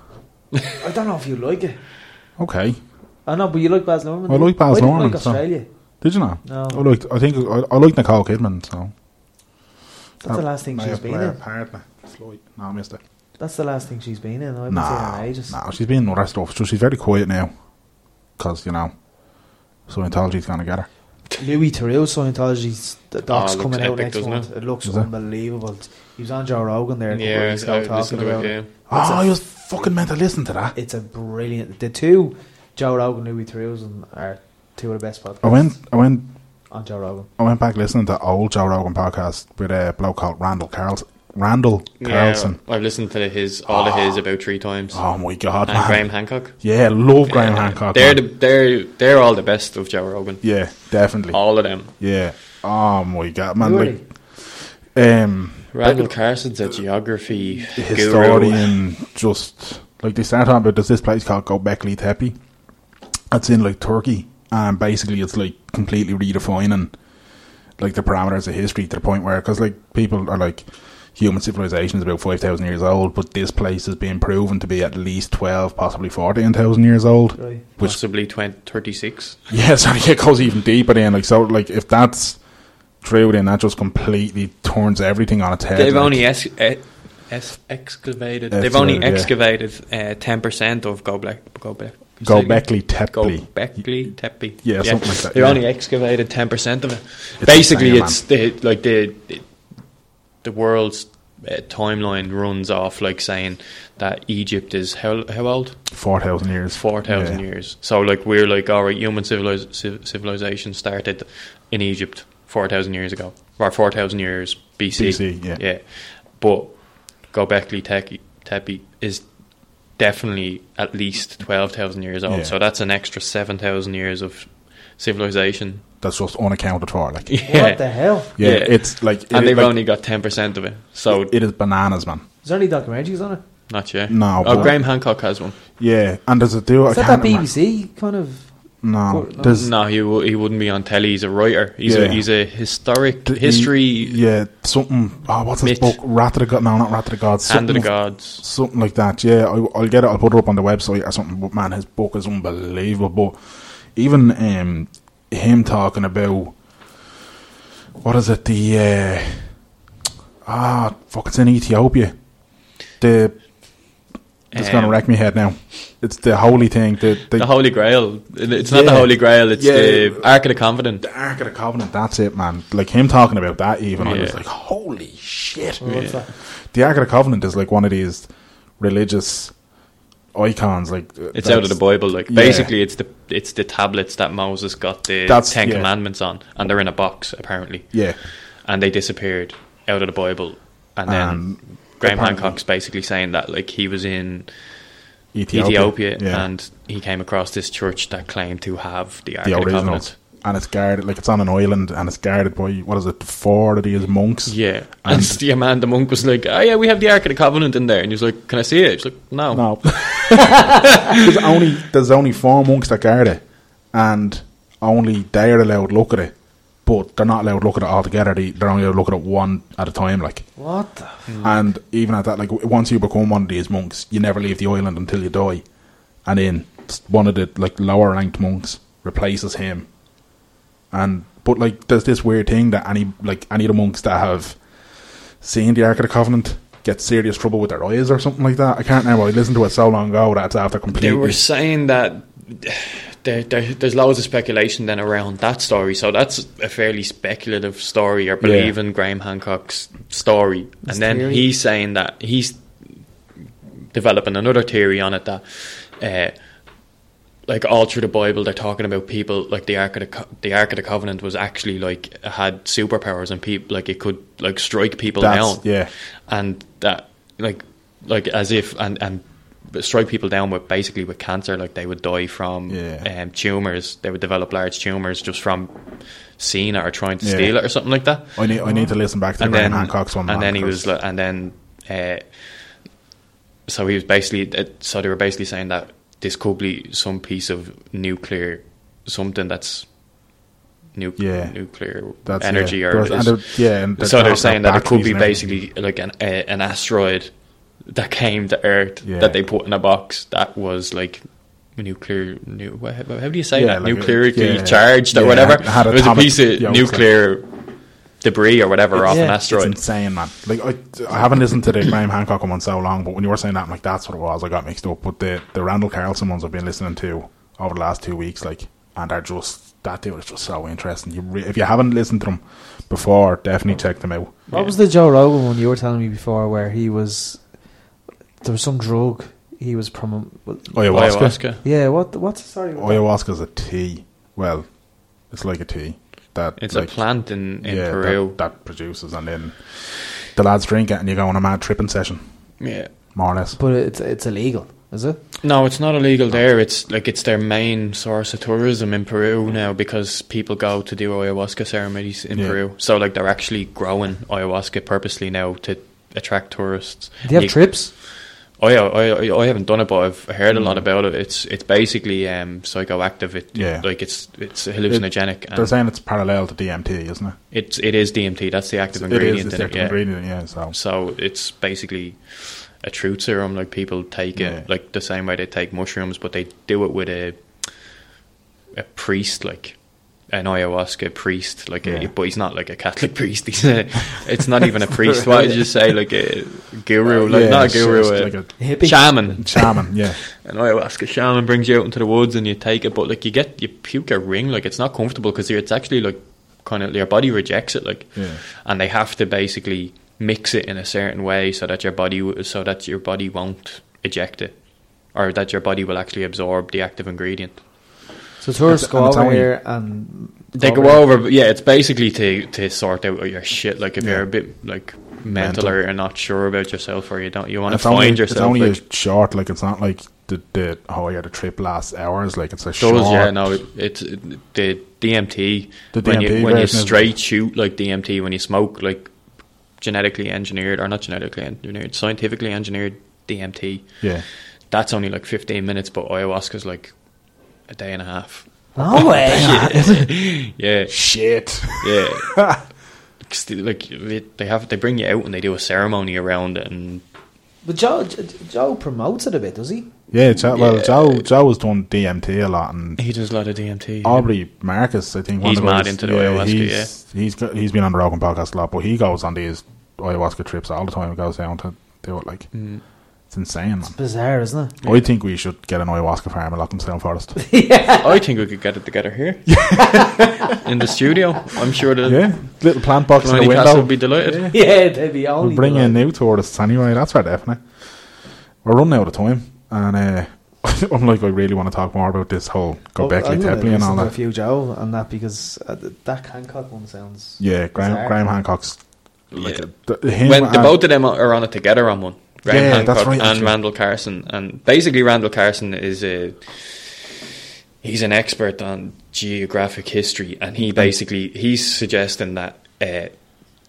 Speaker 3: I don't know if you like it.
Speaker 2: Okay.
Speaker 3: I know, but you like Baz Luhrmann.
Speaker 2: I like Baz
Speaker 3: I didn't
Speaker 2: Luhrmann,
Speaker 3: Like
Speaker 2: so-
Speaker 3: Australia.
Speaker 2: Did you know?
Speaker 3: No,
Speaker 2: I liked. I think I, I like Nicole Kidman. So
Speaker 3: that's the last thing she's been in.
Speaker 2: Partner. No, I missed it.
Speaker 3: That's the last thing she's been in. I haven't seen her
Speaker 2: Nah,
Speaker 3: in ages.
Speaker 2: nah, she's been in other stuff. So she's very quiet now, because you know, Scientology's gonna get her.
Speaker 3: Louis Theroux Scientology's the doc's
Speaker 4: Oh, it
Speaker 3: coming
Speaker 4: looks
Speaker 3: out
Speaker 4: epic,
Speaker 3: next
Speaker 4: doesn't
Speaker 3: month. It, looks
Speaker 2: Is it?
Speaker 3: unbelievable. He was on Joe Rogan there. a couple of
Speaker 4: yeah,
Speaker 3: weeks ago
Speaker 4: I
Speaker 3: talking
Speaker 4: listened to
Speaker 3: about
Speaker 4: it.
Speaker 3: it.
Speaker 4: Yeah.
Speaker 3: It's
Speaker 2: Oh,
Speaker 3: a-
Speaker 2: I was fucking meant to listen to that.
Speaker 3: It's a brilliant. The two Joe Rogan, Louis Theroux, and are two of the best podcasts
Speaker 2: I went, I went,
Speaker 3: on Joe Rogan.
Speaker 2: I went back listening to old Joe Rogan podcast with a bloke called Randall Carlson. Randall Carlson.
Speaker 4: Yeah, I've listened to his all of his about three times.
Speaker 2: Oh my god,
Speaker 4: and
Speaker 2: man.
Speaker 4: Graham Hancock.
Speaker 2: yeah, love Graham
Speaker 4: Yeah,
Speaker 2: Hancock.
Speaker 4: They're
Speaker 2: man.
Speaker 4: the, they're they're all the best of Joe Rogan.
Speaker 2: yeah, definitely.
Speaker 4: All of them.
Speaker 2: Yeah. Oh my god, man.
Speaker 3: Who are
Speaker 2: Like, um,
Speaker 4: Randall Carson's a geography guru.
Speaker 2: historian, just like they start talking about there's this place called Gobekli Tepe. It's in like Turkey, and basically it's like completely redefining like the parameters of history to the point where because like people are like human civilization is about five thousand years old, but this place has been proven to be at least twelve, possibly fourteen thousand years old.
Speaker 3: Right.
Speaker 2: Which
Speaker 4: Possibly 20, 36.
Speaker 2: yeah, so it goes even deeper then. Like so, like if that's true, then that just completely turns everything on its head.
Speaker 4: They've
Speaker 2: like.
Speaker 4: only es- e- es- excavated. They've
Speaker 2: Excavated,
Speaker 4: only
Speaker 2: yeah.
Speaker 4: excavated uh, ten percent of Gobekli. Gobekli.
Speaker 2: Gobekli Tepe.
Speaker 4: Gobekli Tepe.
Speaker 2: Yeah, something like that,
Speaker 4: They
Speaker 2: yeah.
Speaker 4: only excavated ten percent of it.
Speaker 2: It's
Speaker 4: Basically,
Speaker 2: insane,
Speaker 4: it's the, like the the world's uh, timeline runs off like saying that Egypt is how how old?
Speaker 2: Four thousand years.
Speaker 4: Four thousand
Speaker 2: Yeah.
Speaker 4: years. So like we're like all right, human civiliz- civ- civilization started in Egypt four thousand years ago, or four thousand years BC.
Speaker 2: BC, yeah.
Speaker 4: yeah. But Gobekli Tepe, Tepe is definitely at least twelve thousand years old.
Speaker 2: Yeah.
Speaker 4: So that's an extra seven thousand years of civilization.
Speaker 2: that's just unaccounted for. Like, yeah,
Speaker 4: Yeah,
Speaker 3: What the hell?
Speaker 4: Yeah.
Speaker 2: it's like, it,
Speaker 4: and they've
Speaker 2: like,
Speaker 4: only got ten percent of it. So
Speaker 2: it is bananas, man.
Speaker 3: Is there any documentaries on it?
Speaker 4: not yet.
Speaker 2: No,
Speaker 4: Oh,
Speaker 2: but-
Speaker 4: Graham Hancock has one.
Speaker 2: Yeah, and there's a dude.
Speaker 3: Is
Speaker 2: I
Speaker 3: that that
Speaker 2: can't remember-
Speaker 3: BBC kind of?
Speaker 2: No,
Speaker 3: Court- no.
Speaker 2: there's
Speaker 4: No, he w- he wouldn't be on telly. He's a writer. He's
Speaker 2: Yeah.
Speaker 4: a he's a historic
Speaker 2: th-
Speaker 4: history.
Speaker 2: Yeah, something. Oh, what's his
Speaker 4: Mitch.
Speaker 2: book? Wrath of the God? No, not Wrath of the Gods.
Speaker 4: Hand of the
Speaker 2: something-
Speaker 4: Gods.
Speaker 2: something like that. Yeah, I, I'll get it. I'll put it up on the website or something. But man, his book is unbelievable. But even um, him talking about what is it? The uh, ah, fuck, it's in Ethiopia. The it's gonna
Speaker 4: Um,
Speaker 2: wreck me head now. It's the holy thing. The, the,
Speaker 4: The Holy Grail. It's not
Speaker 2: Yeah.
Speaker 4: the Holy Grail. It's
Speaker 2: Yeah.
Speaker 4: the Ark of the Covenant.
Speaker 2: the Ark of the Covenant. That's it, man. Like him talking about that. Even I was
Speaker 4: Yeah.
Speaker 2: like, holy shit.
Speaker 3: Or what's that?
Speaker 2: The Ark of the Covenant is like one of these religious icons. Like uh,
Speaker 4: It's out of the
Speaker 2: boy.
Speaker 4: Bible. Like
Speaker 2: Yeah.
Speaker 4: basically, it's the it's the tablets that Moses got the
Speaker 2: That's-
Speaker 4: Ten
Speaker 2: yeah.
Speaker 4: Commandments on, and they're in a box apparently.
Speaker 2: Yeah.
Speaker 4: and they disappeared out of the Bible, and then
Speaker 2: Um,
Speaker 4: Graham
Speaker 2: apparently-
Speaker 4: Hancock's basically saying that like he was in
Speaker 2: Ethiopia,
Speaker 4: Ethiopia,
Speaker 2: yeah.
Speaker 4: and he came across this church that claimed to have the Ark
Speaker 2: the
Speaker 4: of the
Speaker 2: originals.
Speaker 4: Covenant.
Speaker 2: And it's guarded, like it's on an island, and it's guarded by what is it, four of these monks?
Speaker 4: Yeah, and,
Speaker 2: And-
Speaker 4: the man, the monk, was like, "Oh yeah, we have the Ark of the Covenant in there," and he was like, "Can I see it?" He's like, "No."
Speaker 2: No, there's only there's only four monks that guard it, and only they're allowed look at it, but they're not allowed look at it altogether. They, they're only allowed look at it one at a time, like.
Speaker 3: What the? F-
Speaker 2: And even at that, like w- once you become one of these monks, you never leave the island until you die. And then s- one of the like lower ranked monks replaces him. And but like there's this weird thing that any like any of the monks that have seen the Ark of the Covenant get serious trouble with their eyes or something like that. I can't remember. I listened to it so long ago that it's after
Speaker 4: They
Speaker 2: completely.
Speaker 4: were saying that there, there, there's loads of speculation then around that story. So that's a fairly speculative story or believe in Graham Hancock's story. and then
Speaker 3: theory.
Speaker 4: he's saying that he's developing another theory on it that, uh, like all through the Bible, they're talking about people like the Ark of the, Co- the Ark of the Covenant was actually like had superpowers and people like it could like strike people
Speaker 2: That's-
Speaker 4: down
Speaker 2: yeah.
Speaker 4: and that like like as if and and strike people down with basically with cancer like they would die from
Speaker 2: Yeah.
Speaker 4: um, tumors they would develop large tumors just from seeing it or trying to
Speaker 2: Yeah.
Speaker 4: steal it or something like that
Speaker 2: I need, I need to listen back to the
Speaker 4: and
Speaker 2: Graham
Speaker 4: then
Speaker 2: Hancock's one. man,
Speaker 4: and then he was
Speaker 2: because-
Speaker 4: like and then uh, so he was basically it- so they were basically saying that this could be some piece of nuclear something that's nu-
Speaker 2: Yeah.
Speaker 4: nuclear
Speaker 2: That's- yeah.
Speaker 4: energy
Speaker 2: There
Speaker 4: or
Speaker 2: was- and
Speaker 4: is-
Speaker 2: there- yeah, and there-
Speaker 4: so
Speaker 2: there
Speaker 4: they're
Speaker 2: was
Speaker 4: saying that it could
Speaker 2: batteries
Speaker 4: be
Speaker 2: and everything.
Speaker 4: basically like an a, an asteroid that came to Earth
Speaker 2: Yeah.
Speaker 4: that they put in a box that was like nuclear nu- wha- how do you say
Speaker 2: Yeah,
Speaker 4: that
Speaker 2: like a-
Speaker 4: nuclearly
Speaker 2: yeah.
Speaker 4: charged or
Speaker 2: Yeah,
Speaker 4: whatever
Speaker 2: had- had
Speaker 4: it was a
Speaker 2: atomic
Speaker 4: piece of
Speaker 2: yolks, like-
Speaker 4: nuclear debris or whatever off an
Speaker 3: yeah,
Speaker 2: It's
Speaker 4: asteroid
Speaker 2: insane, man. Like I, I haven't listened to the Graham Hancock one in so long, but when you were saying that, I'm like, that's what it was. I got mixed up. But the the Randall Carlson ones I've been listening to over the last two weeks, like, and are just that dude is just so interesting. You re- if you haven't listened to them before, definitely check them out.
Speaker 3: What was the Joe Rogan one you were telling me before, where he was there was some drug he was prom?
Speaker 2: Ayahuasca.
Speaker 4: Ayahuasca.
Speaker 3: Yeah, what what's sorry?
Speaker 2: Oh,
Speaker 3: what-
Speaker 2: Ayahuasca's a tea. Well, it's like a tea. That
Speaker 4: It's
Speaker 2: like-
Speaker 4: a plant in, in
Speaker 2: yeah,
Speaker 4: Peru.
Speaker 2: that, that produces, and then the lads drink it, and you go on a mad tripping session,
Speaker 4: yeah.
Speaker 2: more or less.
Speaker 3: But it's it's illegal, is it?
Speaker 4: No, it's not illegal there. It's like it's their main source of tourism in Peru now because people go to do ayahuasca ceremonies in
Speaker 2: Yeah.
Speaker 4: Peru. So like they're actually growing ayahuasca purposely now to attract tourists.
Speaker 3: Do you have
Speaker 4: You-
Speaker 3: trips?
Speaker 4: Oh yeah, I, I, I haven't done it, but I've heard a lot about it. It's it's basically um, psychoactive. It,
Speaker 2: Mm. Yeah.
Speaker 4: like it's it's hallucinogenic.
Speaker 2: They're
Speaker 4: and
Speaker 2: saying it's parallel to DMT, isn't it?
Speaker 4: it's it is DMT. That's the active
Speaker 2: It
Speaker 4: ingredient
Speaker 2: is. It's
Speaker 4: in
Speaker 2: the
Speaker 4: it. Yeah.
Speaker 2: ingredient, yeah. So
Speaker 4: So it's basically a truth serum. Like people take it
Speaker 2: Yeah.
Speaker 4: like the same way they take mushrooms, but they do it with a a priest, like an ayahuasca priest, like
Speaker 2: Yeah.
Speaker 4: a, but he's not like a Catholic priest. He's a, it's not even a priest. Why did you say like a guru? Like
Speaker 2: Yeah,
Speaker 4: not a
Speaker 2: it's just
Speaker 4: guru, a,
Speaker 2: like a-
Speaker 3: Hippie.
Speaker 4: shaman.
Speaker 2: shaman, yeah,
Speaker 4: An ayahuasca shaman brings you out into the woods and you take it, but like you get you puke a ring, like it's not comfortable because it's actually like kind of your body rejects it, like,
Speaker 2: Yeah.
Speaker 4: and they have to basically mix it in a certain way so that your body w- so that your body won't eject it, or that your body will actually absorb the active ingredient.
Speaker 3: So tourists
Speaker 2: It's-
Speaker 3: go
Speaker 2: and it's
Speaker 3: over
Speaker 2: only-
Speaker 3: here and
Speaker 4: They go over, but yeah, it's basically to to sort out your shit. Like if
Speaker 2: Yeah.
Speaker 4: you're a bit like mental,
Speaker 2: Mental.
Speaker 4: or you're not sure about yourself, or you don't you want to
Speaker 2: it's
Speaker 4: find
Speaker 2: only,
Speaker 4: yourself.
Speaker 2: it's only
Speaker 4: like-
Speaker 2: a short. Like it's not like the the oh yeah the trip lasts hours. Like it's a
Speaker 4: Does
Speaker 2: short.
Speaker 4: yeah no it- it's it- the DMT
Speaker 2: The
Speaker 4: when
Speaker 2: DMT
Speaker 4: you when you
Speaker 2: version is-
Speaker 4: straight shoot like DMT when you smoke like genetically engineered or not genetically engineered scientifically engineered DMT
Speaker 2: yeah.
Speaker 4: that's only like 15 minutes but ayahuasca's like a day and a half
Speaker 3: no way.
Speaker 4: yeah
Speaker 2: Shit.
Speaker 4: yeah 'Cause they- like it- they have they bring you out and they do a ceremony around it and
Speaker 3: but Joe Joe promotes it a bit, does he?
Speaker 2: Yeah, Joe, well,
Speaker 4: Yeah.
Speaker 2: Joe Joe has done DMT a lot, and
Speaker 4: he does a lot of DMT yeah.
Speaker 2: Aubrey Marcus, I think, one
Speaker 4: He's
Speaker 2: of
Speaker 4: mad
Speaker 2: those-
Speaker 4: into the ayahuasca,
Speaker 2: He's, he's go- he's been on the Rogan podcast a lot, but he goes on these ayahuasca trips all the time. He goes down to do it like
Speaker 4: Mm.
Speaker 2: it's insane. Man.
Speaker 3: Bizarre, isn't it?
Speaker 2: I think we should get an ayahuasca farm in Lockhamstown Forest.
Speaker 4: I think we could get it together here in the studio I'm sure the
Speaker 2: yeah, little plant box in the
Speaker 4: Lonely
Speaker 2: window.
Speaker 4: Castle would be delighted
Speaker 3: Yeah, they'd be only
Speaker 2: We'll bring
Speaker 3: the-
Speaker 2: in new tourists anyway, that's for definite. We're running out of time, and uh, I'm like, I really want to talk more about this whole
Speaker 3: Oh,
Speaker 2: Gobekli
Speaker 3: I'm gonna
Speaker 2: Tepe and all
Speaker 3: listen to A
Speaker 2: that.
Speaker 3: few Joe and that because uh, th- that Hancock one sounds.
Speaker 2: Yeah, Graham,
Speaker 3: Bizarre.
Speaker 2: Graham Hancock's. Like
Speaker 4: Yeah.
Speaker 2: a, th- him uh,
Speaker 4: when the
Speaker 2: and-
Speaker 4: both of them are on it together on one. Graham
Speaker 2: Yeah,
Speaker 4: Hancock
Speaker 2: that's right, that's
Speaker 4: and
Speaker 2: right.
Speaker 4: Randall Carson, and basically Randall Carson is a he's an expert on geographic history, and he basically he's suggesting that uh,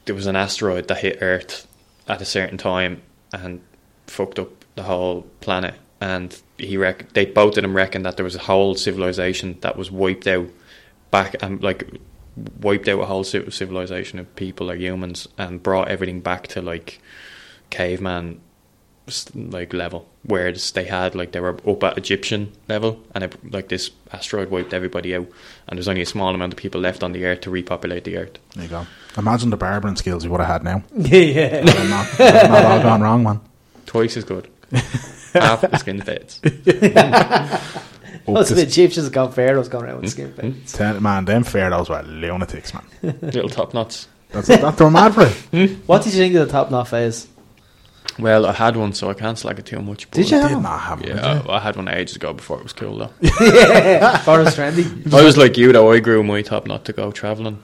Speaker 4: there was an asteroid that hit Earth at a certain time and fucked up the whole planet, and he rec- they both of them reckon that there was a whole civilization that was wiped out back and like wiped out a whole civ- civilization of people or humans and brought everything back to like caveman s- like level where this- they had like they were up at Egyptian level and it, like this asteroid wiped everybody out and there's only a small amount of people left on the earth to repopulate the earth
Speaker 2: There you go. Imagine the barbering skills you would have had now.
Speaker 3: yeah.
Speaker 2: They're not, they're not all gone wrong, man.
Speaker 4: twice as good half the skin fits
Speaker 2: up
Speaker 3: Lots of
Speaker 2: to
Speaker 3: Egyptians gone pharaohs going around with skin paints.
Speaker 2: ten, man, them pharaohs were lunatics, man.
Speaker 4: Little top knots.
Speaker 2: That's that they're mad for it.
Speaker 3: What did you think of the top knot phase?
Speaker 4: Well, I had one, so I can't slack it too much. But
Speaker 3: Did you?
Speaker 2: Did
Speaker 3: Oh.
Speaker 2: not have
Speaker 4: Yeah,
Speaker 2: yeah.
Speaker 4: I, I had one ages ago before it was cool though.
Speaker 3: Forest trendy.
Speaker 4: I was like you though. I grew my top knot to go travelling,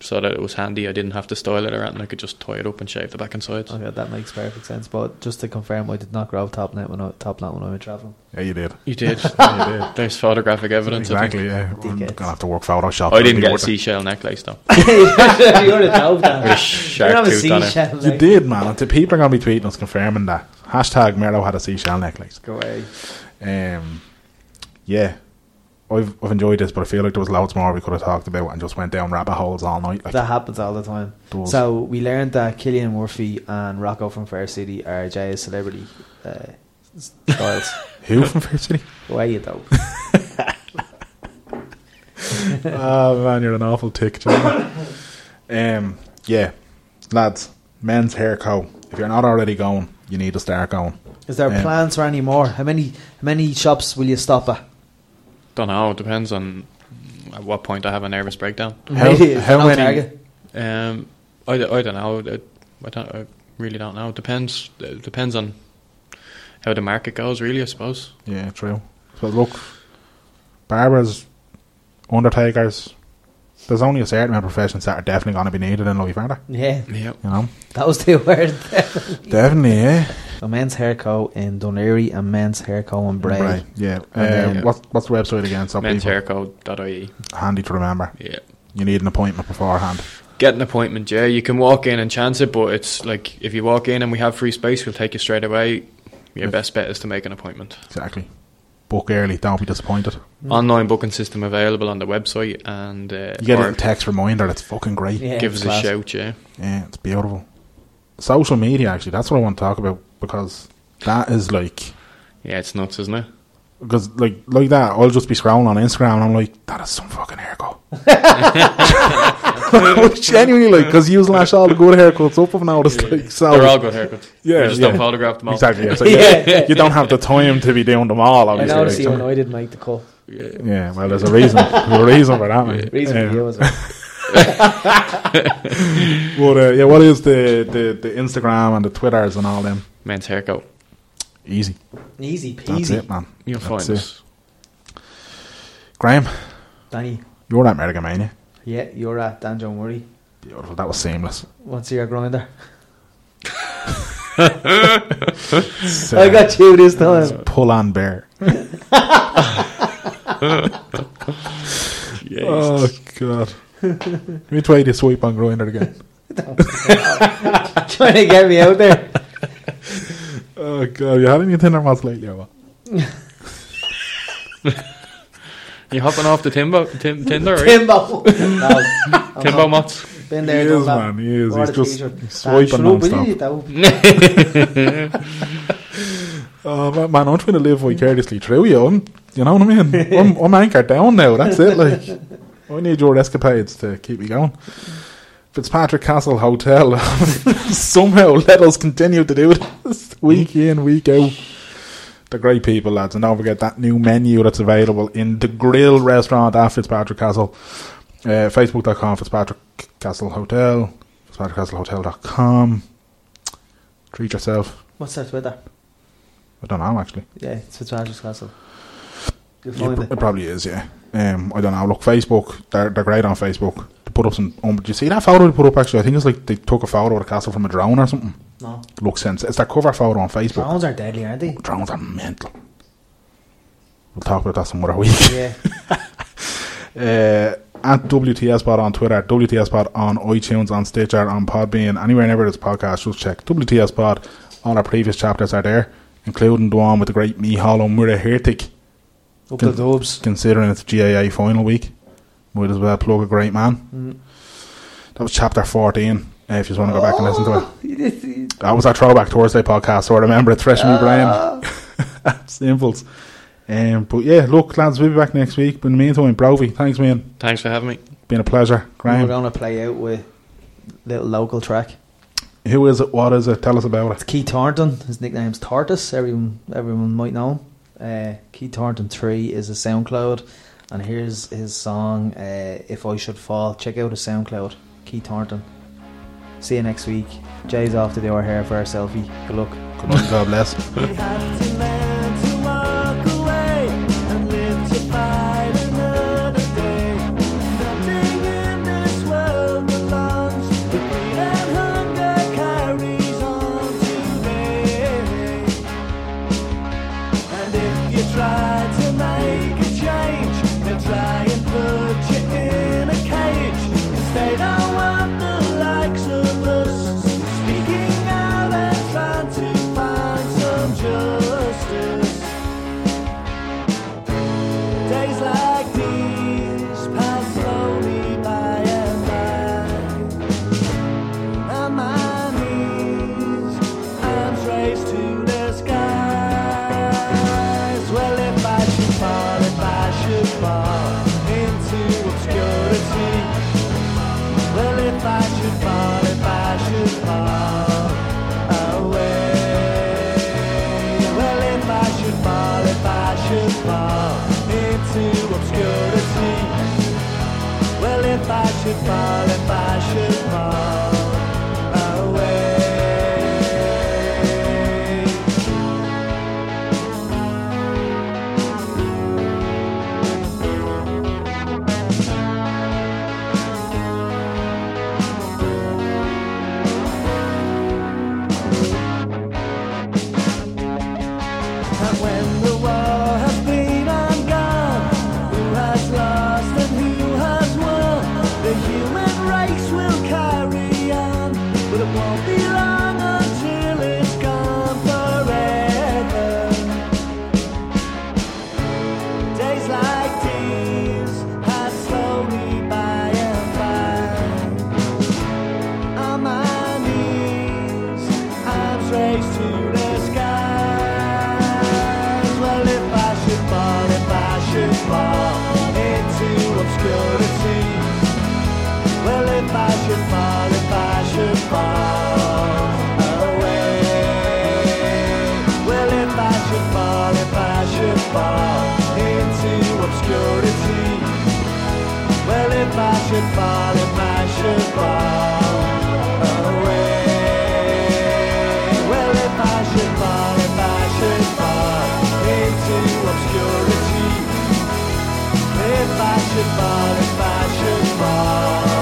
Speaker 4: so that it was handy. I didn't have to style it or anything. I could just tie it up and shave the back and sides.
Speaker 3: Okay, Oh, that makes perfect sense. But just to confirm, I did not grow top knot when I top knot when I went traveling.
Speaker 2: yeah, you did.
Speaker 4: You did.
Speaker 2: Yeah, you did.
Speaker 4: There's photographic evidence. I think.
Speaker 2: Exactly. Yeah, we're
Speaker 3: Dickheads.
Speaker 2: gonna have to work Photoshop.
Speaker 4: I didn't
Speaker 2: It'll be
Speaker 4: get a
Speaker 2: worth it.
Speaker 4: seashell necklace though.
Speaker 3: You're a top knot.
Speaker 4: With a
Speaker 3: You're
Speaker 4: shark
Speaker 3: not a
Speaker 4: tooth on it.
Speaker 3: seashell.
Speaker 2: You
Speaker 3: Like.
Speaker 2: did, man. The people are gonna be tweeting us confirming that. Hashtag Merlo had a seashell necklace.
Speaker 3: Go away.
Speaker 2: Um, yeah, I've I've enjoyed this, but I feel like there was loads more we could have talked about and just went down rabbit holes all night. Like,
Speaker 3: That happens all the time.
Speaker 2: Does.
Speaker 3: So we learned that Killian Murphy and Rocco from Fair City are Jay's celebrity uh, s- styles.
Speaker 2: who from Fair City?
Speaker 3: Why you though?
Speaker 2: oh man, you're an awful tick, John. um, yeah, lads, men's hair co. If you're not already going, you need to start going.
Speaker 3: Is there
Speaker 2: Yeah.
Speaker 3: plans for any more? How many how many shops will you stop at?
Speaker 4: Don't know. It depends on at what point I have a nervous breakdown.
Speaker 2: How-
Speaker 3: Maybe
Speaker 2: how
Speaker 3: on
Speaker 2: many-
Speaker 3: Target.
Speaker 4: Um, I, d- I don't know. I, I don't. I really don't know. It depends. It depends on how the market goes. Really, I suppose.
Speaker 2: Yeah, true. So look, barbers, undertakers. There's only a certain amount of professions that are definitely going to be needed in life, aren't there?
Speaker 3: Yeah,
Speaker 4: Yeah.
Speaker 2: You know,
Speaker 3: that was the word.
Speaker 2: definitely, yeah.
Speaker 3: a men's hair co in Dunleary and men's hair co in Bray.
Speaker 2: Right, yeah. Um,
Speaker 3: then-
Speaker 2: what's what's the website again? So people-
Speaker 4: Menshairco.ie.
Speaker 2: handy to remember.
Speaker 4: Yeah.
Speaker 2: You need an appointment beforehand.
Speaker 4: Get an appointment, yeah. You can walk in and chance it, but it's like if you walk in and we have free space, we'll take you straight away. Your best bet is to make an appointment.
Speaker 2: Exactly. Book early. Don't be disappointed.
Speaker 4: Online booking system available on the website, and uh,
Speaker 2: Mm. You get
Speaker 4: or
Speaker 2: a text reminder. That's fucking great.
Speaker 3: Yeah,
Speaker 4: give us
Speaker 3: class.
Speaker 4: a shout, yeah.
Speaker 2: Yeah, it's beautiful. Social media, actually, that's what I want to talk about because that is like,
Speaker 4: Yeah, it's nuts, isn't it?
Speaker 2: because like like that, I'll just be scrolling on Instagram and I'm like, that is some fucking haircut. Genuinely, like, because you lash all the good haircuts up. I've noticed, like, so
Speaker 4: They're all good haircuts.
Speaker 2: Yeah,
Speaker 4: We just
Speaker 2: yeah.
Speaker 4: don't photograph them all.
Speaker 2: exactly. Yeah, so
Speaker 3: Yeah.
Speaker 2: you- you don't have the time to be doing them all.
Speaker 3: I
Speaker 2: Obviously,
Speaker 3: noticed
Speaker 2: like,
Speaker 3: even I didn't make the call.
Speaker 2: Yeah, well, there's a reason. there's a reason for that, man.
Speaker 3: Reason
Speaker 2: yeah.
Speaker 3: for you as well.
Speaker 2: But uh, yeah, what is the, the the Instagram and the Twitters and all them?
Speaker 4: Men's haircut.
Speaker 2: Easy.
Speaker 3: Easy
Speaker 2: That's
Speaker 3: peasy.
Speaker 2: it, man.
Speaker 4: You'll
Speaker 2: That's
Speaker 4: find
Speaker 2: it.
Speaker 4: us.
Speaker 2: Graham,
Speaker 3: Danny,
Speaker 2: you're at Mania.
Speaker 3: yeah, you're at Dan John Murray.
Speaker 2: Beautiful. That was seamless.
Speaker 3: What's your grinder?
Speaker 2: So,
Speaker 3: I got you this time.
Speaker 2: pull on bear. Oh god. We try to sweep on grinder again.
Speaker 3: Trying to get me out there.
Speaker 2: Oh god, you had any Tinder match lately or what?
Speaker 4: You hopping off the Timbo Tim, Tinder, right?
Speaker 3: Timbo. No, I'm
Speaker 4: Timbo
Speaker 3: not.
Speaker 4: Mots.
Speaker 3: Been
Speaker 2: He
Speaker 3: there,
Speaker 2: is, man.
Speaker 3: done that.
Speaker 2: He is.
Speaker 3: Wore
Speaker 2: He's
Speaker 3: the
Speaker 2: just
Speaker 3: t-shirt. Dan,
Speaker 2: swiping
Speaker 3: shut up, will
Speaker 2: non-stop.
Speaker 3: you? That would be-
Speaker 2: Oh man, man, I'm trying to live vicariously through you. I'm, you know what I mean? I'm, I'm anchored down now. That's it. Like, I need your escapades to keep me going. Fitzpatrick Castle Hotel somehow let us continue to do this week in, week out. They're great people, lads, and don't forget that new menu that's available in the Grill restaurant at Fitzpatrick Castle. Uh, Facebook.com Fitzpatrick Castle Hotel, FitzpatrickCastleHotel.com. Treat yourself.
Speaker 3: What's that Twitter?
Speaker 2: I don't know actually.
Speaker 3: Yeah, it's Fitzpatrick's Castle. You'll
Speaker 2: Yeah,
Speaker 3: find
Speaker 2: it
Speaker 3: it.
Speaker 2: probably is, yeah. Um, I don't know. Look, Facebook, they're, they're great on Facebook. They put up some. Um, did you see that photo they put up? Actually, I think it's like they took a photo of the castle from a drone or something.
Speaker 3: No.
Speaker 2: Looks sense. It's their cover photo on Facebook.
Speaker 3: Drones are deadly, aren't they?
Speaker 2: Drones are mental. We'll talk about that some other week.
Speaker 3: Yeah.
Speaker 2: Uh, at WTS Pod on Twitter, WTS Pod on iTunes, on Stitcher, on Podbean, anywhere and everywhere this podcast, just check WTS Pod. All our previous chapters are there, including the one with the great Mihalo Murahertic.
Speaker 3: Up
Speaker 2: Can-
Speaker 3: the dubs.
Speaker 2: considering it's GAA final week, might as well plug a great man. That was chapter 14. uh, if you just want to go back and listen to it, that was our Throwback Thursday podcast. So I remember it fresh in my brain. Simples. Um, but yeah, look, lads, we'll be back next week. But in the meantime, Brovey, thanks, man.
Speaker 4: Thanks for having me.
Speaker 2: Been a pleasure.
Speaker 3: We're
Speaker 2: Graham,
Speaker 3: going to play out with little local track.
Speaker 2: who is it? What is it? Tell us about it.
Speaker 3: Keith Thornton. His nickname's Tortoise. Everyone, everyone might know him. Uh, Keith Thornton Three is a SoundCloud, and here's his song uh, "If I Should Fall." Check out his SoundCloud, Keith Thornton. See you next week. Jay's off to do our hair for our selfie. Good luck.
Speaker 2: Come on, God bless.
Speaker 6: We have to learn to walk away and live to fight another day. Nothing in this world belongs. The greed and hunger carries on today. And if you try to make a change, they'll try and put you in a cage. 'Cause they don't want the likes of us speaking out and trying to find some justice. Days like these pass slowly by and by on my knees, arms raised to the skies. Well, if I should fall, if I should fall into obscurity. Well, if I should fall, if I should fall away. Well, if I should fall, if I should fall into obscurity. Well, if I should fall, if I should fall away. And when the war has been and gone, who has lost and who has won? The human race will carry on, but it won't be long until it's gone forever. Days like these pass slowly by and by on my knees, arms raised to the skies. Well, if I should fall, if I should fall into obscurity. Well, if I should fall, if I should fall away. Well, if I should fall, if I should fall into obscurity. Well, if I should fall, if I should fall away. Well, if I should fall, if I should fall into obscurity. If I should fall, if I should fall.